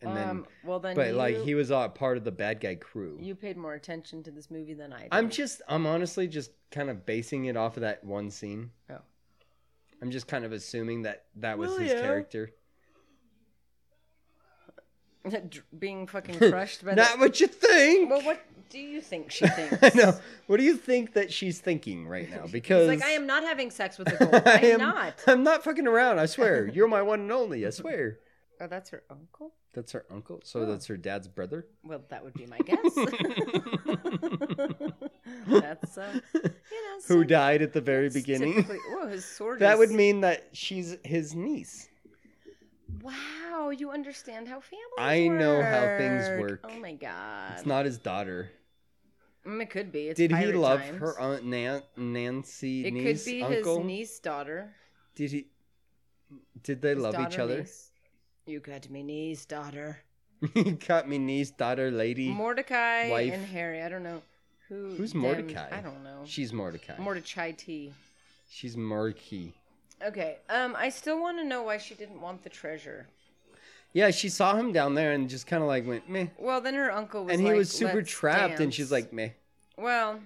and then. um, well then, but like you- he was uh, part of the bad guy crew. you paid more attention to this movie than I did. I'm just, I'm honestly just kind of basing it off of that one scene. Oh. I'm just kind of assuming that that was his Willio. character. *laughs* being fucking crushed by *laughs* Not that. what you think. Well, what do you think she thinks? *laughs* I know. What do you think that she's *laughs* thinking right now? Because He's like, I am not having sex *laughs* with a gold. *laughs* I am not. Oh, I'm not fucking around. *laughs* I swear. You're my one and only. I swear. Oh, that's her uncle? That's her uncle. So that's her dad's *laughs* brother. Well, that would be my *laughs* guess. *laughs* that's, uh, you know, Who some- died at the very it's beginning. typically- Whoa, his sword *laughs* That is- would mean that she's his niece. Wow, you understand how families I know how things work. Oh my god. It's not his daughter. Mm, it could be. It's Did he pirate love times. her aunt Nan- Nancy It niece could be uncle? his niece daughter. Did he? Did they his love each daughter, other? niece. You got me niece daughter. *laughs* He got me niece, daughter, lady. Mordecai wife. and Harry. I don't know who. Who's damned- Mordecai? I don't know. She's Mordecai. Mordecai T. She's murky. Okay. Um, I still want to know why she didn't want the treasure. Yeah, she saw him down there and just kind of like went meh, Well, then her uncle was. and he like, was super "Let's trapped, and dance." she's like meh. well.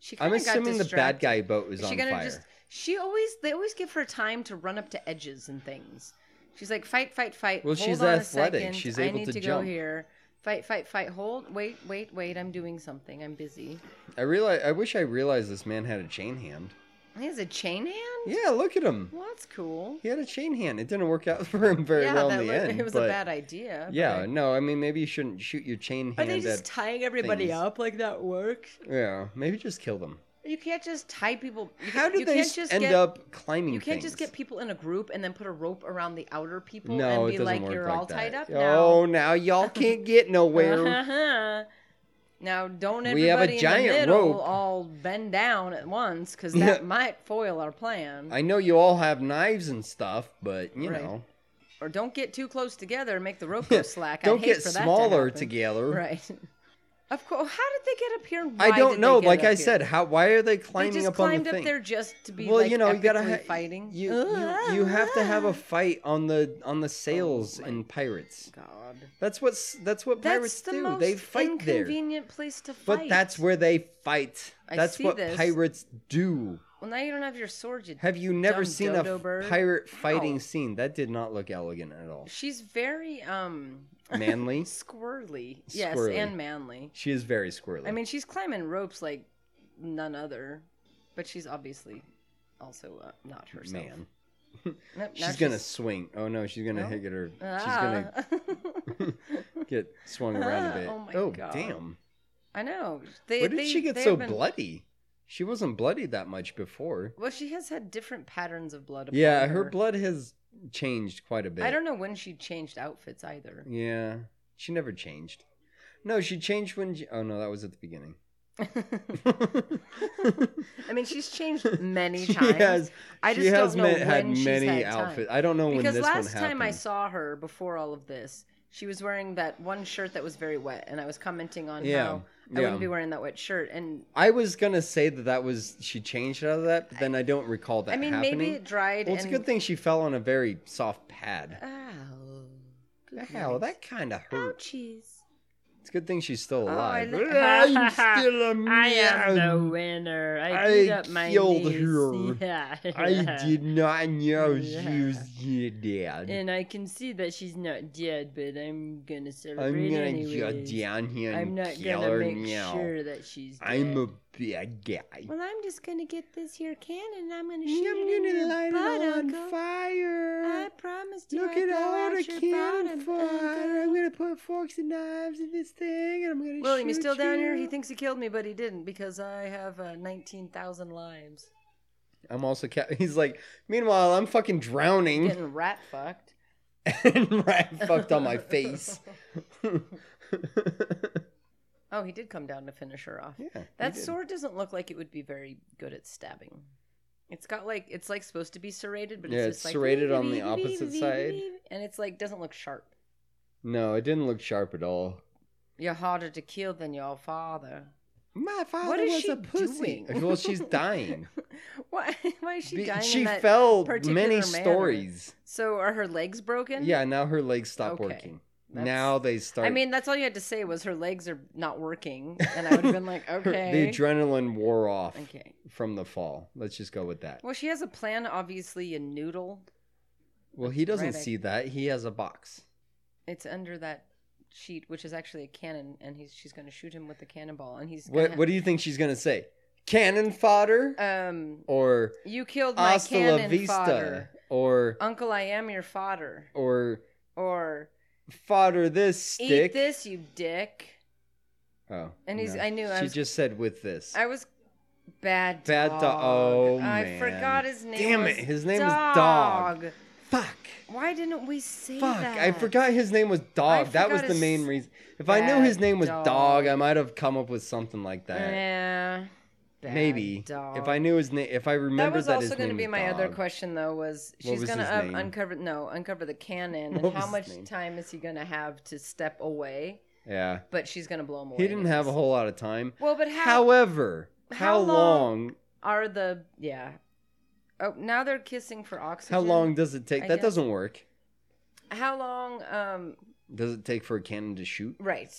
She I'm kinda got assuming the bad distracted. guy boat was Is she on gonna fire. just? She always. They always give her time to run up to edges and things. She's like fight, fight, fight. Well, Hold she's on a athletic. second, She's I able need to to jump." go here. Fight, fight, fight. Hold. Wait, wait, wait. I'm doing something. I'm busy. I realize. I wish I realized this man had a chain hand. He has a chain hand. Yeah, look at him. Well, that's cool. He had a chain hand. It didn't work out *laughs* for him very yeah, well in that the look- *laughs* end. it was but a bad idea. but- yeah, no, I mean maybe you shouldn't shoot your chain Are hand. they at- just tying everybody things. up like that works? yeah, maybe just kill them. You can't just tie people. You, How did you they can't s- just end get, up climbing? You can't just things? get people in a group and then put a rope around the outer people and No, it be doesn't like, work "You're like all that. tied up Oh, now." *laughs* now y'all can't get nowhere. Uh-huh. *laughs* now don't everybody We have a in giant the middle rope. all bend down at once *laughs* because that might foil our plan. I know you all have knives and stuff, but you Right. know, or don't get too close together and make the rope *laughs* go slack. I'd don't hate get for that to smaller happen. together. *laughs* Right. Of course. How did they get up here? and I why did don't they know. get Like up I here? said, how? Why are they climbing they just up on climbed the up thing? there just to be well, like, you know, you gotta epically ha- fighting. Uh-huh. Oh You, you you have *laughs* to have a fight on the on the sails my and pirates. god. That's what's that's what pirates That's the do. most they fight there, inconvenient place to fight. but that's where they fight. I that's see what this. pirates do. Well, now you don't have your sword. You Have you never dumb seen a dodo f- bird. pirate fighting Ow. scene? That did not look elegant *laughs* at all. She's very um Manly. squirrely. Yes, Squirrely. and manly. She is very squirrely. I mean, she's climbing ropes like none other, but she's obviously also uh, not herself. man, Nope, now she's gonna swing. Oh no, she's gonna No? hit her. Ah. She's gonna get swung *laughs* around a Ah, bit. oh my oh God. damn! *laughs* I know. They, Where did they- she get they so have been- bloody? She wasn't bloody that much before. Well, she has had different patterns of blood. upon Yeah, her her blood has changed quite a bit. I don't know when she changed outfits either. Yeah, she never changed. No, she changed when. She... Oh no, that was at the beginning. *laughs* I mean, she's changed *laughs* many She times. has- I she just has don't know met- had when she's many had time. outfits. I don't know when because this one last time I happened. saw her before all of this, she was wearing that one shirt that was very wet, and I was commenting on Yeah, how yeah. I wouldn't be wearing that wet shirt. And I was gonna say that that was she changed out of that, but then I don't recall that. I mean, happening. maybe it dried. Well, it's and... Uh, a good thing she fell on a very soft pad. Ow. Good Ow, night. that kind of hurt. Ouchies. It's a good thing she's still Oh, I *laughs* alive. li- *laughs* I'm still a man. I am the winner. I, I beat up my killed niece. her. *laughs* Yeah. I did not know she was dead. *laughs* And I can see that she's not dead, but I'm gonna celebrate I'm gonna anyways. get down here and I'm not kill gonna her make now. sure that she's. Dead. I'm a big guy. Well, I'm just gonna get this here cannon. and I'm gonna shoot I'm it in gonna your light butt, it on Uncle. fire. I promised you. Look I'd at blow all out the your cannon bottom, fire. Uncle. I'm gonna put forks and knives in this thing, and I'm gonna. William, you shoot still down here? He you. thinks he killed me, but he didn't because I have uh, 19,000 lives. I'm also. Ca- *laughs* he's like. Meanwhile, I'm *laughs* fucking drowning. Getting rat fucked. *laughs* and rat fucked on my face. Oh, he did come down to finish her off. Yeah, he that did. sword doesn't look like it would be very good at stabbing. It's got like it's like supposed to be serrated, but Yeah, it's it's just like serrated *laughs* on the opposite side. and it's like doesn't look sharp. no, it didn't look sharp at all. You're harder to kill than your father. My father is was she a pussy. doing? *laughs* well, she's dying. Why? Why is *laughs* she Be- dying? she in that fell particular many manner? stories. So are her legs broken? Yeah, now her legs stop Okay. working. That's- Now they start. I mean, that's all you had to say was her legs are not working, and I would have been like, *laughs* her- okay, the adrenaline wore off okay. from the fall. Let's just go with that. Well, she has a plan, obviously, a noodle. Well, he doesn't right, I- see that. He has a box. It's under that sheet, which is actually a cannon, and he's she's going to shoot him with the cannonball, and he's What What do you think she's gonna say? Cannon fodder um, or you killed my hasta la cannon vista fodder, Um, or Uncle. I am your fodder, or or fodder this stick. eat this, you dick. Oh, And he's- no. I knew I She was- just said with this. I was bad. Dog. Bad Dog. Oh, I man. forgot his name. Damn was it, his name is Dog. Fuck. Why didn't we say Fuck, that? I forgot his name was Dog. That was forgot the his- main reason. If I knew his Bad name was dog. Dog, I might have come up with something like that. Yeah. bad Maybe. dog. If I knew his name, if I That remembered was also going to be my other Dog. question, though. Was she's was going his to name? uncover no uncover the cannon, What and how was much his name? time is he going to have to step away? Yeah. But she's going to blow him away. He didn't have a anyways. whole lot of time. Well, but how, However, how, how long, long- are the yeah? Oh, now they're kissing for oxygen. how long does it take? I that guess. doesn't work. How long? Um, Does it take for a cannon to shoot? right.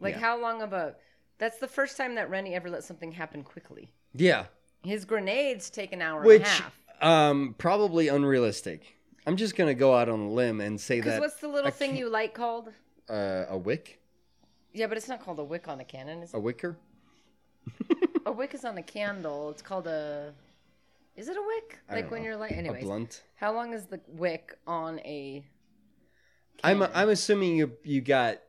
Like Yeah. how long of a? That's the first time that Rennie ever let something happen quickly. Yeah. His grenades take an hour and a Which half. um probably unrealistic. I'm just going to go out on a limb and say Because that what's the little a thing ca- you like called? uh, a wick, Yeah, but it's not called a wick on a cannon. Is it? a wicker? A wick is on a candle. It's called a. Is it a wick? I Like don't when know. you're like, anyways. A blunt? How long is the wick on a? I'm cannon? I'm assuming you you got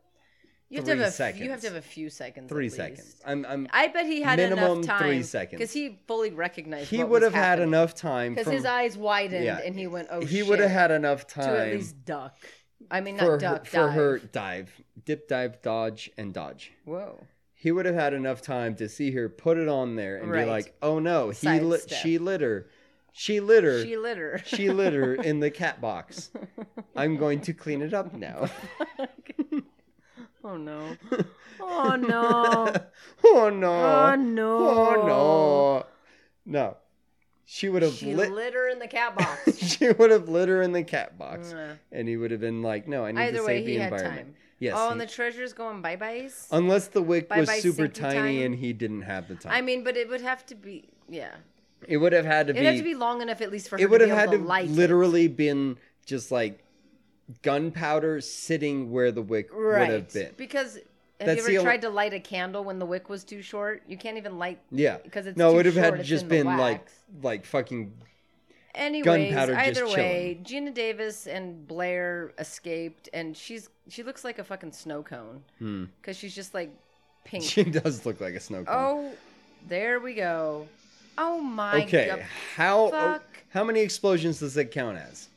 You have three to have a, seconds. You have to have a few seconds. three at seconds. least. I'm I'm I bet he had Minimum enough time. three seconds. Because he fully recognized. he would have had enough time Because from- his eyes widened Yeah. and he went, "Oh he shit," would have had enough time to at least duck. I mean, for not duck. her, for her dive. dive, dip, dive, dodge, and dodge. Whoa. He would have had enough time to see her put it on there and Right. be like, "Oh no, he lit, Sidestep. she lit her, she lit her, She litter. she lit her in the cat box. I'm going to clean it up now." *laughs* oh no. Oh *laughs* no. Oh oh no! no. Oh no! No, she would have She lit. litter in the cat box. *laughs* she would have lit her in the cat box, Mm. and he would have been like, "No, I need Either to way, save he the had environment." time. Yes, oh, he- Um, and the treasure's going bye byes. unless the wick was Bye-bye super sinky tiny time. and he didn't have the time. I mean, but it would have to be yeah. it would have had to It be. would have to be long enough at least for her it would to have be had able to to light it. literally been just like gunpowder sitting where the wick would have been. Because have That's you the ever only- tried to light a candle when the wick was too short? You can't even light. Yeah, Because it's no, too it would have short, had it's just in the been like wax. like fucking Anyways, Gunpowder just either way, Gina Davis and Blair escaped, and she's she looks like a fucking snow cone because she's just like pink. Hmm. *laughs* she does look like a snow cone. oh, there we go. Oh my okay, god. how oh, fuck. how many explosions does it count as?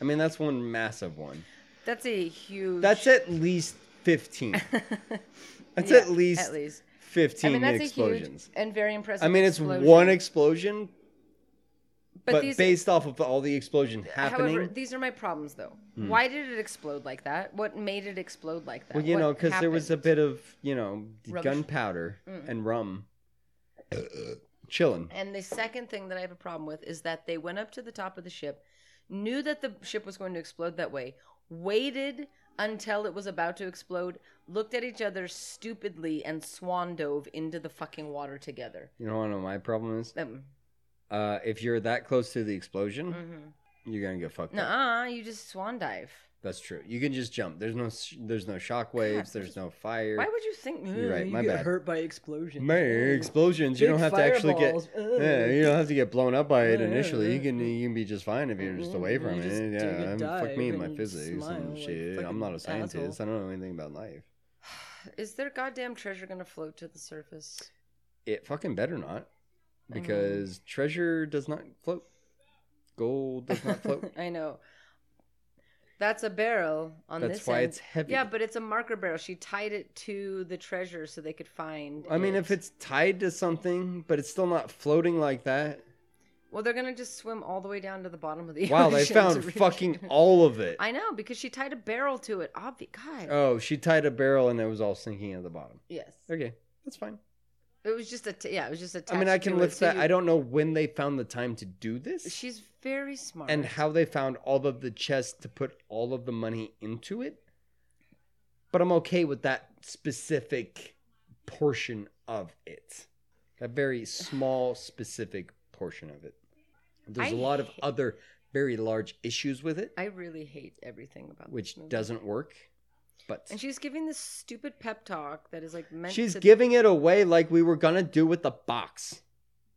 I mean, that's one massive one. That's a huge. That's *laughs* at least fifteen. That's Yeah, at least At least. I fifteen mean, that's explosions. a huge and very impressive. I mean, it's explosion. one explosion, but, these, based off of all the explosion happening. Hmm. However, these are my problems though. Why did it explode like that? What made it explode like that? well, you What know, because there was a happened? bit of you know d- Rubbish. Mm. gunpowder and rum, chilling. And the second thing that I have a problem with is that they went up to the top of the ship, knew that the ship was going to explode that way, waited until it was about to explode, looked at each other stupidly, and swan dove into the fucking water together. You know what my problem is? Um, Uh, if you're that close to the explosion, Mm-hmm. you're gonna get fucked up. Nuh-uh, you just swan dive. That's true. You can just jump. There's no sh- there's no shock waves. There's no fire. Why would you think? You're right. My bad. hurt by explosion. Man, explosions. You Big don't have to actually get. fireballs. Ugh. *laughs* Yeah, you don't have to get blown up by it initially. You can you can be just fine if you're just away from Mm-hmm. You just it. take a Yeah, I'm, fuck dive me and my and physics smile and like shit. I'm fucking not a scientist. I don't know anything about life. Is their goddamn treasure gonna float to the surface? It fucking better not, Mm-hmm. because treasure does not float. Gold does *laughs* not float. I know. That's a barrel on That's this why end. it's heavy. Yeah, but it's a marker barrel. She tied it to the treasure so they could find. I mean, if it- it's tied to something, but it's still not floating like that. well, they're gonna just swim all the way down to the bottom of the Wow, ocean. they to found reach- fucking all of it. *laughs* I know because she tied a barrel to it. Obvi- God. Oh, she tied a barrel and it was all sinking at the bottom. yes. Okay, that's fine. It was just a t- yeah. It was just a. I mean, I can lift that. I don't know when they found the time to do this She's very smart. and how they found all of the chests to put all of the money into it, but I'm okay with that specific portion of it. That very small, specific portion of it. There's a I lot of hate- other very large issues with it, I really hate everything about this which movie. doesn't work. But Mm-hmm. And she's giving this stupid pep talk that is like meant. she's to giving it away like we were gonna do with the box.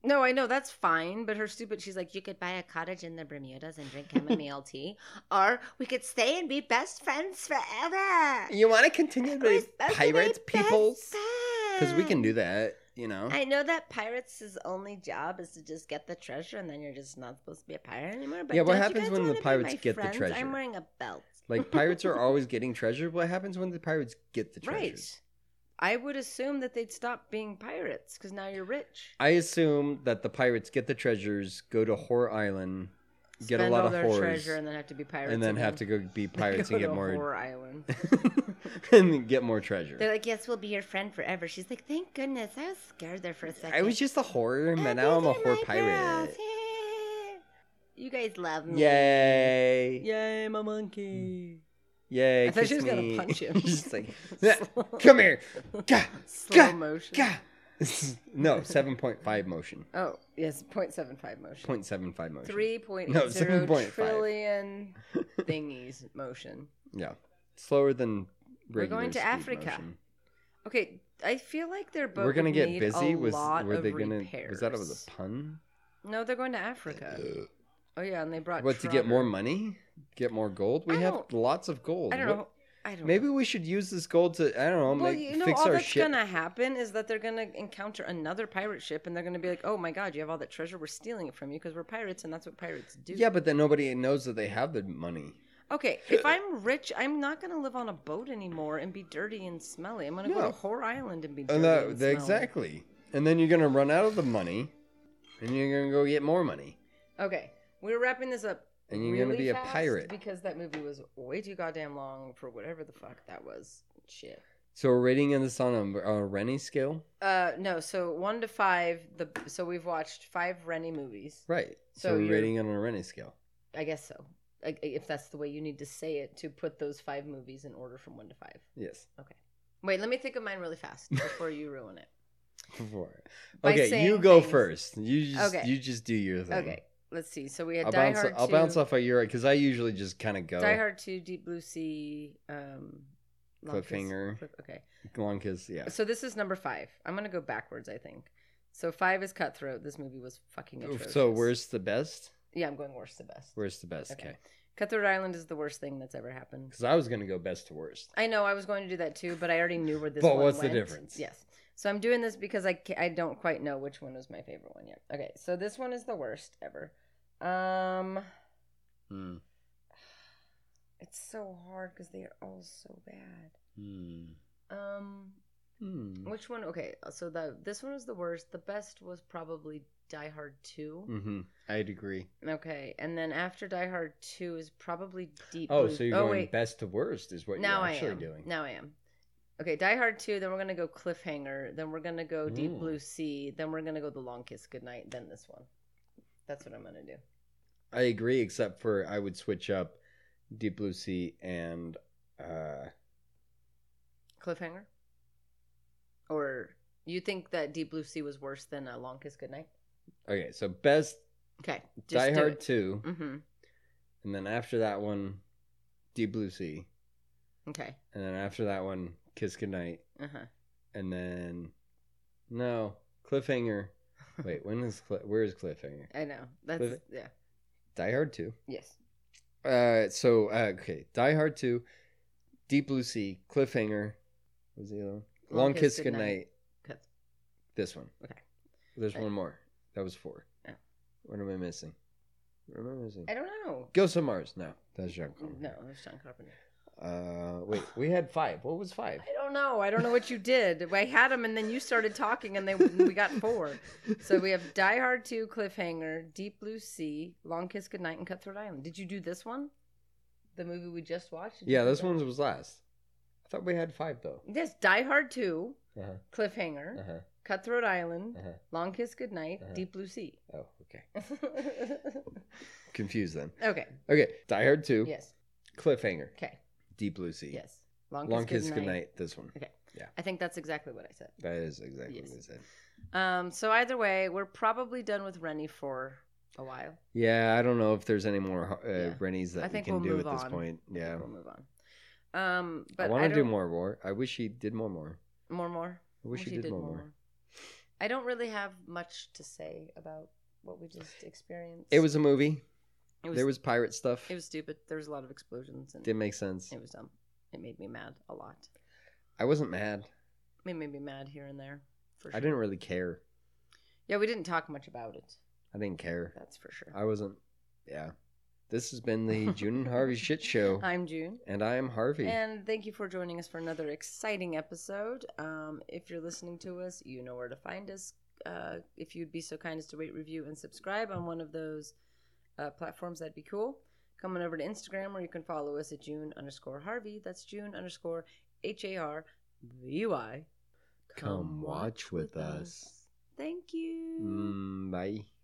No, I know that's fine, but her stupid. She's like, you could buy a cottage in the Bermudas and drink *laughs* chamomile tea, or we could stay and be best friends forever. You want to continue to be We're supposed to be pirates, best peoples? Because we can do that. you know? I know that pirates' only job is to just get the treasure, and then you're just not supposed to be a pirate anymore. But Yeah, what don't you happens guys when the wanna be pirates my get the friends? treasure? I'm wearing a belt. *laughs* like pirates are always getting treasure. What happens when the pirates get the Right. treasures? I would assume that they'd stop being pirates because now you're rich. I assume that the pirates get the treasures, go to Whore Island, get a Spend lot all of their whores, treasure and then have to be pirates. and then again. have to go *laughs* They be pirates go and get to more Whore *laughs* Island. and get more treasure. They're like, "Yes, we'll be your friend forever." She's like, "Thank goodness." I was scared there for a second. I was just a whore, Oh, and now I'm these a are whore my pirate. girls. you guys love me. Yay! Yay, my Mm. monkey. Yay! I thought kiss she was gonna me. *laughs* punch him. She's *laughs* like, come here, Gah, Slow gah, motion. gah. *laughs* no, seven point five motion. Oh, yes, 0.75 motion. 0.75 motion. 3.80 No, 7.5. *laughs* trillion thingies motion. Yeah, slower than. We're regular going to speed Africa. motion. Okay, I feel like their boat. We're gonna would get need busy. A Was lot were of they gonna? repairs. Was that was a pun? No, they're going to Africa. Oh yeah, and they brought What to get Trotter. more money? Get more gold? We I have don't- lots of gold. I don't What- know. I don't. Maybe Know. we should use this gold to I don't know well, make you know, fix all our that's ship. gonna happen is that they're gonna encounter another pirate ship, and they're gonna be like, "Oh my god, you have all that treasure. We're stealing it from you because we're pirates, and that's what pirates do." Yeah, but then nobody knows that they have the money. Okay, *laughs* if I'm rich, I'm not gonna live on a boat anymore and be dirty and smelly. I'm gonna go No. to Whore Island and be dirty And and, that- that- smelly. exactly. And then you're gonna run out of the money, and you're gonna go get more money. Okay, we're wrapping this up. And you're gonna really be a fast pirate. because that movie was way too goddamn long for whatever the fuck that was. Shit. So we're rating this on a, a Rennie scale, Uh, no. So one to five. The so we've watched five Rennie movies. right? So, So we're you're- rating it on a Rennie scale. I guess so. Like, if that's the way you need to say it to put those five movies in order from one to five. Yes. Wait, let me think of mine really *laughs* fast before you ruin it. Four. By Okay, you saying go things. first. You just Okay. you just do your thing. Okay, let's see. So we had I'll Die bounce. Hard. I'll 2, bounce off of your because I usually just kind of go. Die Hard Two, Deep Blue Sea, um, Long Kiss- Cliffhanger. Cliff- Okay. Long kiss. Yeah. So this is number five. I'm gonna go backwards. I think. So five is Cutthroat. This movie was fucking atrocious. So where's the best? Yeah, I'm going worst to best. Where's the best? Okay. Okay. Cutthroat Island is the worst thing that's ever happened. Because I was gonna go best to worst. I know I was going to do that too, but I already knew where this. But one what's the went. difference? Yes. So I'm doing this because I ca- I don't quite know which one was my favorite one yet. Okay, so this one is the worst ever. Um, Hmm. it's so hard because they are all so bad. Hmm. Um, Hmm. which one? Okay, so the this one was the worst. The best was probably Die Hard 2 Mm-hmm. I'd agree. Okay, and then after Die Hard Two is probably Deep. Oh, Blue- so you're oh, going wait. best to worst is what now you're I actually am. doing. Now I am. Okay, Die Hard Two. Then we're gonna go Cliffhanger. Then we're gonna go Deep Ooh. Blue Sea. Then we're gonna go The Long Kiss Goodnight. Then this one. That's what I'm gonna do. I agree, except for I would switch up Deep Blue Sea and uh Cliffhanger. Or you think that Deep Blue Sea was worse than uh, Long Kiss Goodnight? okay, so best Okay, Die Hard two, Mm-hmm. and then after that one, Deep Blue Sea, Okay. and then after that one, Kiss Goodnight, Uh huh. and then no *laughs* Cliffhanger. Wait, when is Cl- where is Cliffhanger? I know. That's Cliff- yeah. Die Hard two. Yes. Uh, so uh, okay, Die Hard two, Deep Blue Sea, Cliffhanger. What was the other one? Long, Kiss, Goodnight. Cut. This one. Okay. There's Okay. one more. That was four. Oh. What am I missing? What am I missing? I don't know. Ghost of Mars. No, that's John No, Carpenter. it was John Carpenter. No. Uh, wait, we had five. What was five? I don't know. I don't know what you did. I had them, and then you started talking, and they we got four. So we have Die Hard Two, Cliffhanger, Deep Blue Sea, Long Kiss Goodnight, and Cutthroat Island. Did you do this one? The movie we just watched. Did you Yeah, do this that? one was last. I thought we had five though. Yes, Die Hard Two, Uh Cliffhanger, huh. Uh Uh-huh. huh. Cutthroat Island, Uh-huh. Long Kiss Goodnight, Uh-huh. Deep Blue Sea. *laughs* Oh, okay. Confused then. okay. Okay, Die Hard two, Yes. Cliffhanger, Okay. Deep Blue Sea, Yes. Long Kiss Goodnight. This one. I think that's exactly what I said. That is exactly Yes. what I said. Um, so either way, we're probably done with Rennie for a while. Yeah, I don't know if there's any more uh, Yeah. Rennies I that we think can we'll do move at this on. point. Yeah, We'll move on. Um, but I want to do don't- more war. I wish he did more more. More, more. I wish he did, more more. I don't really have much to say about what we just experienced. It was a movie. It was. there was pirate stuff. It was stupid. There was a lot of explosions, and Didn't make sense. it was dumb. It made me mad a lot. I wasn't mad. It made me mad here and there. for sure. I didn't really care. Yeah, we didn't talk much about it. I didn't care. That's for sure. I wasn't. Yeah. This has been the *laughs* June and Harvey shit show, I'm June. and I am Harvey. And thank you for joining us for another exciting episode. Um, if you're listening to us, you know where to find us. Uh, if you'd be so kind as to rate, review, and subscribe on one of those uh, platforms, that'd be cool. Come on over to Instagram where you can follow us at June underscore Harvey. That's June underscore H A R V U I. Come watch with us. Thank you. Mm, bye.